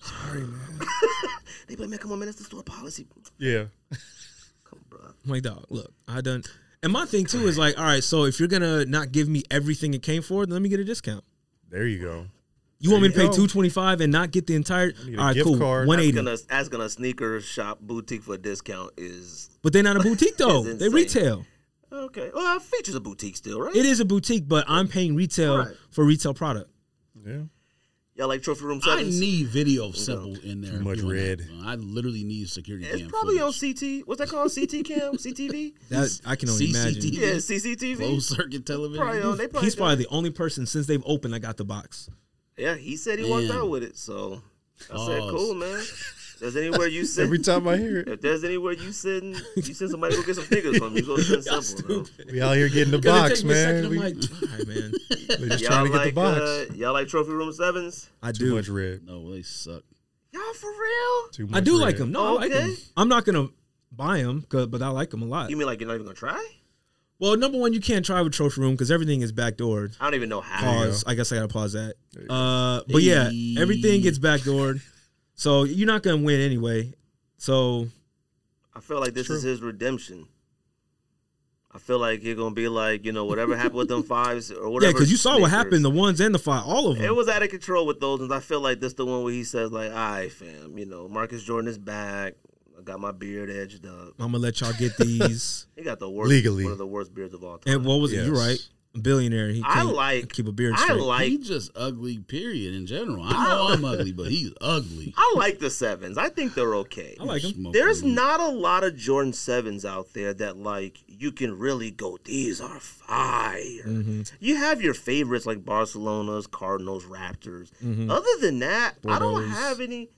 sorry, man. [laughs] they be like, man, come on, man. That's the store policy. Yeah. Come on, bro. I'm like, dog, look, I done. And my thing too is like, all right, so if you're gonna not give me everything it came for, then let me get a discount. There you go. You want me to you pay go. two twenty five and not get the entire? need a All right, gift cool, card. one eighty. Asking a, asking a sneaker shop boutique for a discount is But [laughs] they're not a boutique though. It's they insane. retail. okay. Well, it features a boutique still, right? It is a boutique, but I'm paying retail Right. for retail product. [laughs] Yeah. Y'all like trophy room I sevens? need video of simple in there. much doing that. red. I literally need security. it's cam probably footage. on CT. What's that called? CT cam? [laughs] [laughs] CTV? That I can only imagine. CCTV. Yeah, CCTV. closed circuit television. Probably on. They probably He's do. probably the only person since they've opened that got the box. Yeah, he said he walked Man. out with it. So I said, Pause. cool, man. there's anywhere [laughs] you send, Every time I hear [laughs] it, if there's anywhere you send, you send somebody to go get some figures from you. Go [laughs] send Y'all simple. Bro. we out here getting the Gonna box, take me a second, man. We, I'm like, All right, [laughs] man. they just Y'all trying to get the like box. uh, y'all like trophy room sevens? I too do. much red. no, they suck. Y'all for real? Too much I do red. like them. No, I like them. Okay. I'm not gonna buy them, but I like them a lot. You mean like you're not even gonna try? Well, number one, you can't try with trophy room because everything is backdoored. I don't even know how. Pause. I guess I gotta pause that. Uh, but yeah, Hey. everything gets backdoored, so you're not gonna win anyway. So I feel like this is his redemption. I feel like you're gonna be like you know whatever happened with [laughs] them fives or whatever. yeah, because you saw what sneakers. happened—the ones and the five, all of them. It was out of control with those, and I feel like this the one where he says like, "All right, fam, you know Marcus Jordan is back. I got my beard edged up. I'm gonna let y'all get [laughs] these. He got the worst, Legally. one of the worst beards of all time. and what was it? You're Yes. right, billionaire. He I can't like- keep a beard I straight. like, he just ugly. Period. In general, I know I'm ugly, but he's ugly. I like the sevens. I think they're okay. I like 'em. Smoke There's weed. not a lot of Jordan sevens out there that like you can really go. These are fire. Mm-hmm. You have your favorites like Barcelona's, Cardinals, Raptors. Other than that, I don't Mm-hmm. Bordeaux's. have any.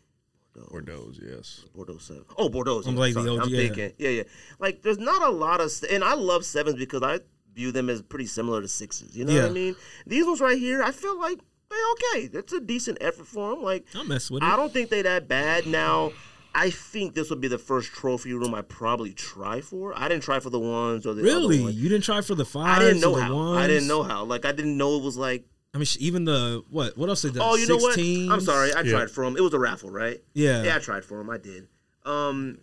Bordeaux's, yes. Bordeaux seven. Oh, Bordeaux. I'm like the Sorry, OG, I'm yeah. thinking. Yeah, yeah. Like there's not a lot of, and I love sevens because I view them as pretty similar to sixes. You know what I Yeah. mean? These ones right here, I feel like they okay. That's a decent effort for them. Like I'll mess with it. I don't think they that bad now. I think this would be the first trophy room I probably try for. I didn't try for the ones or the other really, one. you didn't try for the I five. didn't know the how. Ones. I didn't know how. Like I didn't know it was like. I mean, sh- even the what? What else did that? Oh, you know what? 16s? I'm sorry. I Yeah. tried for them. It was a raffle, right? Yeah. Yeah, I tried for them. I did. Um,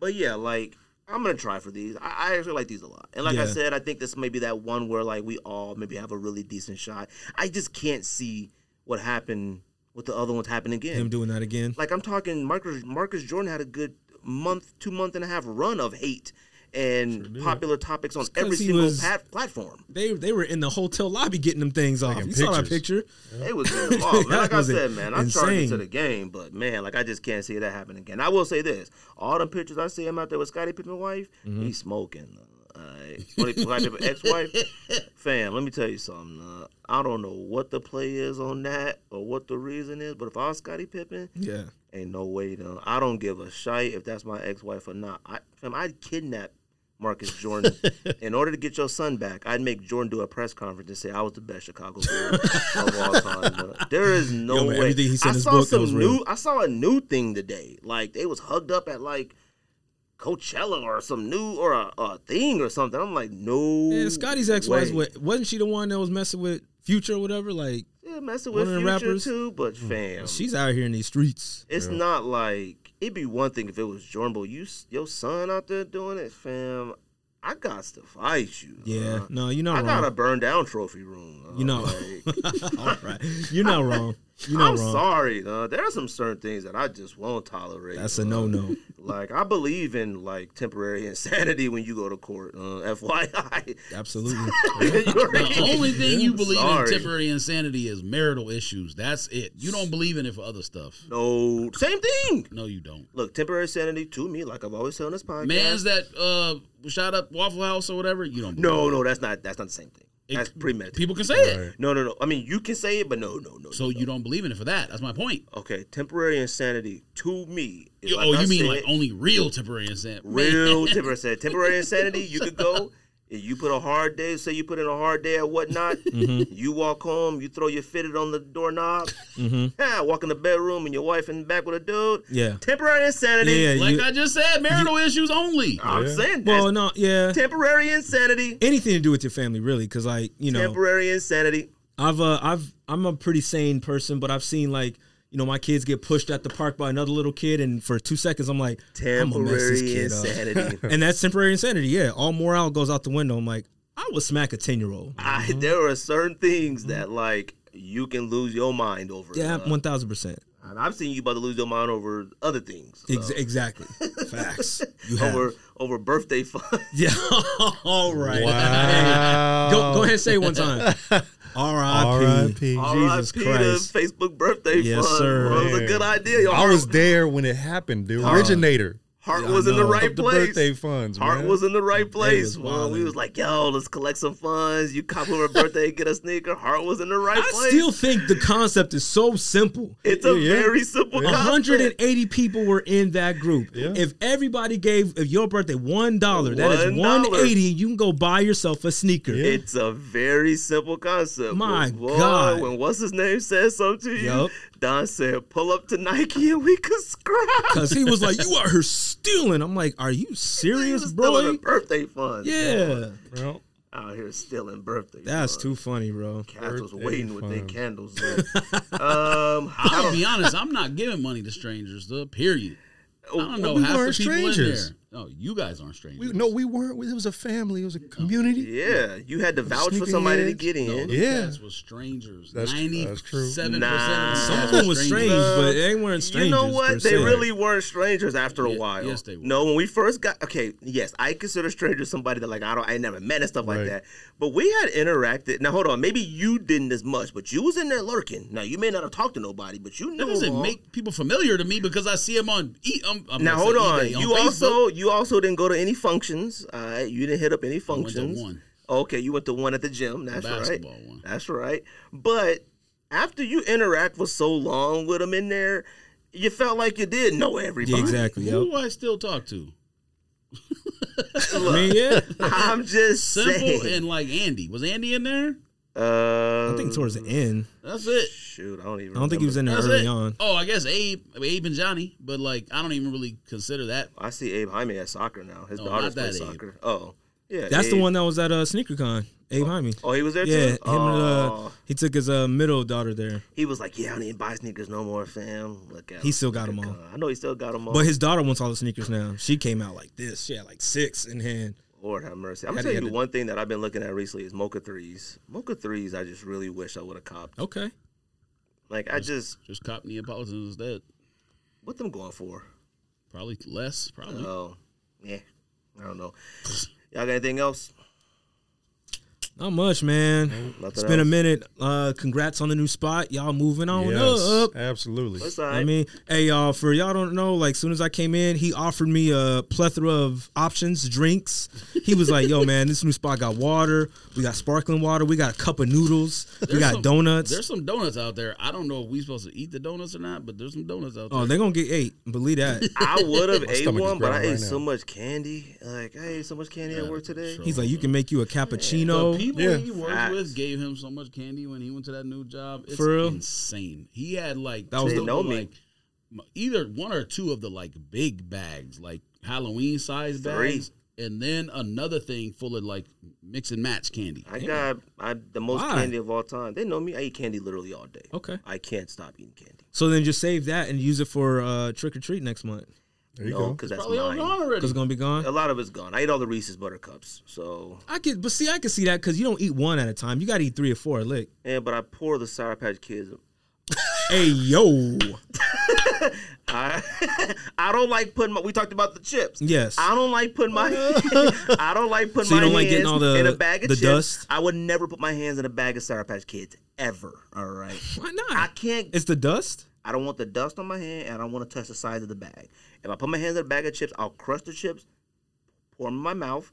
but yeah, like I'm gonna try for these. I, I actually like these a lot. And like I Yeah. said, I think this may be that one where like we all maybe have a really decent shot. I just can't see what happened with the other ones happen again. Him doing that again. like I'm talking Marcus Marcus Jordan had a good month, two month and a half run of hate and popular topics on 'cause every he single was- pat- platform. They they were in the hotel lobby getting them things off. You Taking saw that pictures. picture. It was going off. [laughs] That man. Like I was said, man, I'm charging insane. to the game, but man, like I just can't see that happen again. I will say this: all them pictures I see him out there with Scottie Pippen's wife, Mm-hmm. he's smoking. Uh, Scottie Pippen's ex-wife, [laughs] fam. Let me tell you something. Uh, I don't know what the play is on that or what the reason is, but if I was Scottie Pippen, Yeah. Ain't no way done. I don't give a shite if that's my ex wife or not. I, fam, I'd kidnap Marcus [laughs] Jordan in order to get your son back. I'd make Jordan do a press conference and say I was the best Chicago Bulls of all time. But there is no [laughs] Yo, man, way. everything he said I in his saw book, that some was new. real. I saw a new thing today. Like they was hugged up at like Coachella or some new or a, a thing or something. I'm like, no. And Scotty's ex wife way. wasn't she the one that was messing with Future or whatever? Like yeah, messing one with of the Future rappers. Hmm. too, but fam, she's out here in these streets. Um, It's not like it'd be one thing if it was Jordan, but you s- your son out there doing it, fam. I got to fight you. Yeah. uh. No, you're not I wrong. got a burn down trophy room. uh, You know. like, All right. You're not wrong. [laughs] You're not I'm wrong. sorry. Uh, there are some certain things that I just won't tolerate. That's a uh. no no. Like I believe in like temporary [laughs] insanity when you go to court. Uh, [laughs] FYI, [laughs] Absolutely. You [laughs] already- [laughs] The only thing you believe Sorry. in temporary insanity is marital issues. That's it. You don't believe in it for other stuff. no, same thing. No, you don't. Look, temporary insanity to me, like I've always said on this podcast. Man's that uh, shot up Waffle House or whatever. You don't. Believe no, no, that's not that's not the same thing. It- That's premeditated. People can say it, No, no, no. I mean, you can say it, but no, no, no. so no, you no. don't believe in it for that. That's my point. Okay, temporary insanity to me. is You- like oh, I you mean said, like only real temporary insanity? [laughs] real temporary insanity? Temporary insanity. You could go. If you put a hard day, say you put in a hard day or whatnot, Mm-hmm. you walk home, you throw your fitted on the doorknob, [laughs] yeah, walk in the bedroom, and your wife in the back with a dude. Mm-hmm. Yeah. Temporary insanity. Yeah, yeah. Like you- I just said, marital issues only. I'm Yeah. saying that's well, no, yeah. temporary insanity. Anything to do with your family, really, because like you know, Temporary insanity. I've uh, I've I'm a pretty sane person, but I've seen like you know my kids get pushed at the park by another little kid, and for two seconds I'm like, I'm gonna mess Temporary this kid up. [laughs] insanity. And that's temporary insanity. Yeah, all morale goes out the window. I'm like, I would smack a ten year old. I, there are certain things that like you can lose your mind over. Yeah, uh, one thousand percent. And I've seen you about to lose your mind over other things. uh, Ex- Exactly. Facts. You have. Over over birthday fun. [laughs] Yeah. [laughs] all right. [laughs] Wow. Go, go ahead and say it one time. R.I.P. R.I.P. Jesus RIP to Christ. Facebook birthday Yes, fun. sir. Bro, it was a good idea. Y'all I was there when it happened, the originator. Heart I was in the know. right the place. birthday funds. Heart man. was in the right place. was Well, we wildin'. was like, yo, let's collect some funds. You cop over a birthday, get a sneaker. Heart was in the right I place. still think the concept is so simple. it's a Yeah, yeah. very simple Yeah. concept. 180 people were in that group. Yeah. If everybody gave if your birthday one dollar, that is $1. 180. You can go buy yourself a sneaker. Yeah. It's a very simple concept. My When- boy, God. When what's his name says something to you, Yup. Don said, pull up to Nike and we could scrap. Cause he was like, "You out here stealing." I'm like, "Are you He serious, was stealing bro?" the birthday funds. Yeah, Well, Out here stealing birthday that's funds. too funny, bro. Cats was birthday waiting with their funds. candles lit. um, I I'll don't- [laughs] be honest, I'm not giving money to strangers, though, period. Oh, I don't know we half the weren't people strangers. in there. No, you guys aren't we, strangers. no, we weren't. It was a family. It was a community. Yeah, you had to vouch for sneaking somebody to heads. get No, in. those Yeah. cats was strangers. That's- that's true. 97% Nah. of the cats Someone were was strange, strangers. but they weren't strangers. You know what? per They se. really weren't strangers after a Ye- while. yes, they were. No, when we first got okay, yes, I consider strangers somebody that like I don't, I ain't never met and stuff like Right. that. But we had interacted. Now hold on, maybe you didn't as much, but you was in there lurking. Now you may not have talked to nobody, but you That knew. doesn't them all. make people familiar to me because I see them on. E- I'm, I'm now gonna hold on. say eBay, on you Facebook. also you also didn't go to any functions. All right, you didn't hit up any went to functions. one. Okay, you went to one at the gym. That's right. basketball one. That's right. But after you interact for so long with them in there, you felt like you did know yeah, everybody. exactly. Who Yep. do I still talk to? I mean, yeah. [laughs] I'm just Simple saying. and like Andy. Was Andy in there? uh, I think [laughs] towards the end. That's it. shoot, I don't even. I don't think he was in there That's early it. on. Oh, I guess Abe, Abe and Johnny, but like I don't even really consider that. I see Abe Jaime at soccer now. His No, daughter's not play that Abe. soccer. Oh, yeah. That's the Abe. one that was at uh, SneakerCon. Abe Jaime. Oh, he was there Yeah, too. him and oh, uh, he took his uh, middle daughter there. he was like, "Yeah, I need to buy sneakers no more, fam." Look at He him. still got 'em all. I know he still got them all. But his daughter wants all the sneakers now. She came out like this. She had like six in hand. Lord have mercy. I'm Gotta gonna tell get you it. one thing that I've been looking at recently is Mocha threes. Mocha threes, I just really wish I would have copped. Okay. Like I just, Just cop Neapolitans instead. what them going for? Probably less. Probably. Oh, yeah, I don't know. Y'all got anything else? Not much, man. Nothing It's been a else? minute. Uh, congrats on the new spot. Y'all moving on up. absolutely. It's all right. I mean, hey y'all, for y'all don't know, like soon as I came in, he offered me a plethora of options, drinks. He was like, "Yo, man, this new spot got water. We got sparkling water. We got a cup of noodles. we got some- There's donuts. some donuts out there. I don't know if we supposed to eat the donuts or not, but there's some donuts out there. Oh, they're gonna get eight. Believe that." I would [laughs] have ate stomach is one, but I ate growling right so now. much candy. Like I ate so much candy at Yeah, work today. sure. He's like, "You can make you a The cappuccino." people Yeah. he worked Facts. with gave him so much candy when he went to that new job. It's For real? insane. He had like That was two the- of They know me. like m- either one or two of the like big bags, like Halloween size Three. bags, and then another thing full of like mix and match candy. I got I, the most Why? candy of all time. They know me. I eat candy literally all day. Okay. I can't stop eating candy. So then just save that and use it for uh, trick or treat next month. there you no, go. because that's Probably all mine. gone Cause already. it's gonna be gone. A lot of it's gone. I ate all the Reese's Buttercups. So I could, but see, I could see that because you don't eat one at a time. You got to eat three or four a lick. yeah, but I pour the Sour Patch Kids. Hey yo, I I don't like putting my. We talked about the chips. yes. I don't like putting [laughs] my. [laughs] I don't like putting So you my don't like hands getting all the- in a bag of the chips. dust? I would never put my hands in a bag of Sour Patch Kids ever. All right. Why I not? can't It's the dust. I don't want the dust on my hand, and I don't want to touch the sides of the bag. If I put my hands in a bag of chips, I'll crush the chips, pour them in my mouth,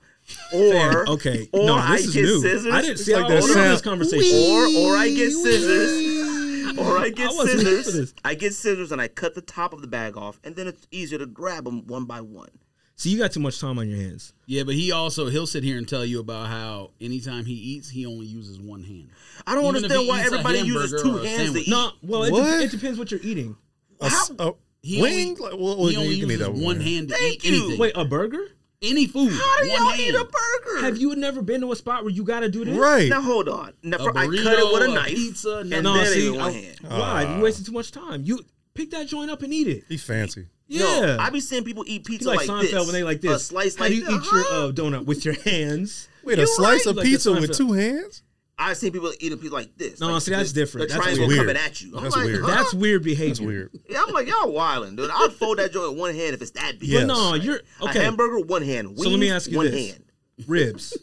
or okay. [laughs] or no, I this is get new. scissors. I didn't see It's like like that that sound. this conversation. or or I get scissors, [laughs] or I get I wasn't ready for scissors. this. I get scissors, and I cut the top of the bag off, and then it's easier to grab them one by one. See, you got too much time on your hands. Yeah, but he also he'll sit here and tell you about how anytime he eats, he only uses one hand. I don't Even if understand he why eats a everybody uses hamburger two or a hands to sandwich. eat. No, well, it, What? de- it depends what you're eating. A s- a He wing? only- Like, well, well, he only you can eat uses that one hand. hand to Thank eat you. anything. Wait, a burger? any food? How do one y'all hand. eat a burger? Have you never been to a spot where you got to do this? Right. Now hold on. Now, A I cut it with a burrito, a knife, pizza, and no, then No, I see, ate with one I- hand. why? Ah. You wasted too much time. You pick that joint up and eat it. He's fancy. Yeah. No, I be seeing people eat Be pizza like, like, Seinfeld this. when they like A this. slice How like do you this. eat your uh, donut with your hands? Wait, You a slice right. of Like the pizza with Seinfeld- two hands? I've seen people eat a pizza like this. No, like see, this. that's different. The That's triangle weird. coming at you. I'm That's like, weird. huh? That's weird behavior. [laughs] That's weird. Yeah, I'm like, y'all wilding, dude. I'll fold that joint with one hand if it's that big. Yes. But no, you're okay. A hamburger, one hand. Wings, So let me ask you one this. hand. Ribs.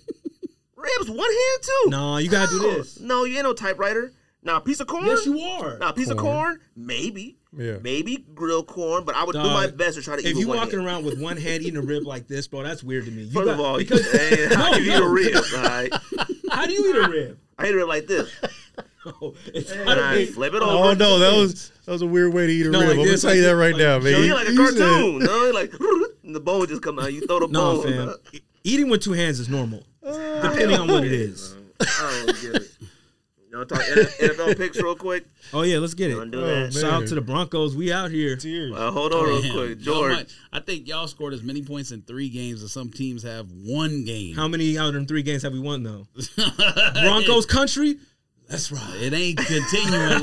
Ribs, one hand too. No, you gotta do No. this. No, you ain't no typewriter. Now, a piece of corn. Yes, you are. Now, a piece of Corn. corn, maybe. Yeah. Maybe grilled corn, but I would do Dog, my best to try to eat If with you one walking hand. around with one hand eating a rib like this, bro, that's weird to me. You First got- of all, because [laughs] hey, [laughs] No, I give you no. a rib. All right, how do you eat a rib? [laughs] I ate it like this, Oh, it's and gotta I be- flip it Oh over. no, that was that was a weird way to eat a No, rib. like I'm gonna this, tell you like that this, right now, man. You eat like a You said- cartoon. no, you're like [laughs] and the bone just come out. You throw the Uh, bone. No, fam. E- Eating with two hands is normal, depending on [laughs] what it is. I don't get it. You want to talk NFL picks real quick? Oh yeah, let's get You want to it. do Oh, that? man. Shout out to the Broncos. We out here. Uh, hold on real quick, Y'all George. might- I think y'all scored as many points in three games as some teams have one game. How many out of three games have we won though? Broncos country. That's right. It ain't continuing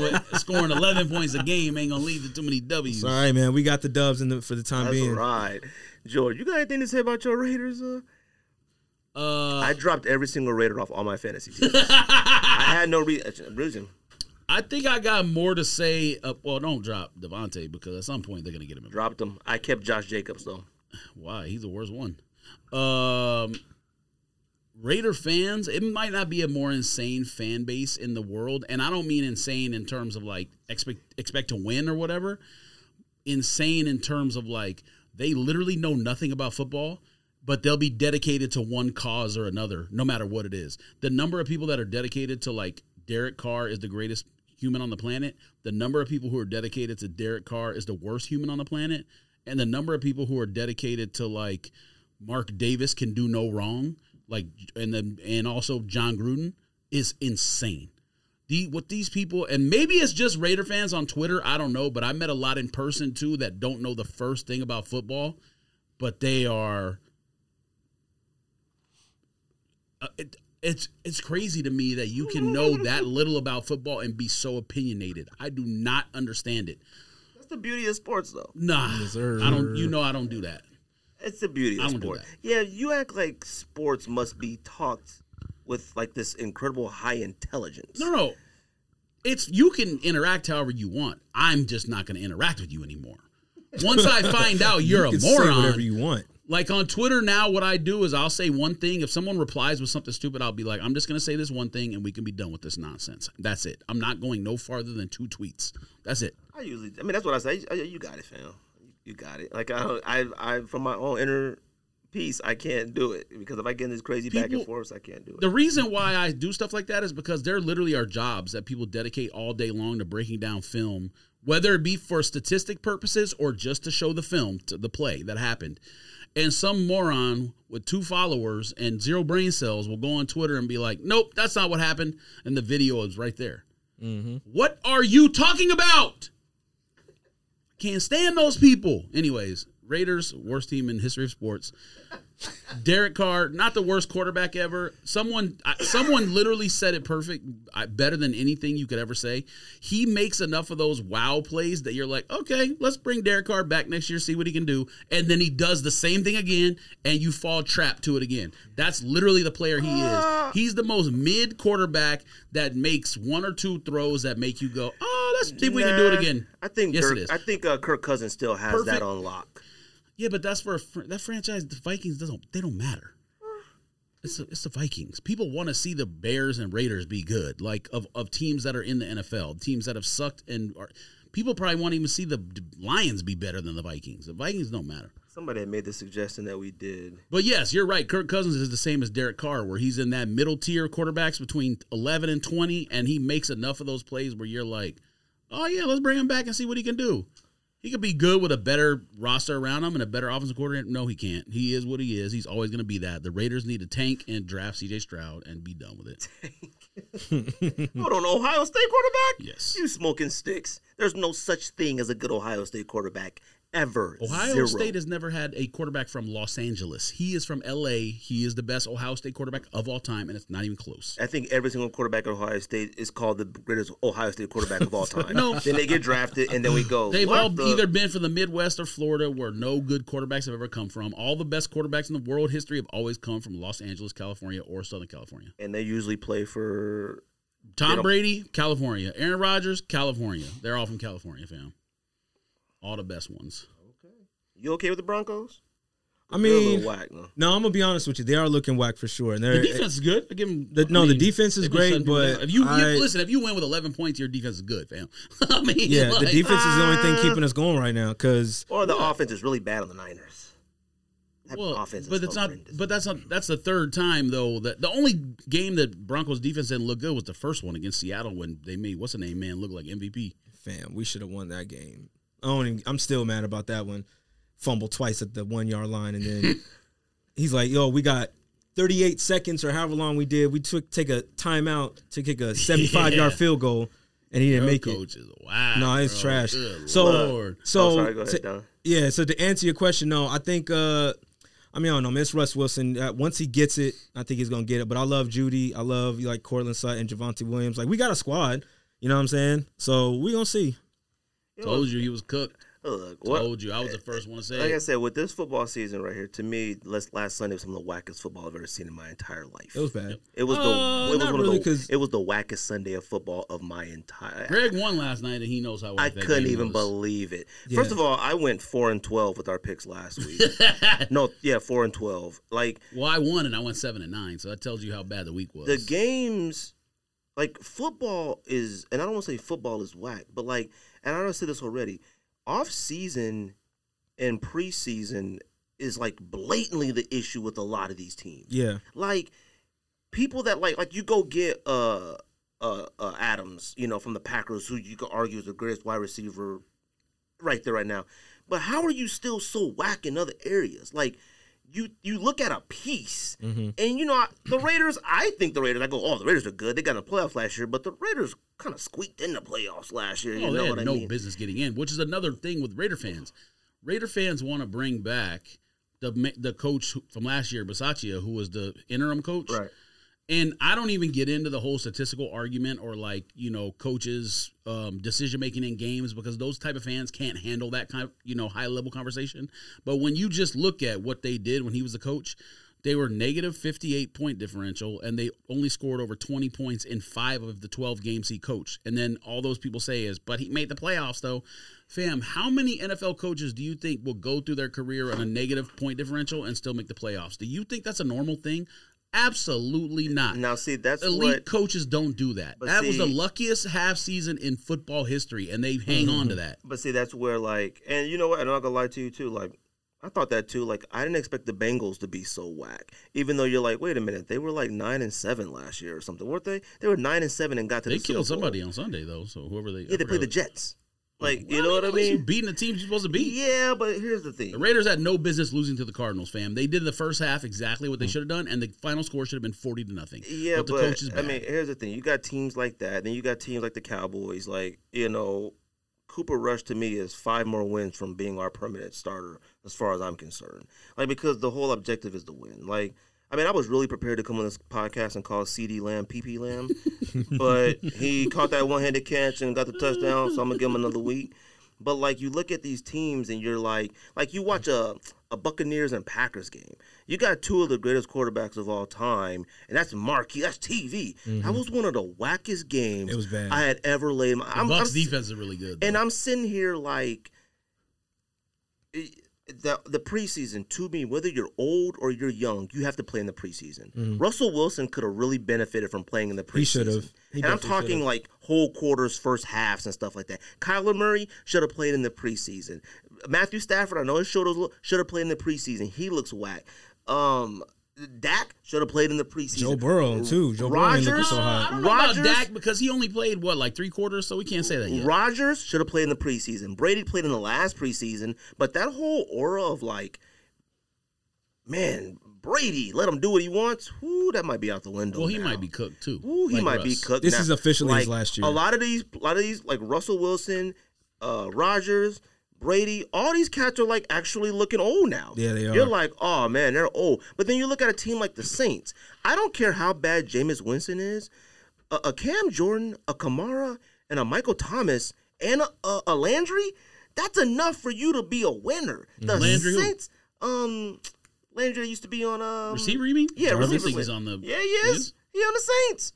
[laughs] with scoring 11 points a game ain't gonna lead to too many W's. All right, man. We got the dubs in the, for the time That's being. right, George. You got anything to say about your Raiders? Uh? Uh, I dropped every single Raider off all my fantasy teams. I had no re- reason. I think I got more to say. Uh, well, don't drop Devontae because at some point they're gonna get him. In. Dropped them. I kept Josh Jacobs though. Why? He's the worst one. Um, Raider fans, it might not be a more insane fan base in the world, and I don't mean insane in terms of like expect expect to win or whatever. Insane in terms of like they literally know nothing about football, but they'll be dedicated to one cause or another, no matter what it is. The number of people that are dedicated to like Derek Carr is the greatest human on the planet. The number of people who are dedicated to Derek Carr is the worst human on the planet, and the number of people who are dedicated to like Mark Davis can do no wrong, like and then and also John Gruden is insane. The what these people and maybe it's just Raider fans on Twitter, I don't know, but I met a lot in person too that don't know the first thing about football, but they are uh, it, it's it's crazy to me that you can know [laughs] that little about football and be so opinionated. I do not understand it. That's the beauty of sports though. Nah, I don't. You know, I don't do that. It's the beauty I of don't do sport. that. Yeah, you act like sports must be talked with like this incredible high intelligence. No, no. It's you can interact however you want. I'm just not going to interact with you anymore. Once I find out you're [laughs] You a can say whatever moron, you want. like on Twitter now, what I do is I'll say one thing. If someone replies with something stupid, I'll be like, I'm just going to say this one thing and we can be done with this nonsense. That's it. I'm not going no farther than two tweets. That's it. I usually. I mean, that's what I say. You- You got it, fam. You got it. Like I, don't- I, I, from my own inner peace, I can't do it because if I get in this crazy back and People- forth, I can't do it. The reason why I do stuff like that is because there literally are jobs that people dedicate all day long to breaking down film, whether it be for statistic purposes or just to show the film, to the play that happened. And some moron with two followers and zero brain cells will go on Twitter and be like, nope, that's not what happened. And the video is right there. What are you talking about? Can't stand those people. Anyways, Raiders, worst team in history of sports. Derek Carr, not the worst quarterback ever. Someone, I, someone literally said it perfect, I, better than anything you could ever say. He makes enough of those wow plays that you're like, okay, let's bring Derek Carr back next year, see what he can do, and then he does the same thing again, and you fall trapped to it again. That's literally the player he Ah. is. He's the most mid quarterback that makes one or two throws that make you go, oh, let's see if we can do it Nah, again. I think. yes, Dirk, it is. I think uh, Kirk Cousins still has that Perfect. on lock. Yeah, but that's for a fr- that franchise. The Vikings doesn't. They don't matter. It's the, it's the Vikings. People want to see the Bears and Raiders be good, like of, of teams that are in the NFL, teams that have sucked and are. People probably want to even see the d- Lions be better than the Vikings. The Vikings don't matter. Somebody had made the suggestion that we did. But yes, you're right. Kirk Cousins is the same as Derek Carr, where he's in that middle tier quarterbacks between 11 and 20, and he makes enough of those plays where you're like, oh, yeah, let's bring him back and see what he can do. He could be good with a better roster around him and a better offensive coordinator. No, he can't. He is what he is. He's always going to be that. The Raiders need to tank and draft CJ Stroud and be done with it. Hold on, Ohio State quarterback. [laughs] Hmm. Yes. You smoking sticks. There's no such thing as a good Ohio State quarterback ever. Ohio Zero. State has never had a quarterback from Los Angeles. He is from LA. He is the best Ohio State quarterback of all time, and it's not even close. I think every single quarterback at Ohio State is called the greatest Ohio State quarterback of [laughs] all time. No. Then they get drafted, and then we go. They've what all the- either been from the Midwest or Florida, where no good quarterbacks have ever come from. All the best quarterbacks in the world history have always come from Los Angeles, California, or Southern California. and they usually play for. Tom don't- Brady, California. Aaron Rodgers, California. They're all from California, fam. All the best ones. You okay with the Broncos? I They're a little mean, whack, though. no, I'm gonna be honest with you. They are looking whack for sure, and they're The defense is good. I give them. The- no, the defense is great, but if you, you- I- listen, if you win with eleven points, your defense is good, fam. [laughs] I mean, yeah. like, the defense is the only thing keeping us going right now because Or the offense is really bad on the Niners. That Well, offense is but it's not. horrendous. But that's not. That's the third time though. That the only game that Broncos defense didn't look good was the first one against Seattle when they made what's the name man look like MVP. fam, we should have won that game. I don't even, I'm still mad about that one. Fumble twice at the one yard line, [laughs] and then he's like, "Yo, we got 38 seconds or however long we did. We took take a timeout to [laughs] kick a 75 yard Yeah. field goal, and he didn't Their make it. coach is wow. No, it's bro. trash. Good So, Lord. so Oh, sorry, go ahead, to- Don. yeah. So to answer your question, no, I think. uh I mean, I don't know. Miss Russ Wilson. Uh, once he gets it, I think he's gonna get it. But I love Judy. I love like Cortland Sutton and Javante Williams. Like we got a squad. You know what I'm saying? So we gonna see. told you he was cooked. Look, what, Told you I was the first one to say. like I it. said, with this football season right here, to me, last, last Sunday was some of the wackest football I've ever seen in my entire life. It was bad. It was Uh, the it was not one really, of the 'cause- it was the wackest Sunday of football of my entire. Greg won last night, and he knows how. I whack that couldn't game even was. believe it. First of all, I went four and twelve with our picks last [laughs] week. no, yeah, four and twelve. Like Well, I won, and I went seven and nine, so that tells you how bad the week was. the games like football is and i don't want to say football is whack but like and i don't say this already off season and preseason is like blatantly the issue with a lot of these teams Yeah. like people that like like you go get uh uh, uh adams you know from the packers who you could argue is the greatest wide receiver right there right now but how are you still so whack in other areas like you you look at a piece Mm-hmm. and you know I- the raiders i think the raiders i go oh the raiders are good they got in the playoffs last year but the raiders kind of squeaked in the playoffs last year you Oh, know they what i had no mean business getting in, which is another thing with Raider fans. Raider fans want to bring back the ma- the coach who- from last year, Basaccia, who was the interim coach. right And I don't even get into the whole statistical argument or like you know coaches' um, decision making in games because those type of fans can't handle that kind of you know high level conversation. But when you just look at what they did when he was the coach, they were negative fifty eight point differential and they only scored over twenty points in five of the twelve games he coached. And then all those people say is, but he made the playoffs though. Fam, how many NFL coaches do you think will go through their career on a negative point differential and still make the playoffs? Do you think that's a normal thing? Absolutely not now see that's elite what coaches don't do that. But That was the see- luckiest half season in football history, and they hang Mm-hmm. on to that. But see, that's where like, and you know what? And I'm not gonna lie to you too. Like, I thought that too. Like, I didn't expect the Bengals to be so whack. Even though you're like, wait a minute, they were like nine and seven last year or something, weren't they? They were nine and seven and got to They the Super killed Bowl. somebody on Sunday though, so whoever they Yeah, they played the Jets. Like, you know what I at least You mean? beating the teams you're supposed to beat. Yeah, but here's the The thing. Raiders had no business losing to the Cardinals, fam. They did the first half exactly what they should have done, and the final score should have been forty to nothing. Mm. Yeah, the but coach is I bad. mean, here's the thing. You got teams like that, then you got teams like the Cowboys. Like, you know, Cooper Rush to me is five more wins from being our permanent starter, as far as I'm concerned. Like, because the whole objective is to win. Like, I mean, I was really prepared to come on this podcast and call CD Lamb PP Lamb, but he caught that one handed catch and got the touchdown, so I'm gonna give him another week. But like you look at these teams and you're like, like you watch a a Buccaneers and Packers game. You got two of the greatest quarterbacks of all time, and that's marquee. That's TV. That was one of the wackest games Mm-hmm. It was bad. I had ever laid. My, the I'm, Bucks I'm- defense is really good. and though. I'm sitting here like i- the the preseason to me, whether you're old or you're young, you have to play in the preseason. Russell Wilson could have really benefited from playing in the preseason. Mm-hmm. He should've. He And I'm definitely talking should've. like whole quarters, first halves, and stuff like that. Kyler Murray should have played in the preseason. Matthew Stafford, I know his shoulders look- should have played in the preseason. He looks whack. Um, Dak should have played in the preseason. Joe Burrow too. Joe Burrow ain't looking Rodgers? so I hot. don't know about Rodgers- Dak because he only played what like three quarters, so we can't say that yet. Rodgers should have played in the preseason. Brady played in the last preseason, but that whole aura of like, man, Brady, let him do what he wants. Ooh, that might be out the window. Well, he now. might be cooked too. Ooh, he like might be Russ. cooked. This now. is officially like, his last year. A lot of these, a lot of these, like Russell Wilson, uh, Rodgers, Brady, all these cats are like actually looking old now. Yeah, they You're are. like, oh man, they're old. But then you look at a team like the Saints. I don't care how bad Jameis Winston is. A, a Cam Jordan, a Kamara, and a Michael Thomas, and a, a, a Landry. That's enough for you to be a winner. Mm-hmm. The Landry who? Saints, um, Landry used to be on um Receiver, you mean? yeah, I don't receiver think he's list. on the. Yeah, he is. He on the Saints.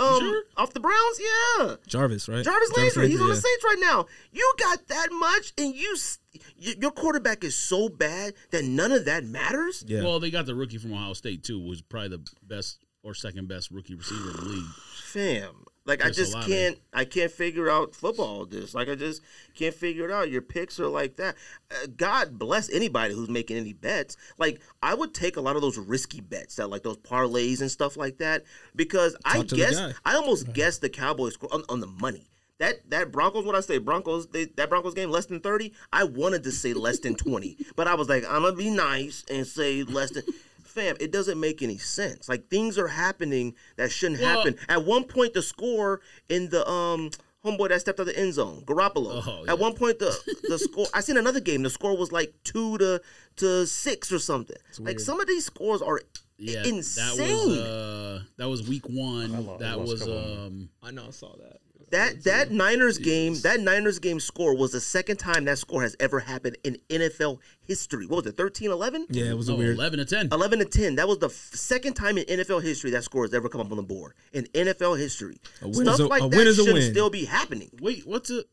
Um, sure? off the Browns, yeah. Jarvis, right? Jarvis Landry, he's on the yeah. Saints right now. You got that much, and you, s- y- your quarterback is so bad that none of that matters. Yeah. Well, they got the rookie from Ohio State too, was probably the best or second best rookie receiver in the league. fam. Like I There's a just lot, can't, I can't figure out football. This, like I just can't figure it out. Your picks are like that. Uh, God bless anybody who's making any bets. Like I would take a lot of those risky bets that, like those parlays and stuff like that, because I Talk to the guess guy. I almost guessed the Cowboys score on, on the money. That that Broncos, what I say, Broncos, they, that Broncos game less than thirty. I wanted to say less than [laughs] twenty, but I was like, I'm gonna be nice and say less than. Fam, it doesn't make any sense. Like things are happening that shouldn't Well- happen. At one point, the score in the um homeboy that stepped out the end zone, Garoppolo. Oh, yeah. At one point, the the score. I seen another game. The score was like two to to six or something. Like some of these scores are Yeah, insane. that was uh, that was week one. lo- I that lost was couple of um, I know, I saw that. That that Niners game, that Niners game score was the second time that score has ever happened in NFL history. What was it? 13 11? Yeah, it was no, a weird. eleven to ten. 11 to 10. That was the f- second time in NFL history that score has ever come up on the board in NFL history. A win is Stuff a- like a that win is a should win. still be happening. Wait, what's a?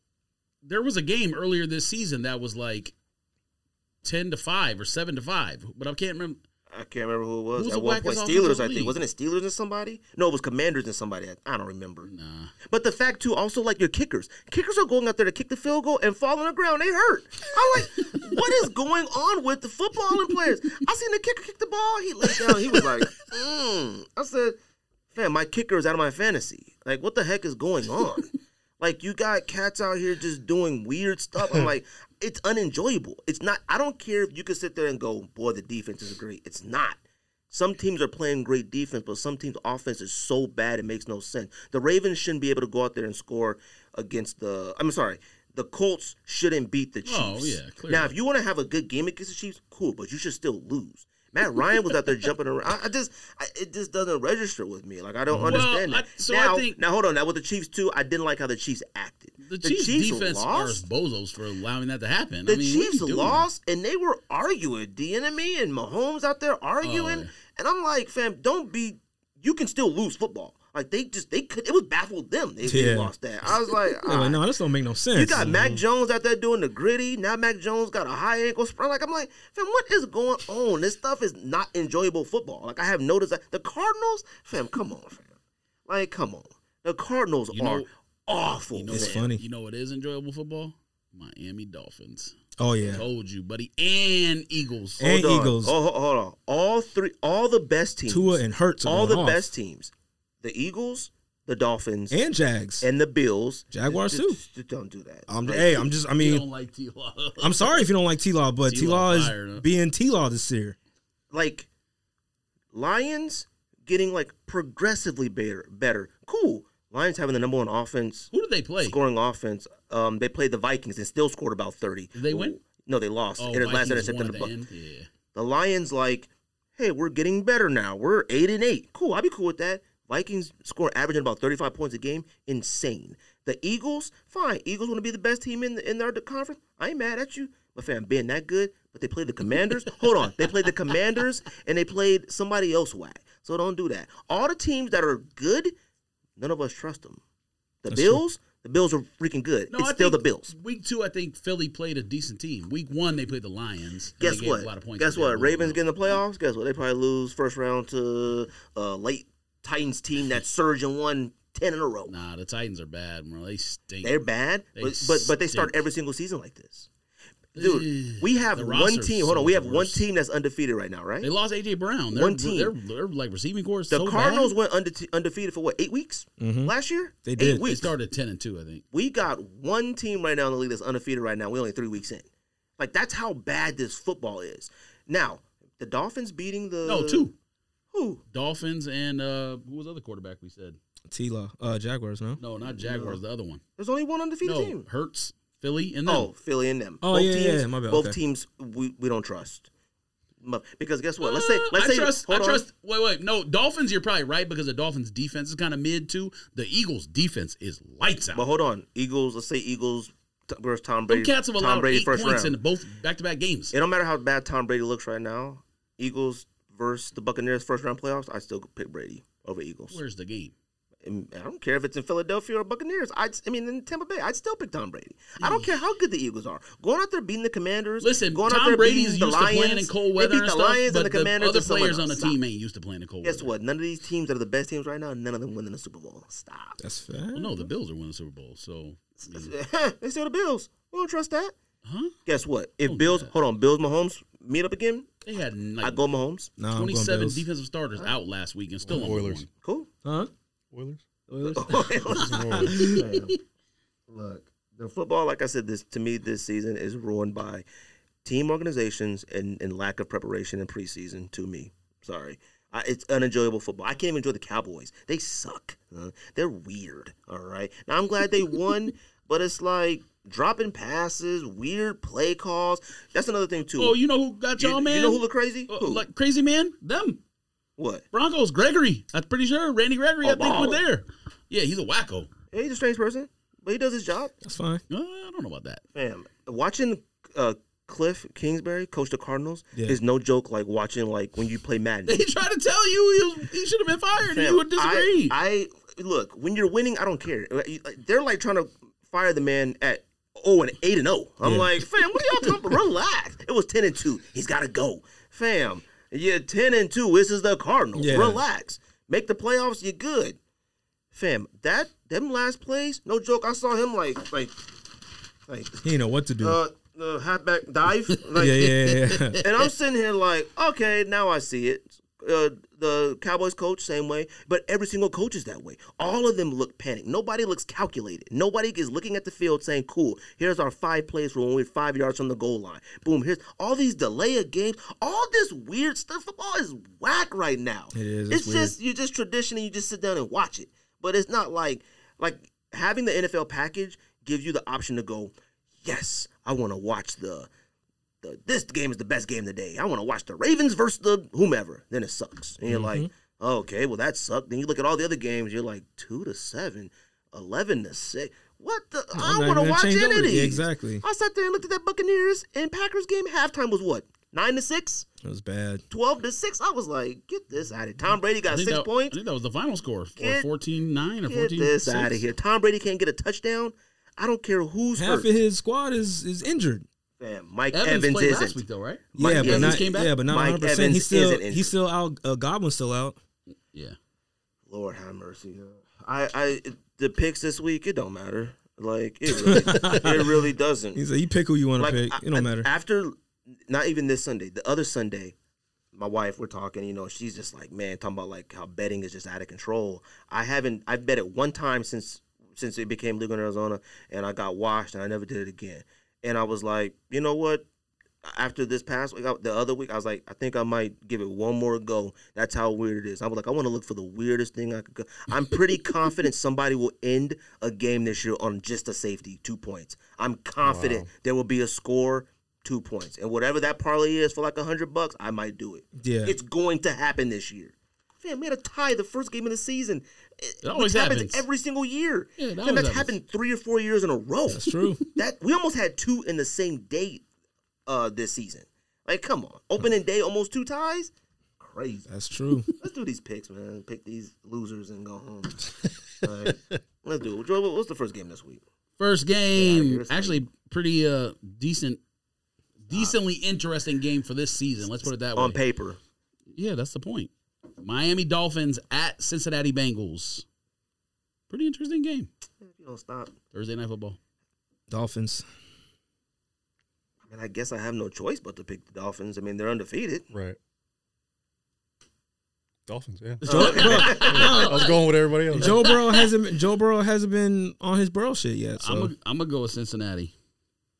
There was a game earlier this season that was like ten to five or seven to five, but I can't remember. I can't remember who it was. Who's the At one wackest point, offense in the Steelers, I think. league? Wasn't it Steelers and somebody? No, it was Commanders and somebody. I- I don't remember. Nah, But the fact too, also like your kickers, kickers are going out there to kick the field goal and fall on the ground. They hurt. I'm like, [laughs] what is going on with the football and players? I seen the kicker kick the ball. He laid down. He was like, mm. I said, fam, my kicker is out of my fantasy. Like, what the heck is going on? Like, you got cats out here just doing weird stuff. [laughs] I'm like, it's unenjoyable. It's not. I don't care if you could sit there and go, boy, the defense is great. It's not. Some teams are playing great defense, but some teams' offense is so bad it makes no sense. The Ravens shouldn't be able to go out there and score against the. I'm sorry, the Colts shouldn't beat the Chiefs. Oh, yeah, clearly. Now, if you want to have a good game against the Chiefs, cool, but you should still lose. Matt Ryan was out there jumping around. I, I just, I, it just doesn't register with me. Like I don't understand I- that. so I now, think- now hold on. Now with the Chiefs too, I didn't like how the Chiefs acted. the, Chiefs, defense are bozos for allowing that to happen. The I mean, what are you Chiefs doing? lost, and they were arguing. The enemy and Mahomes out there arguing, Oh, yeah. and I'm like, fam, don't be. You can still lose football. Like they just they could. It was baffled them. They, they Yeah. lost that. I was [laughs] like, I'm "Ah." like, no, this don't make no sense. you got Mac Jones out there doing the gritty. Now Mac Jones got a high ankle sprain. Like I'm like, fam, what is going on? This stuff is not enjoyable football. Like I have noticed that the Cardinals, fam, come on, fam, like come on. The Cardinals You are know- awful. You know It's what- fam. funny. You know what is enjoyable football? Miami Dolphins. Oh yeah, Told you, buddy. And Eagles. And- Hold on. Eagles. Oh, ho- hold on. All three, all the best teams. Tua and Hurts. are all the going off. best teams. The Eagles, the Dolphins, and, and Jags, the Bills. Jaguars too. Just- just Don't do that. I'm Like, hey, I'm just. I You mean, don't like T. [laughs] Law. I'm sorry if you don't like T Law, but T Law T-Law is fired up. being T Law this year. like Lions getting like progressively better. Better, cool. Lions having the number one offense, Who did they play? scoring offense. Um, they played the Vikings and still scored about thirty. Did they win? No, they lost. Oh, Inter- last Vikings won intercepted at the the Buc- end? Yeah. The Lions like, hey, we're getting better now. We're eight and eight. Cool, I'd be cool with that. Vikings score averaging about thirty five points a game. Insane. The Eagles, fine. Eagles want to be the best team in in their conference. I ain't mad at you, but fam, being that good. But they played the Commanders. [laughs] Hold on, they played the Commanders and they played somebody else whack. So don't do that. All the teams that are good, none of us trust them. The That's true. Bills, the Bills are freaking good. it's still the think Bills. Week two, I think Philly played a decent team. Week one, they played the Lions. and Guess they gave what? A lot of points Guess to them. what? Ravens get in the playoffs. Guess what? They probably lose first round to uh, late Titans team [laughs] that surge and won ten in a row. Nah, the Titans are bad, bro. They stink. They're bad, They but, but but they start stink. every single season like this. Dude, we have The one roster's team. Hold so on, we have one diverse. team that's undefeated right now, right? They lost AJ Brown. They're, One team. They're, they're, like receiving course. The so Cardinals Bad. went unde- undefeated for what eight weeks last year? Mm-hmm. They Eight did. They weeks. started ten and two, I think. we got one team right now in the league that's undefeated right now. We're only three weeks in. Like that's how bad this football is. Now, the Dolphins beating the No, two Who? Dolphins and uh, who was the other quarterback we said? T Law, uh, Jaguars, no. No, not Jaguars. The other one. There's only one undefeated No, team. Hurts, Philly, and then Oh, Philly and them. Oh, yeah, yeah, teams, yeah, my bad, Both okay. teams we, we don't trust. Mu- Because guess what? Let's say let's Uh, I say trust. hold I on. trust. Wait, wait. No, Dolphins. You're probably right because the Dolphins' defense is kind of mid too. The Eagles' defense is lights out. But hold on. Eagles, let's say Eagles t- versus Tom Them Brady. cats have Tom allowed Brady eight first points round. in both back-to-back games. It don't matter how bad Tom Brady looks right now. Eagles versus the Buccaneers first round playoffs, I still could pick Brady over Eagles. Where's the game? And I don't care if it's in Philadelphia or Buccaneers. I'd, I mean, in Tampa Bay, I'd still pick Tom Brady. I don't care how good the Eagles are. Going out there beating the Commanders. Listen, going out Tom there Brady's beating used the to Lions. playing in cold they weather beat and the stuff, Lions but and the Commanders. other are someone players on the else. team Stop. ain't used to playing in cold Guess weather. what? None of these teams that are the best teams right now, none of them winning the Super Bowl. Stop. That's fair. Oh, Well, no, the Bills are winning the Super Bowl, [laughs] so I mean, they still the Bills. We don't trust that. huh? Guess what? If Mm. Don't do Bills, that. hold on, Bills Mahomes meet up again. They had I like go Mahomes. Nah, I'm going 27 Bills. defensive starters out last week and still on Oilers. One. Cool. [laughs] Huh? Oilers. Oilers? [laughs] [laughs] Look, the football, like I said, this to me this season is ruined by team organizations and, and lack of preparation in preseason. To me, sorry, I, it's unenjoyable football. I can't even enjoy the Cowboys. They suck. huh? They're weird. All right. Now I'm glad they [laughs] won, but it's like dropping passes, weird play calls. That's another thing too. Oh, you know who got You- y'all, man? you know who look crazy? Uh, Who? Like crazy man? Them what? Broncos. Gregory. I'm pretty sure Randy Gregory. I Oh, think was wow. there. Yeah, he's a wacko. Yeah, he's a strange person, but he does his job. That's fine. Uh, I don't know about that. [laughs] Fam, watching uh, Cliff Kingsbury coach the Cardinals Yeah. is no joke. Like watching like when you play Madden. [laughs] They tried to tell you he, was, he should have been fired. and Fam, you would disagree. I, I look when you're winning. I don't care. They're like trying to fire the man at. Oh, and eight and oh. I'm Yeah. like, fam, what are y'all talking about? Relax. It was ten and two. He's got to go, fam. You're ten and two. This is the Cardinals. Yeah. Relax. Make the playoffs. You're good, fam. That them last plays, no joke. I saw him like like like He ain't know what to do. uh, the halfback dive. Like, [laughs] yeah, yeah, yeah. yeah. and I'm sitting here like, okay, now I see it. Uh, the Cowboys coach, same way, but every single coach is that way. All of them look panicked. Nobody looks calculated. Nobody is looking at the field saying, cool, here's our five plays for when we're five yards from the goal line. Boom, here's all these delay of games. All this weird stuff. Football is whack right now. It is, It's, it's weird. just, you're just tradition and you just sit down and watch it. But it's not like, like having the NFL package gives you the option to go, yes, I want to watch the the, this game is the best game today. I want to watch the Ravens versus the whomever. Then it sucks. And you're like, Mm-hmm. okay, well, that sucked. Then you look at all the other games, you're like, 2 to 7, 11 to 6. What the? [laughs] I I'm not don't want to even gonna watch change any over of to- these. Yeah, exactly. I sat there and looked at that Buccaneers and Packers game. Halftime was what? 9 to 6? That was bad. 12 to 6? I was like, get this out of here. Tom Brady I got think six that, I points. think that was the final score. Or Get- 14 9 or Get 14 this out of here. Tom Brady can't get a touchdown. I don't care who's Half hurt. of his squad is is injured. Man, Mike Evans, Evans, played isn't. last week, though, right? Mike yeah, but Evans not, came back? yeah, but not Mike 100. percent Evans He's still isn't injured. he's still out. Uh, Goblin's still [laughs] out. Yeah. Lord have mercy. I, I the picks this week, it don't matter. Like it really, [laughs] it really doesn't. He said, "You pick who you want to like pick. I- It don't I- matter." After not even this Sunday, the other Sunday, my wife we're talking, you know, she's just like, man, talking about like how betting is just out of control. I haven't I've bet it one time since since it became legal in Arizona and I got washed and I never did it again. And I was like, you know what? After this past week, I- the other week, I was like, I think I might give it one more go. That's how weird it is. I was like, I want to look for the weirdest thing I could go. I'm pretty confident somebody will end a game this year on just a safety, two points. I'm confident there will be a score, two points. And whatever that parlay is for like a hundred bucks, I might do it. Yeah. It's going to happen this year. Man, we had a tie the first game of the season. It, It always which happens. happens. every single year. Yeah, it Man, always that's happens. happened three or four years in a row. That's true. That we almost had two in the same day uh this season. Like, come on. Opening day, almost two ties? Crazy. That's true. Let's do these picks, man. Pick these losers and go [laughs] home. Like, let's do it. Joy, what- what's the first game this week? First Yeah, game, you're saying- actually pretty uh decent, decently interesting game for this season. Let's put it that way. Uh, On paper. Yeah, that's the point. Miami Dolphins at Cincinnati Bengals. Pretty interesting game. If you don't stop. Thursday night football. [laughs] Dolphins. I mean, I guess I have no choice but to pick the Dolphins. I mean, they're undefeated. Right. Dolphins. Yeah. Joe, I was going with everybody else. Joe Burrow hasn't been- Joe Burrow hasn't been on his Burrow shit yet. So Uh, I'm I'm gonna go with Cincinnati.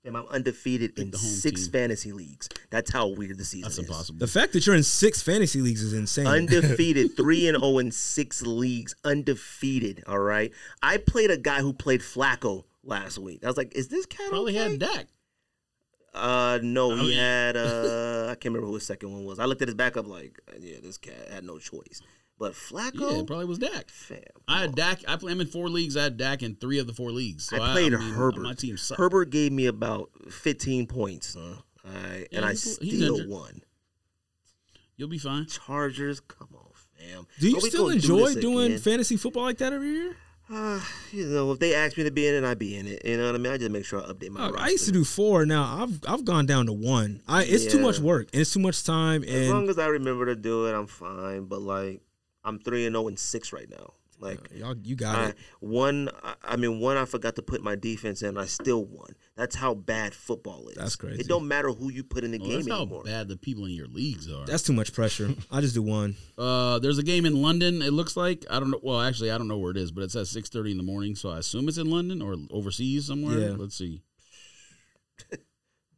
Damn, I'm undefeated Pick in the home six team. fantasy leagues. That's how weird the season That's is. impossible. the fact that you're in six fantasy leagues is insane. Undefeated, three and zero in six leagues. Undefeated. All right. I played a guy who played Flacco last week. I was like, "Is this cat Probably okay? had Oh, Dak. Uh, no, he mean- had. [laughs] Uh, I can't remember who his second one was. I looked at his backup like, yeah, this cat had no choice. But Yeah, Flacco, it probably was Dak. fam. I had Dak. I play, I'm in four leagues. I had Dak in three of the four leagues. So I played mean, Herbert. My team sucked. Herbert gave me about 15 points, huh? All right, Yeah, and I he's- he's still injured. won. You'll be fine. Chargers, come on, fam. them. Do you But we still gonna do enjoy this doing again. fantasy football like that every year? Uh, [sighs] you know, if they ask me to be in it, I be in it. You know what I mean? I just make sure I update my. Fuck, roster. I used to do four. Now I've I've gone down to one. I it's too Yeah. much work and it's too much time. As long And as I remember to do it, I'm fine. But like, I'm three and zero and six right now. Like, y'all, you got I, it. one, I, I mean, one, I forgot to put my defense in. I still won. That's how bad football is. That's crazy. It don't matter who you put in the Well, game that's how anymore. bad the people in your leagues are. That's too much pressure. I just do one. Uh, there's a game in London. It looks like I don't know. Well, actually, I don't know where it is, but it's at 6:30 in the morning, so I assume it's in London or overseas somewhere. Yeah. Let's see.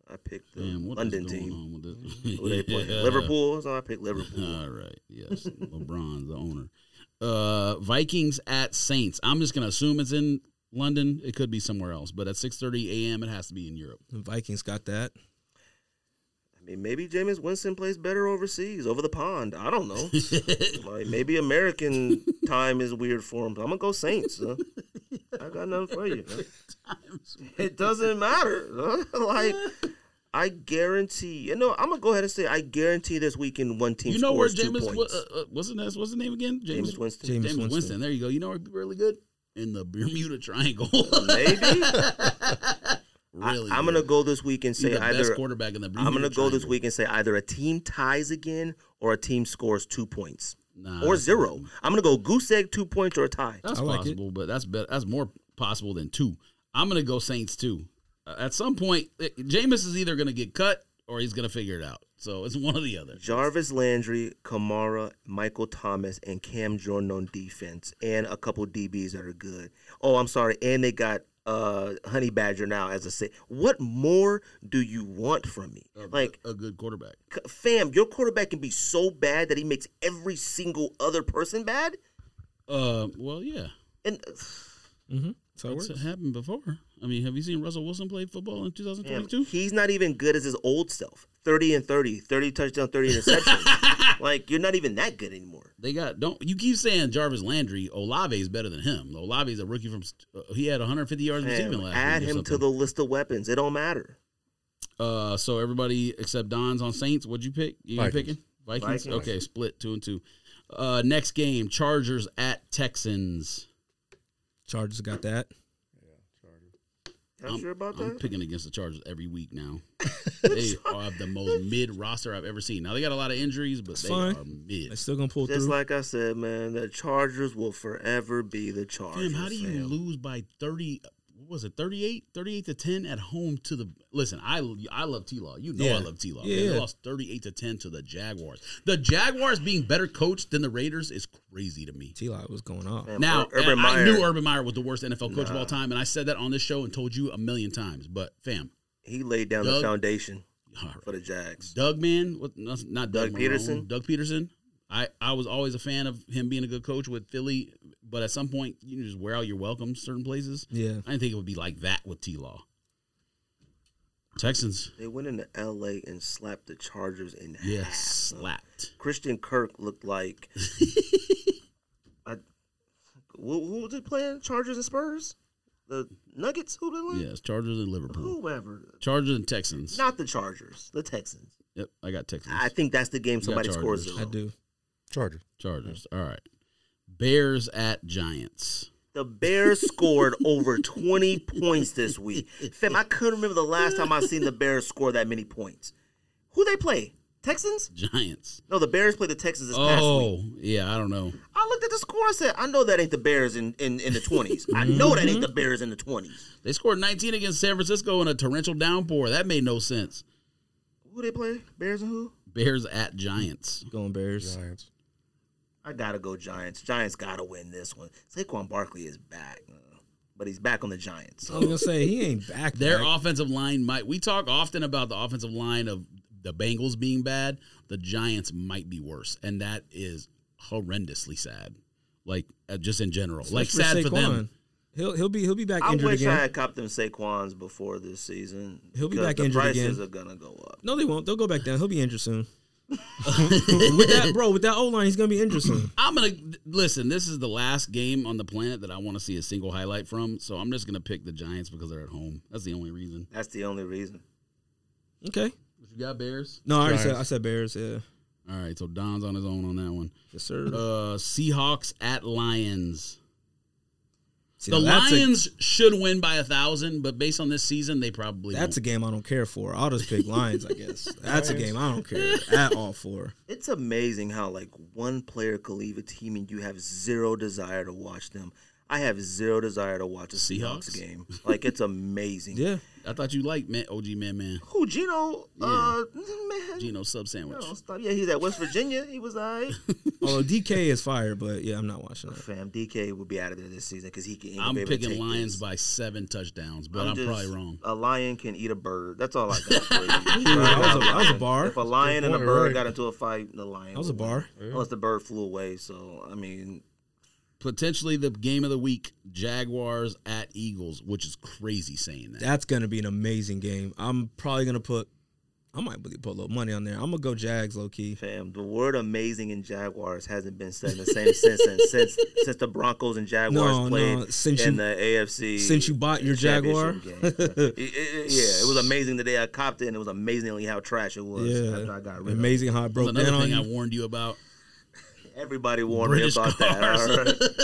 I picked the Damn, what is London going team. on with this? Who they [laughs] playing? Yeah. Liverpool. So I [laughs] picked Liverpool. All right. Yes. LeBron's the owner. Uh, Vikings at Saints. I'm just gonna assume it's in London. It could be somewhere else, but at 6:30 a.m. it has to be in Europe. The Vikings got that. I mean, maybe Jameis Winston plays better overseas, over the pond. I don't [laughs] know. like maybe American time is weird for him. I'm gonna go Saints. Huh? I got nothing for you. huh? It doesn't matter. huh? [laughs] like I guarantee. You know, I'm gonna go ahead and say I guarantee this weekend one team you know where scores two James points. uh, [laughs] uh, wasn't that what's the name again? James Jameis Winston. James, James Winston. Winston. There you go. You know where he'd be really good in the [laughs] Bermuda Triangle. [laughs] Maybe. really. I, am gonna go this week and He's say the best either quarterback in the Bermuda I'm gonna go this Triangle. week and say either a team ties again or a team scores two points Nah, or that's- zero. I'm gonna go goose egg two points or a tie. That's I like it. possible, but that's better. That's more possible than two. I'm gonna go Saints too. Uh, at some point, uh, Jameis is either gonna get cut or he's gonna figure it out. So it's one or the other. Jarvis Landry, Kamara, Michael Thomas, and Cam Jordan on defense, and a couple DBs that are good. Oh, I'm sorry, and they got uh Honey Badger now as a say. What more do you want from me? [laughs] Oh, Like, a good quarterback. c- fam, your quarterback can be so bad that he makes every single other person bad, Uh, well, yeah, and Mm-hmm. So it that's works. happened before. I mean, have you seen Russell Wilson play football in Damn, 2022? he's not even good as his old self. 30 and 30, 30 touchdown, 30 interceptions. like, you're not even that good anymore. They got don't you keep saying Jarvis Landry? Olave is better than him. Olave is a rookie from st- uh, he had 150 yards receiving Man, last add week or him to something. the list of weapons. It don't matter. Uh, so everybody except Don's on Saints. What'd you pick? You Vikings. picking Vikings? Vikings. Okay, split two and two. Uh, next game: Chargers at Texans. Chargers got that. Y'all sure about I'm that? picking against the Chargers every week [laughs] now. they are the most mid roster I've ever seen. Now they got a lot of injuries, but they fine. are mid. They're still gonna pull Just through. like I said, man, the Chargers will forever be the Chargers. Damn, how do you fam. lose by 30? What was it 38? 38 to 10 at home to the. Listen, I I love T Law. You know I Yeah. love T Law. Yeah, They yeah. lost 38 to 10 to the Jaguars. The Jaguars being better coached than the Raiders is crazy to me. T. was going off. Man, Now, Ur- Urban I Meyer, knew Urban Meyer was the worst NFL coach of all time, and I said that on this show and told you a million times. But fam, [laughs] he laid down the Doug- foundation all right. for the Jags. Doug man, what, not not Doug, Doug Marone, Peterson? Doug Peterson. I, I was always a fan of him being a good coach with Philly, but at some point you just wear out your welcome certain places. Yeah. I didn't think it would be like that with T Law. Texans, They went into L.A. and slapped the Chargers in yeah, half. slapped. Christian Kirk looked [laughs] like. I, who, who was it playing? Chargers and Spurs? The Nuggets? Who they playing? Yes, Chargers and Liverpool. Whoever. Chargers and Texans. Not the Chargers, the Texans. Yep, I got Texans. I think that's the game got somebody scores Chargers. zero. I do. Charger. Chargers. All right. Bears at Giants. [laughs] The Bears scored over 20 points this week. Fam, I couldn't remember the last time I seen the Bears score that many points. Who they play? Texans? Giants. No, the Bears played the Texans this past week. Oh, yeah, I don't know. I looked at the score. I said, I know that ain't the Bears in, in, in the 20s. I know that ain't the Bears in the 20s. They scored 19 against San Francisco in a torrential downpour. That made no sense. Who they play? Bears and who? Bears at Giants. Going Bears. Giants. I gotta go Giants. Giants gotta win this one. Saquon Barkley is back, uh, but he's back on the Giants. I was gonna say he ain't back. Their back. offensive line might. We talk often about the offensive line of the Bengals being bad. The Giants might be worse, and that is horrendously sad. Like uh, just in general, like sad Especially for them. He'll he'll be he'll be back I injured wish again. I had copped them Saquons before this season. He'll be because back the injured prices again. are gonna go up. No, they won't. They'll go back down. He'll be [laughs] injured soon. with that bro, with that O line, he's gonna be injured soon. I'm gonna listen. This is the last game on the planet that I want to see a single highlight from. So I'm just gonna pick the Giants because they're at home. That's the only reason. That's the only reason. Okay. You got Bears. No, I already said Giants. I said Bears. Yeah. All right, so Don's on his own on that one. Yes, sir. Uh, Seahawks at Lions. See, the now that's a- Lions should win by a thousand, but based on this season, they probably That's a won't. game I don't care for. I'll just pick Lions, [laughs] I guess. That's a game I don't care at all for. It's amazing how like one player can leave a team and you have zero desire to watch them. I have zero desire to watch a Seahawks, Seahawks? game. Like it's amazing. [laughs] Yeah. I thought you liked man, OG man man Who Gino? Uh, man. Geno sub sandwich. No, stop. Yeah, he's at West Virginia. He was all right. Although DK is fire, but yeah, I'm not watching [laughs] that. Fam, DK will be out of there this season because he can. he ain't gonna I'm be able to picking take Lions this. by seven touchdowns, but I'm, just- probably wrong. A lion can eat a bird. That's all I got. [laughs] For you. That was a, that was a bar. If a lion and a point, bird right. got into a fight, the lion. That was a would win. bar. Unless the bird flew away. So I mean, Potentially the game of the week: Jaguars at Eagles, which is crazy saying that. That's gonna be an amazing game. I'm probably gonna put. I might really put a little money on there. I'm gonna go Jags low key. fam, the word "amazing" in Jaguars hasn't been said in the same sense since [laughs] since, since the Broncos and Jaguars No, played no, since in you- the AFC. Since you bought your Jaguar, championship game. It- it- yeah, it was amazing the day I copped it, and it was amazingly how trash it was after yeah, I got rid of it. amazing how it That's broke down another on thing I you. warned you about. Everybody warned British me about cars. that.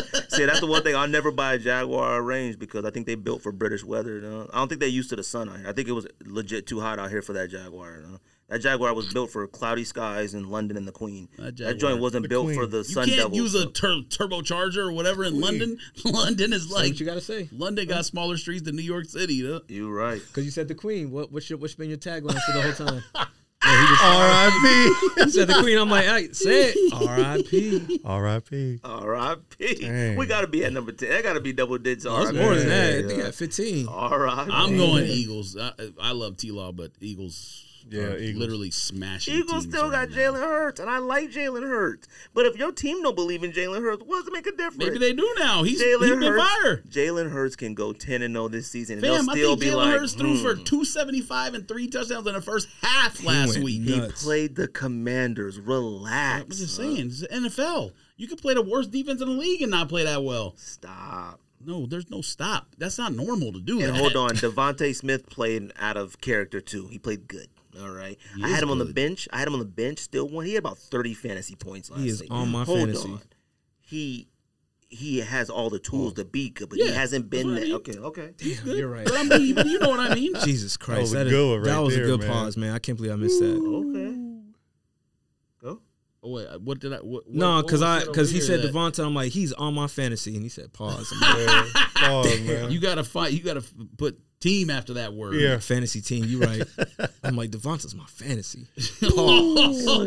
All [laughs] right. See, that's the one thing I'll never buy a Jaguar range because I think they built for British weather. you know? I don't think they used to the sun out here. I think it was legit too hot out here for that Jaguar. you know? That Jaguar was built for cloudy skies in London and the Queen. That That, Jaguar. joint wasn't The built Queen. for the You Sun can't Devils. use a tur- turbocharger or whatever in London. [laughs] London is Like like what you gotta say, London got smaller streets than New York City. Though. you right. because you said the Queen. What what's your what's been your tagline for the whole [laughs] time? R.I.P. You said the Queen. I'm like, hey, say [laughs] it. Oh, R.I.P. R.I.P. R.I.P. Dang. We got to be at number 10. That got to be double digits. That's R.I.P. more than that. I think at 15. Oh, R.I.P. I'm going Eagles. I, I love T Law, but Eagles. Yeah, are Eagles. literally smashing. Eagles teams still right got now. Jalen Hurts, and I like Jalen Hurts. But if your team don't believe in Jalen Hurts, what's make a difference? Maybe they do now. He's, he's Jalen been Hurts. fired. Jalen Hurts can go ten and zero this season, and Fam, they'll I still think be Jalen like, Hurts threw for "Hmm, 275 and three touchdowns in the first half last went week. nuts. he played the Commanders. Relax. I'm just saying, it's the NFL. You can play the worst defense in the league and not play that well. Stop. No, there's no stop. That's not normal to do. And that. hold on, Devonte Smith played out of character too. He played good. All right, I is had him on the good. bench. I had him on the bench. Still won. He had about thirty fantasy points last. is week. on my Hold fantasy. on. He he has all the tools to be good, but Oh. Yeah, he hasn't that's been what I there. mean. Okay, okay. You're right. But I mean, you know what I mean. [laughs] Jesus Christ, That was a that, is- good one that right was a there, good man. pause, man. I can't believe I missed that. Okay. Go. Oh, wait, what did I? What, No, what- because what I was it over because he here said that- Devonta, I'm like he's on my fantasy, and he said pause. I'm like, [laughs] Yeah. Pause, man. You gotta fight. You gotta f- put team after that word. Yeah. fantasy team, you [laughs] right? I'm like Devonta's my fantasy. Ooh. It was oh,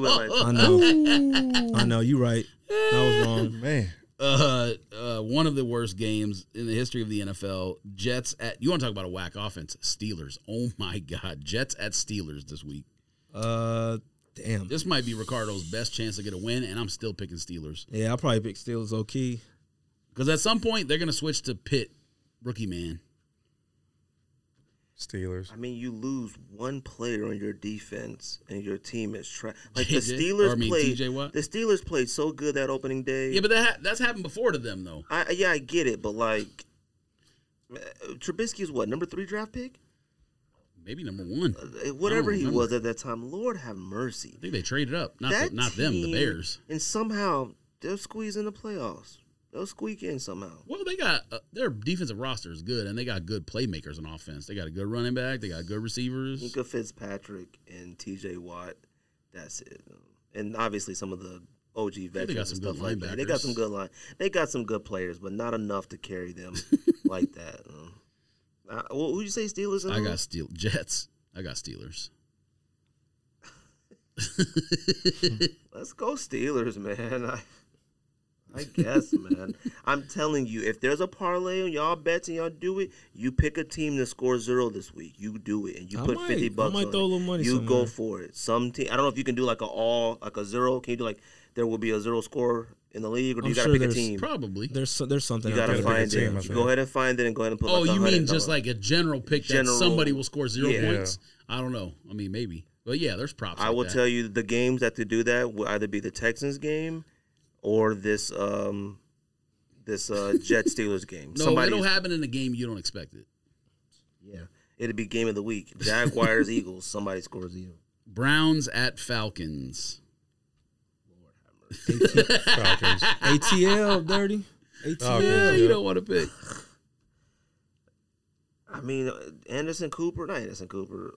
like- I know, I know. You right. That was wrong. man. Uh, uh, one of the worst games in the history of the NFL. Jets at you want to talk about a whack offense? Steelers. Oh my God. Jets at Steelers this week. Uh, damn. This might be Ricardo's best chance to get a win, and I'm still picking Steelers Yeah, I'll probably pick Steelers low key. because at some point they're gonna switch to Pitt, rookie man. Steelers. I mean, you lose one player on your defense, and your team is trash. Like the JJ Steelers or I mean, played. TJ Watt? The Steelers played so good that opening day. Yeah, but that ha- that's happened before to them though. I, yeah, I get it, but like, uh, Trubisky is what number three draft pick, Maybe number one. Uh, whatever he remember. was at that time. Lord have mercy. I think they traded up. Not that the, not them. The team- Bears. and somehow they'll squeeze in the playoffs. They'll squeak in somehow. Well, they got uh, their defensive roster is good, and they got good playmakers on offense. They got a good running back. They got good receivers. Minka Fitzpatrick and T.J. Watt. That's it. um, And obviously some of the OG veterans got and some stuff good like that. They got some linebackers. good line. They got some good players, but not enough to carry [laughs] them like that. Um, Uh, wh- who'd you say Steelers? and I who? got Steel Jets. I got Steelers. Let's go Steelers, man. [laughs] I, I guess, man. I'm telling you, if there's a parlay and y'all bets and y'all do it, you pick a team that scores zero this week. You do it and you I put might- I fifty bucks. might on throw a it. little money You go somewhere. for it. Some team. I don't know if you can do like a all, like a zero. Can you do like there will be a zero score in the league, or do I'm you gotta sure pick a there's team? Probably. There's so- there's something. You out gotta there. pick a find team, I it. think. go ahead and find it and go ahead and put. Oh, like a you mean hundred just on it. like a general pick General- that somebody will score zero Yeah. points? I don't know. I mean, maybe. But yeah, there's props. I like will that. tell you the games that to do that will either be the Texans game or this um this [laughs] uh Jet Steelers game. No, Somebody's- it'll happen in a game you don't expect it. Yeah. It'd be game of the week. Jaguars, Eagles, somebody scores you. Browns at Falcons. Falcons. ATL, dirty. Oh, Yeah, ATL. Eh, you don't want to pick. I mean, uh, Anderson Cooper, not Anderson Cooper.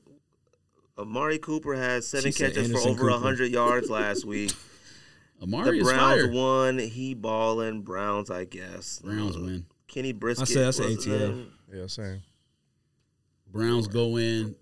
Amari Cooper had seven She said catches for Anderson over Cooper. hundred yards last [laughs] week. Amari the is Browns fire. won. He balling. Browns, I guess. Browns Uh, win. Kenny Brisket. I said- I said was his ATL. name. Yeah, same. Browns go in,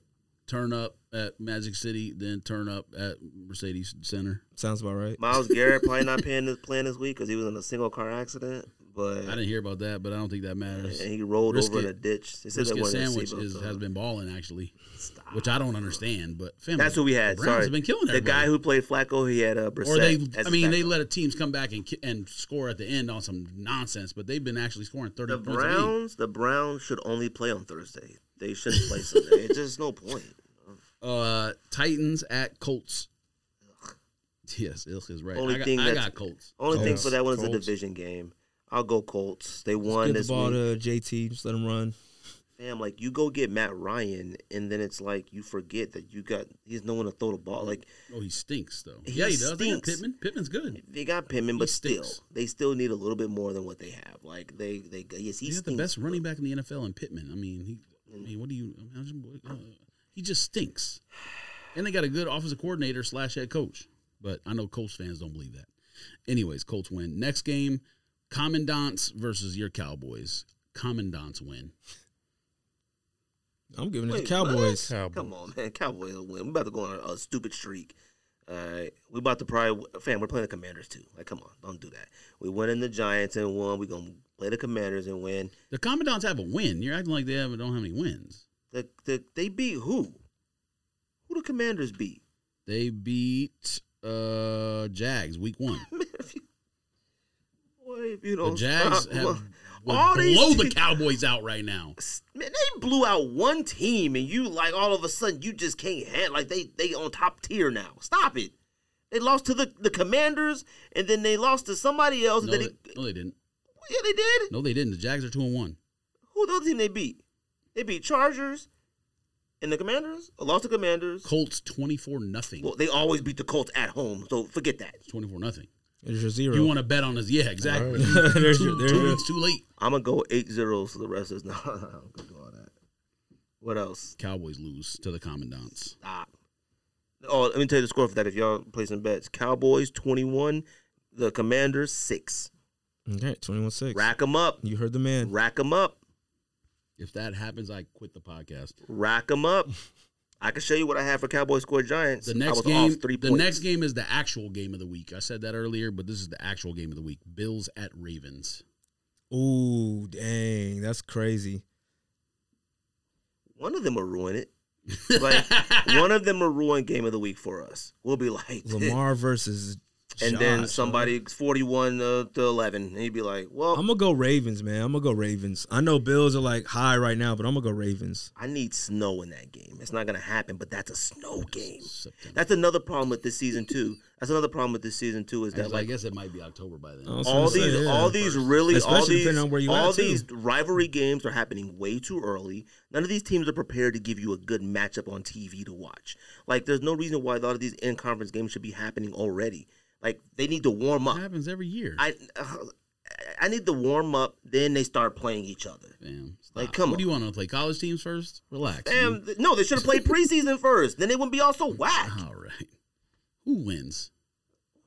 turn up at Magic City, then turn up at Mercedes Center. Sounds about right. Miles Garrett probably not paying this, playing this week because he was in a single car accident. I But didn't hear about that, but I don't think that and matters. he rolled over in Brisket- a ditch. They said that Brisket wasn't a sandwich seatbelt, is, so- has been balling actually, Stop. which I don't understand. But family, That's who we had. The Browns Sorry, have been killing the guy everybody. who played Flacco. He had a Brissett. or they, as I his mean, they backup. let a teams come back and ki- and score at the end on some nonsense, but they've been actually scoring thirty the points a game. Browns. The Browns should only play on Thursday. They shouldn't play Sunday. It's just no point. Uh, Titans at Colts. Yes, Ilk is right. Only I got, thing I that's- got Colts. Only thing Colts. for that one is the Colts. division game. I'll go Colts. They Give won the this ball week. to JT. Just let him run. Damn, like you go get Matt Ryan, and then it's like you forget that you got he's no one to throw the ball. Like Oh, he stinks though. He yeah, he does. They got stinks. Pittman. Pittman's good. they got Pittman, but still, stinks. they still need a little bit more than what they have. Like they, they yes, he He's stinks. the best running back in the NFL, and Pittman. I mean, he. I mean, what do you? I mean, I just- what- uh, he just stinks. And they got a good offensive coordinator slash head coach, but I know Colts fans don't believe that. Anyways, Colts win. Next game, Commandants versus your Cowboys. Commandants win. I'm giving it Wait, to Cowboys. what? Come on, man, Cowboys will win. We about to go on a, a stupid streak. All right, we about to probably fam. We're playing the Commanders too. Like, come on, don't do that. We went in the Giants and won. We gonna play the Commanders and win. The Commandants have a win. You're acting like they have, don't have any wins. The, the they beat who? Who the Commanders beat? [laughs] They beat uh Jags week one. Man, if you, boy, if you The don't [laughs] Jags stop, have well, blow the teams- Cowboys out right now. [laughs] Man, they blew out one team, and you like all of a sudden you just can't handle. Like they they on top tier now. Stop it. They lost to the, the Commanders, and then they lost to somebody else. No, and they, then they, no, they didn't. yeah, they did. No, they didn't. The Jags are two and one. Who the other team they beat? They beat Chargers, and the Commanders. Or lost to Commanders. Colts twenty four nothing. Well, they always beat the Colts at home, so forget that. Twenty four nothing. There's your zero. You want to bet on us? Yeah, exactly. [laughs] there's your, Two, there's two your- weeks too late. I'm gonna go eight zeros for the rest of this. [laughs] No, I'm gonna do all that. What else? Cowboys lose to the Commandants. stop. Oh, let me tell you the score for that. If y'all play some bets, Cowboys twenty one, the Commanders six. Okay, 21 6. Rack them up, You heard the man. rack them up, If that happens, I quit the podcast. rack them up. I can show you what I have for Cowboys score Giants. The I next was game, off three the points. next game is the actual game of the week. I said that earlier, but this is the actual game of the week. Bills at Ravens. Ooh, dang. [laughs] That's crazy. one of them will ruin it. Like [laughs] one of them will ruin game of the week for us. We'll be like Lamar versus. [laughs] and then Josh. somebody forty one uh, to eleven, and he'd be like, "Well, I'm gonna go Ravens, man. I'm gonna go Ravens. I know Bills are like high right now, but I'm gonna go Ravens. I need snow in that game. It's not gonna happen, but that's a snow game. September. That's another problem with this season too. That's another problem with this season too is that Actually, I like Oh, guess it might be October by then. I was all finna say, these, yeah. all these really, all Especially these, depending on where you all at, too. these rivalry games are happening way too early. None of these teams are prepared to give you a good matchup on TV to watch. Like, there's no reason why a lot of these in-conference games should be happening already. Like, they need to warm It up. happens every year. I, uh, I need to warm up. Then they start playing each other. Damn. Stop. Like, come What on. do you want to play? College teams first? Relax. Damn, th- no, they should have played preseason first. Then they wouldn't be all so whack. All right. Who wins?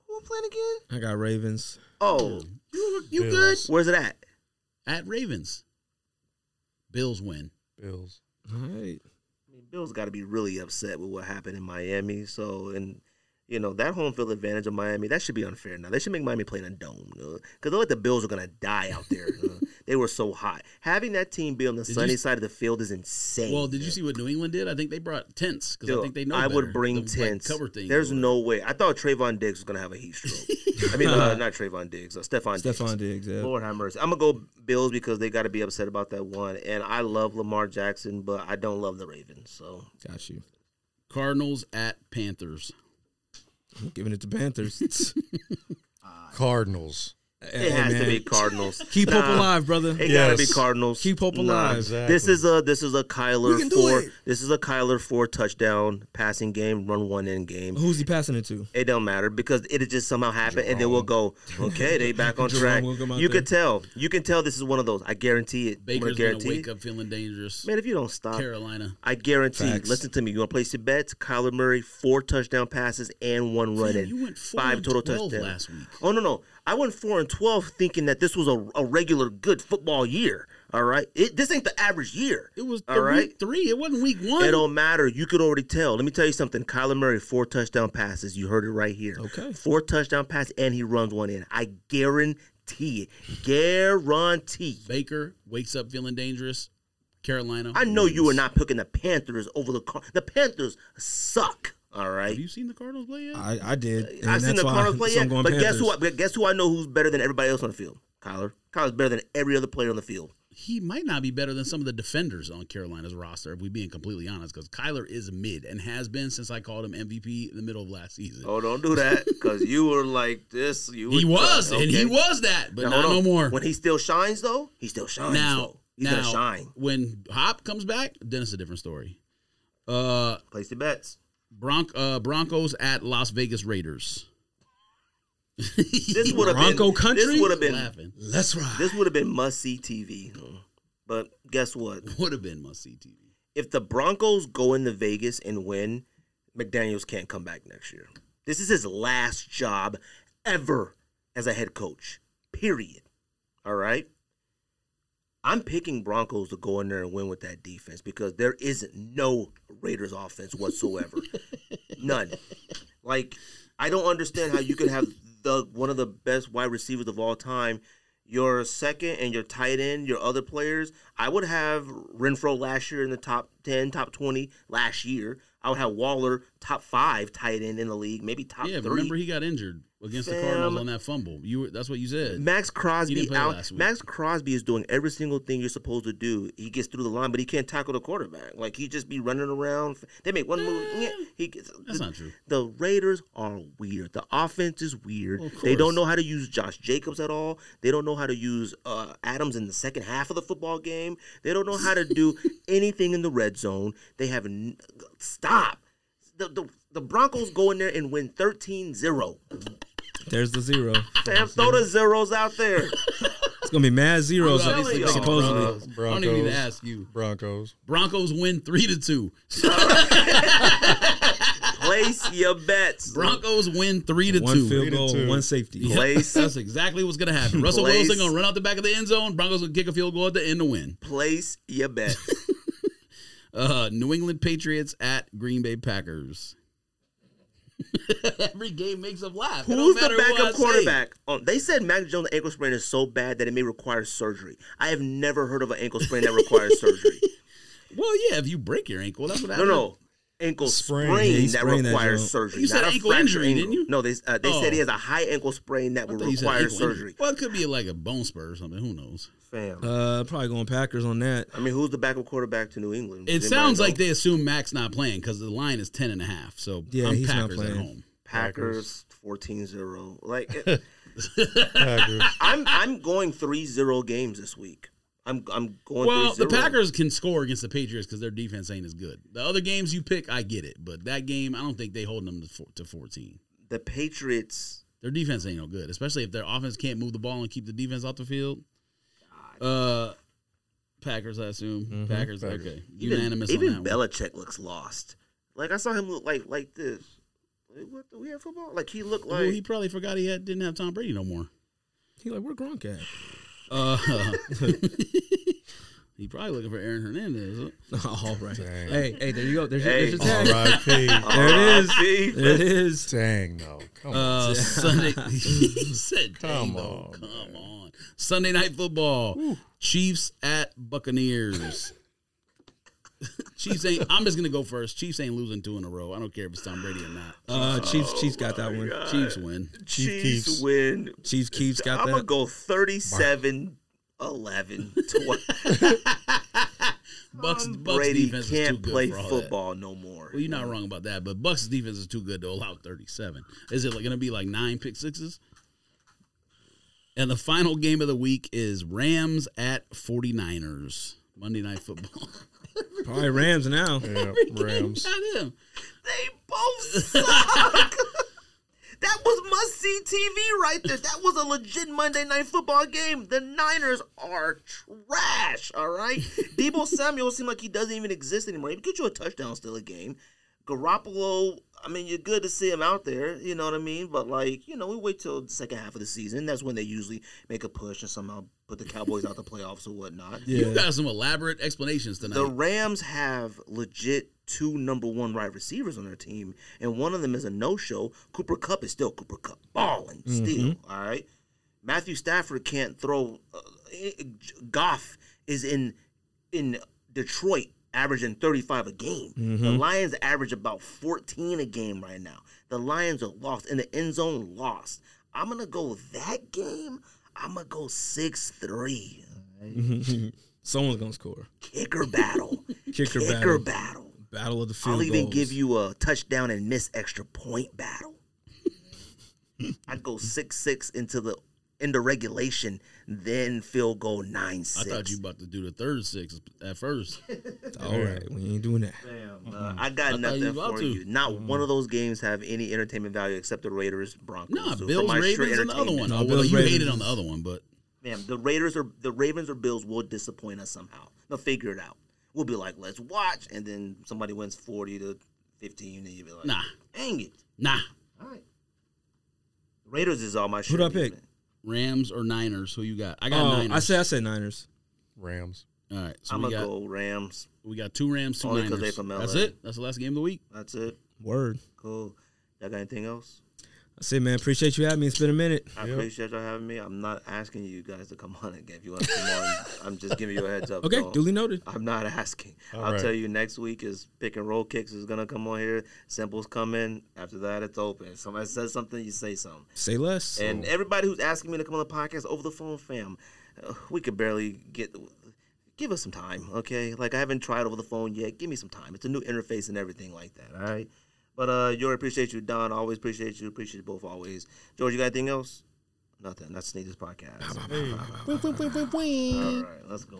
Who playing again? I got Ravens. Oh, You, you good? Bills. where's it at? At Ravens. Bills win. Bills. All right. I mean, Bill's got to be really upset with what happened in Miami. So, and you know that home field advantage of Miami that should be unfair. Now they should make Miami play in a dome because they look like the Bills are gonna die out [laughs] there. uh. they were so hot. Having that team be on the Did sunny you- side of the field is insane. Well, did you see what New England did? I think they brought tents because I Dude, think they know. I better. would bring The, like, tents. cover things. There's or no way. I thought Trayvon Diggs was gonna have a heat stroke. I mean, [laughs] uh, not Trayvon Diggs, uh, Stephon. Diggs. Stephon Diggs. Yeah. Lord have mercy. I'm gonna go Bills because they got to be upset about that one. And I love Lamar Jackson, but I don't love the Ravens. So Got you. Cardinals at Panthers. [laughs] [laughs] I'm giving it to Panthers. Cardinals. It has to man. be Cardinals. [laughs] Keep hope Nah, alive, brother. It Yes. gotta be Cardinals. Keep hope alive. Exactly. This is a this is a Kyler We can do four. it. This is a Kyler four touchdown passing game, run one in game. Who's he passing it to? It don't matter because it just somehow happen, and then we'll go. Okay, they back on [laughs] Jerome track. will come out You could there. tell. You can tell this is one of those. I guarantee it. I'm gonna Baker's gonna guarantee. wake it. up feeling dangerous. Man, uh, if you don't stop, Carolina. I guarantee. Facts. Listen to me. You want to place your bets? Kyler Murray, four touchdown passes and one run in. you went four and 12 last week. Oh no, no. I went four and twelve, thinking that this was a, a regular good football year. All right, it, this ain't the average year. It was all the right. week three. It wasn't week one. It don't matter. You could already tell. Let me tell you something. Kyler Murray, four touchdown passes. You heard it right here. Okay. Four touchdown passes, and he runs one in. I guarantee it. Guarantee. Baker wakes up feeling dangerous. Carolina. I know you are wins. not picking the Panthers over the Car- The Panthers suck. All Have right. you seen the Cardinals play yet? I, I did. and I've seen that's the why- [laughs] [laughs] Cardinals play so yet, I'm going but guess who? Panthers. I, but guess who I know who's better than everybody else on the field? Kyler. Kyler's better than every other player on the field. he might not be better than some of the defenders on Carolina's roster, if we're being completely honest, because Kyler is mid and has been since I called him MVP in the middle of last season. Oh, don't do that, because you were like this. You he were- was, and he Okay. was that, but Now, not hold no on. more. When he still shines, though, he still shines. now, though. Oh, he's now gonna shine. when Hop comes back, then it's a different story. Uh, Place the [laughs] bets. Bronc- uh Broncos at Las Vegas Raiders. This would have Bronco been country? This would have been laughing. Let's ride. this would have been must see TV. But guess what? [laughs] Would have been must see TV. If the Broncos go into Vegas and win, McDaniel's can't come back next year. This is his last job ever as a head coach. Period. All right. I'm picking Broncos to go in there and win with that defense because there is no Raiders offense [laughs] whatsoever. None. Like I don't understand how you could have the one of the best wide receivers of all time, your second and your tight end, your other players. I would have Renfro last year in the top ten, top twenty last year. I would have Waller top five tight end in the league, maybe top Yeah, three. remember he got injured against the Fam. Cardinals on that fumble. You were, that's what you said. Max He Crosby didn't play out. last week. Max Crosby is doing every single thing you're supposed to do. He gets through the line, but he can't tackle the quarterback. Like he just be running around. They make one move. yeah, He gets. Mm. That's not true. The Raiders are weird. The offense is weird. Well, of they don't course. know how to use Josh Jacobs at all. They don't know how to use uh, Adams in the second half of the football game. They don't know how to [laughs] do anything in the red zone. They have n- stop. The, the the Broncos go in there and win 13-0. There's [laughs] the zero. Fam, throw the zeros out there. It's gonna be mad zeros I'm telling y'all, supposedly. bro. I don't even need to Broncos. ask you. Broncos. Broncos win three [laughs] to two. Place your bets. Broncos win three to One two. field Three to goal, two. one safety. Yep, Place- That's exactly what's [laughs] gonna happen. Russell Place- Wilson gonna run out the back of the end zone. Broncos gonna kick a field goal at the end to win. Place your [laughs] bets. Uh, New England Patriots at Green Bay Packers. [laughs] Every game makes them laugh. It don't Who's the matter who I backup say. quarterback? Um, they said Mac Jones' ankle sprain is so bad that it may require surgery. I have never heard of an ankle sprain that [laughs] requires surgery. Well, yeah, if you break your ankle, that's what No, happens. no. Ankle Sprain. sprain, Yeah, he that sprained that requires joint. surgery. You said not a ankle fractured injury, ankle. didn't you? No, they, uh, they said Oh. he has a high ankle sprain that will Thought you said require ankle injury. surgery. Well, it could be like a bone spur or something. Who knows? Fam. Uh, probably going Packers on that. I mean, who's the backup quarterback to New England? It Does anybody sounds know? like they assume Mac's not playing because the line is ten and a half. So Yeah, I'm he's not Packers playing. at home. Packers 14-0. Like it- Packers. I'm I'm going 3-0 games this week. I'm I'm going Well, 3-0. the Packers can score against the Patriots because their defense ain't as good. The other games you pick, I get it, but that game, I don't think they holding them to, four, to fourteen. the Patriots Their defense ain't no good, especially if their offense can't move the ball and keep the defense off the field. ah, Uh, Packers, I assume. Mm-hmm. Packers, okay, even, unanimous even on that. one. Belichick looks lost. Like I saw him look like like this. Like, what do we have football? Like he looked like [laughs] Well, he probably forgot he had, didn't have Tom Brady no more. He like where Gronk at? [laughs] Uh, [laughs] [laughs] he probably looking for Aaron Hernandez. [laughs] huh? All right. Dang. Hey, hey, there you go. There's your, Hey. there's your tag. R.I.P. There it is. See? There it is. Dang, no. Come on. [laughs] Uh, Sunday. [laughs] he said, "Dang, Come though, on, come on." Sunday night football. Chiefs at Buccaneers. [laughs] Chiefs ain't. I'm just gonna go first. Chiefs ain't losing two in a row. I don't care if it's Tom Brady or not. Uh, Chiefs, Chiefs got that one. Chiefs win. Chief Chiefs Keefs. win. Chiefs, Chiefs got I'm gonna that. go 37 [laughs] 11 Bucks. Bucks Brady defense is too can't good play for all That. football no more. Well, you're not wrong about that, but Bucks defense is too good to allow 37. Is it like, gonna be like nine pick sixes? And the final game of the week is Rams at 49ers. Monday [laughs] Night Football. [laughs] Probably Rams now. Yeah, Rams. Goddamn. They both suck. [laughs] that was must see TV right there. That was a legit Monday Night Football game. The Niners are trash. All right, Debo Samuel seemed like he doesn't even exist anymore. He could get you a touchdown, still a game. Garoppolo. I mean, you're good to see him out there, you know what I mean? But, like, you know, we wait till the second half of the season. That's when they usually make a push and somehow put the Cowboys out the playoffs or whatnot. You got some elaborate explanations tonight. The Rams have legit two number one wide receivers on their team, and one of them is a no show. Cooper Cup is still Cooper Cup balling still. All right, Matthew Stafford can't throw. Uh, eh, Goff is in in Detroit averaging 35 a game. The Lions average about 14 a game right now. The Lions are lost in the end zone. Lost. I'm gonna go that game. I'm gonna go six three. Someone's gonna score. Kicker battle. Kicker, Kicker battle. battle. Battle of the field I'll even goals. give you a touchdown and miss extra point battle. [laughs] I'd go six six into the into regulation, then field goal nine I six. thought you about to do the third six [laughs] at first. All right, we ain't doing that. Damn, uh, I got Mm-hmm. thought nothing you was about for to. Mm-hmm. you. Not one of those games have any entertainment value except the Raiders Broncos. No, So for Bills, my straight Ravens, and the other one. entertainment- Oh, well, Bills, you hated Ravens. on the other one, but Man, the Raiders or the Ravens or Bills will disappoint us somehow. They'll figure it out. We'll be like, let's watch, and then somebody wins forty to fifteen, and you'll be like, nah, dang it. nah. All right. Raiders is all my shit. do I pick? Rams or Niners? Who you got? I got Oh, Niners. I said I said Niners. Rams. All right, so I'm we going to got go Rams. we got two Rams, two Only 'cause Niners. they from LA. That's it. That's the last game of the week. That's it. Word. Cool. Y'all got anything else? I said, man, appreciate you having me. It's been a minute. I appreciate y'all having me. I'm not asking you guys to come on again if you want to come on. I'm just giving you a heads up. Okay, though. duly noted. I'm not asking. All I'll right. tell you next week is pick and roll kicks is gonna come on here. Simple's coming. After that, it's open. If somebody says something, you say something. Say less. And everybody who's asking me to come on the podcast over the phone, fam, uh, we could barely get. Give us some time, okay? Like I haven't tried over the phone yet. Give me some time. It's a new interface and everything like that. All right. But uh, Yori, appreciate you, Don. Always appreciate you. Appreciate you both always. George, you got anything else? Nothing. That's Sneakers Podcast. Wing, wing, wing, wing, wing. All right, let's go.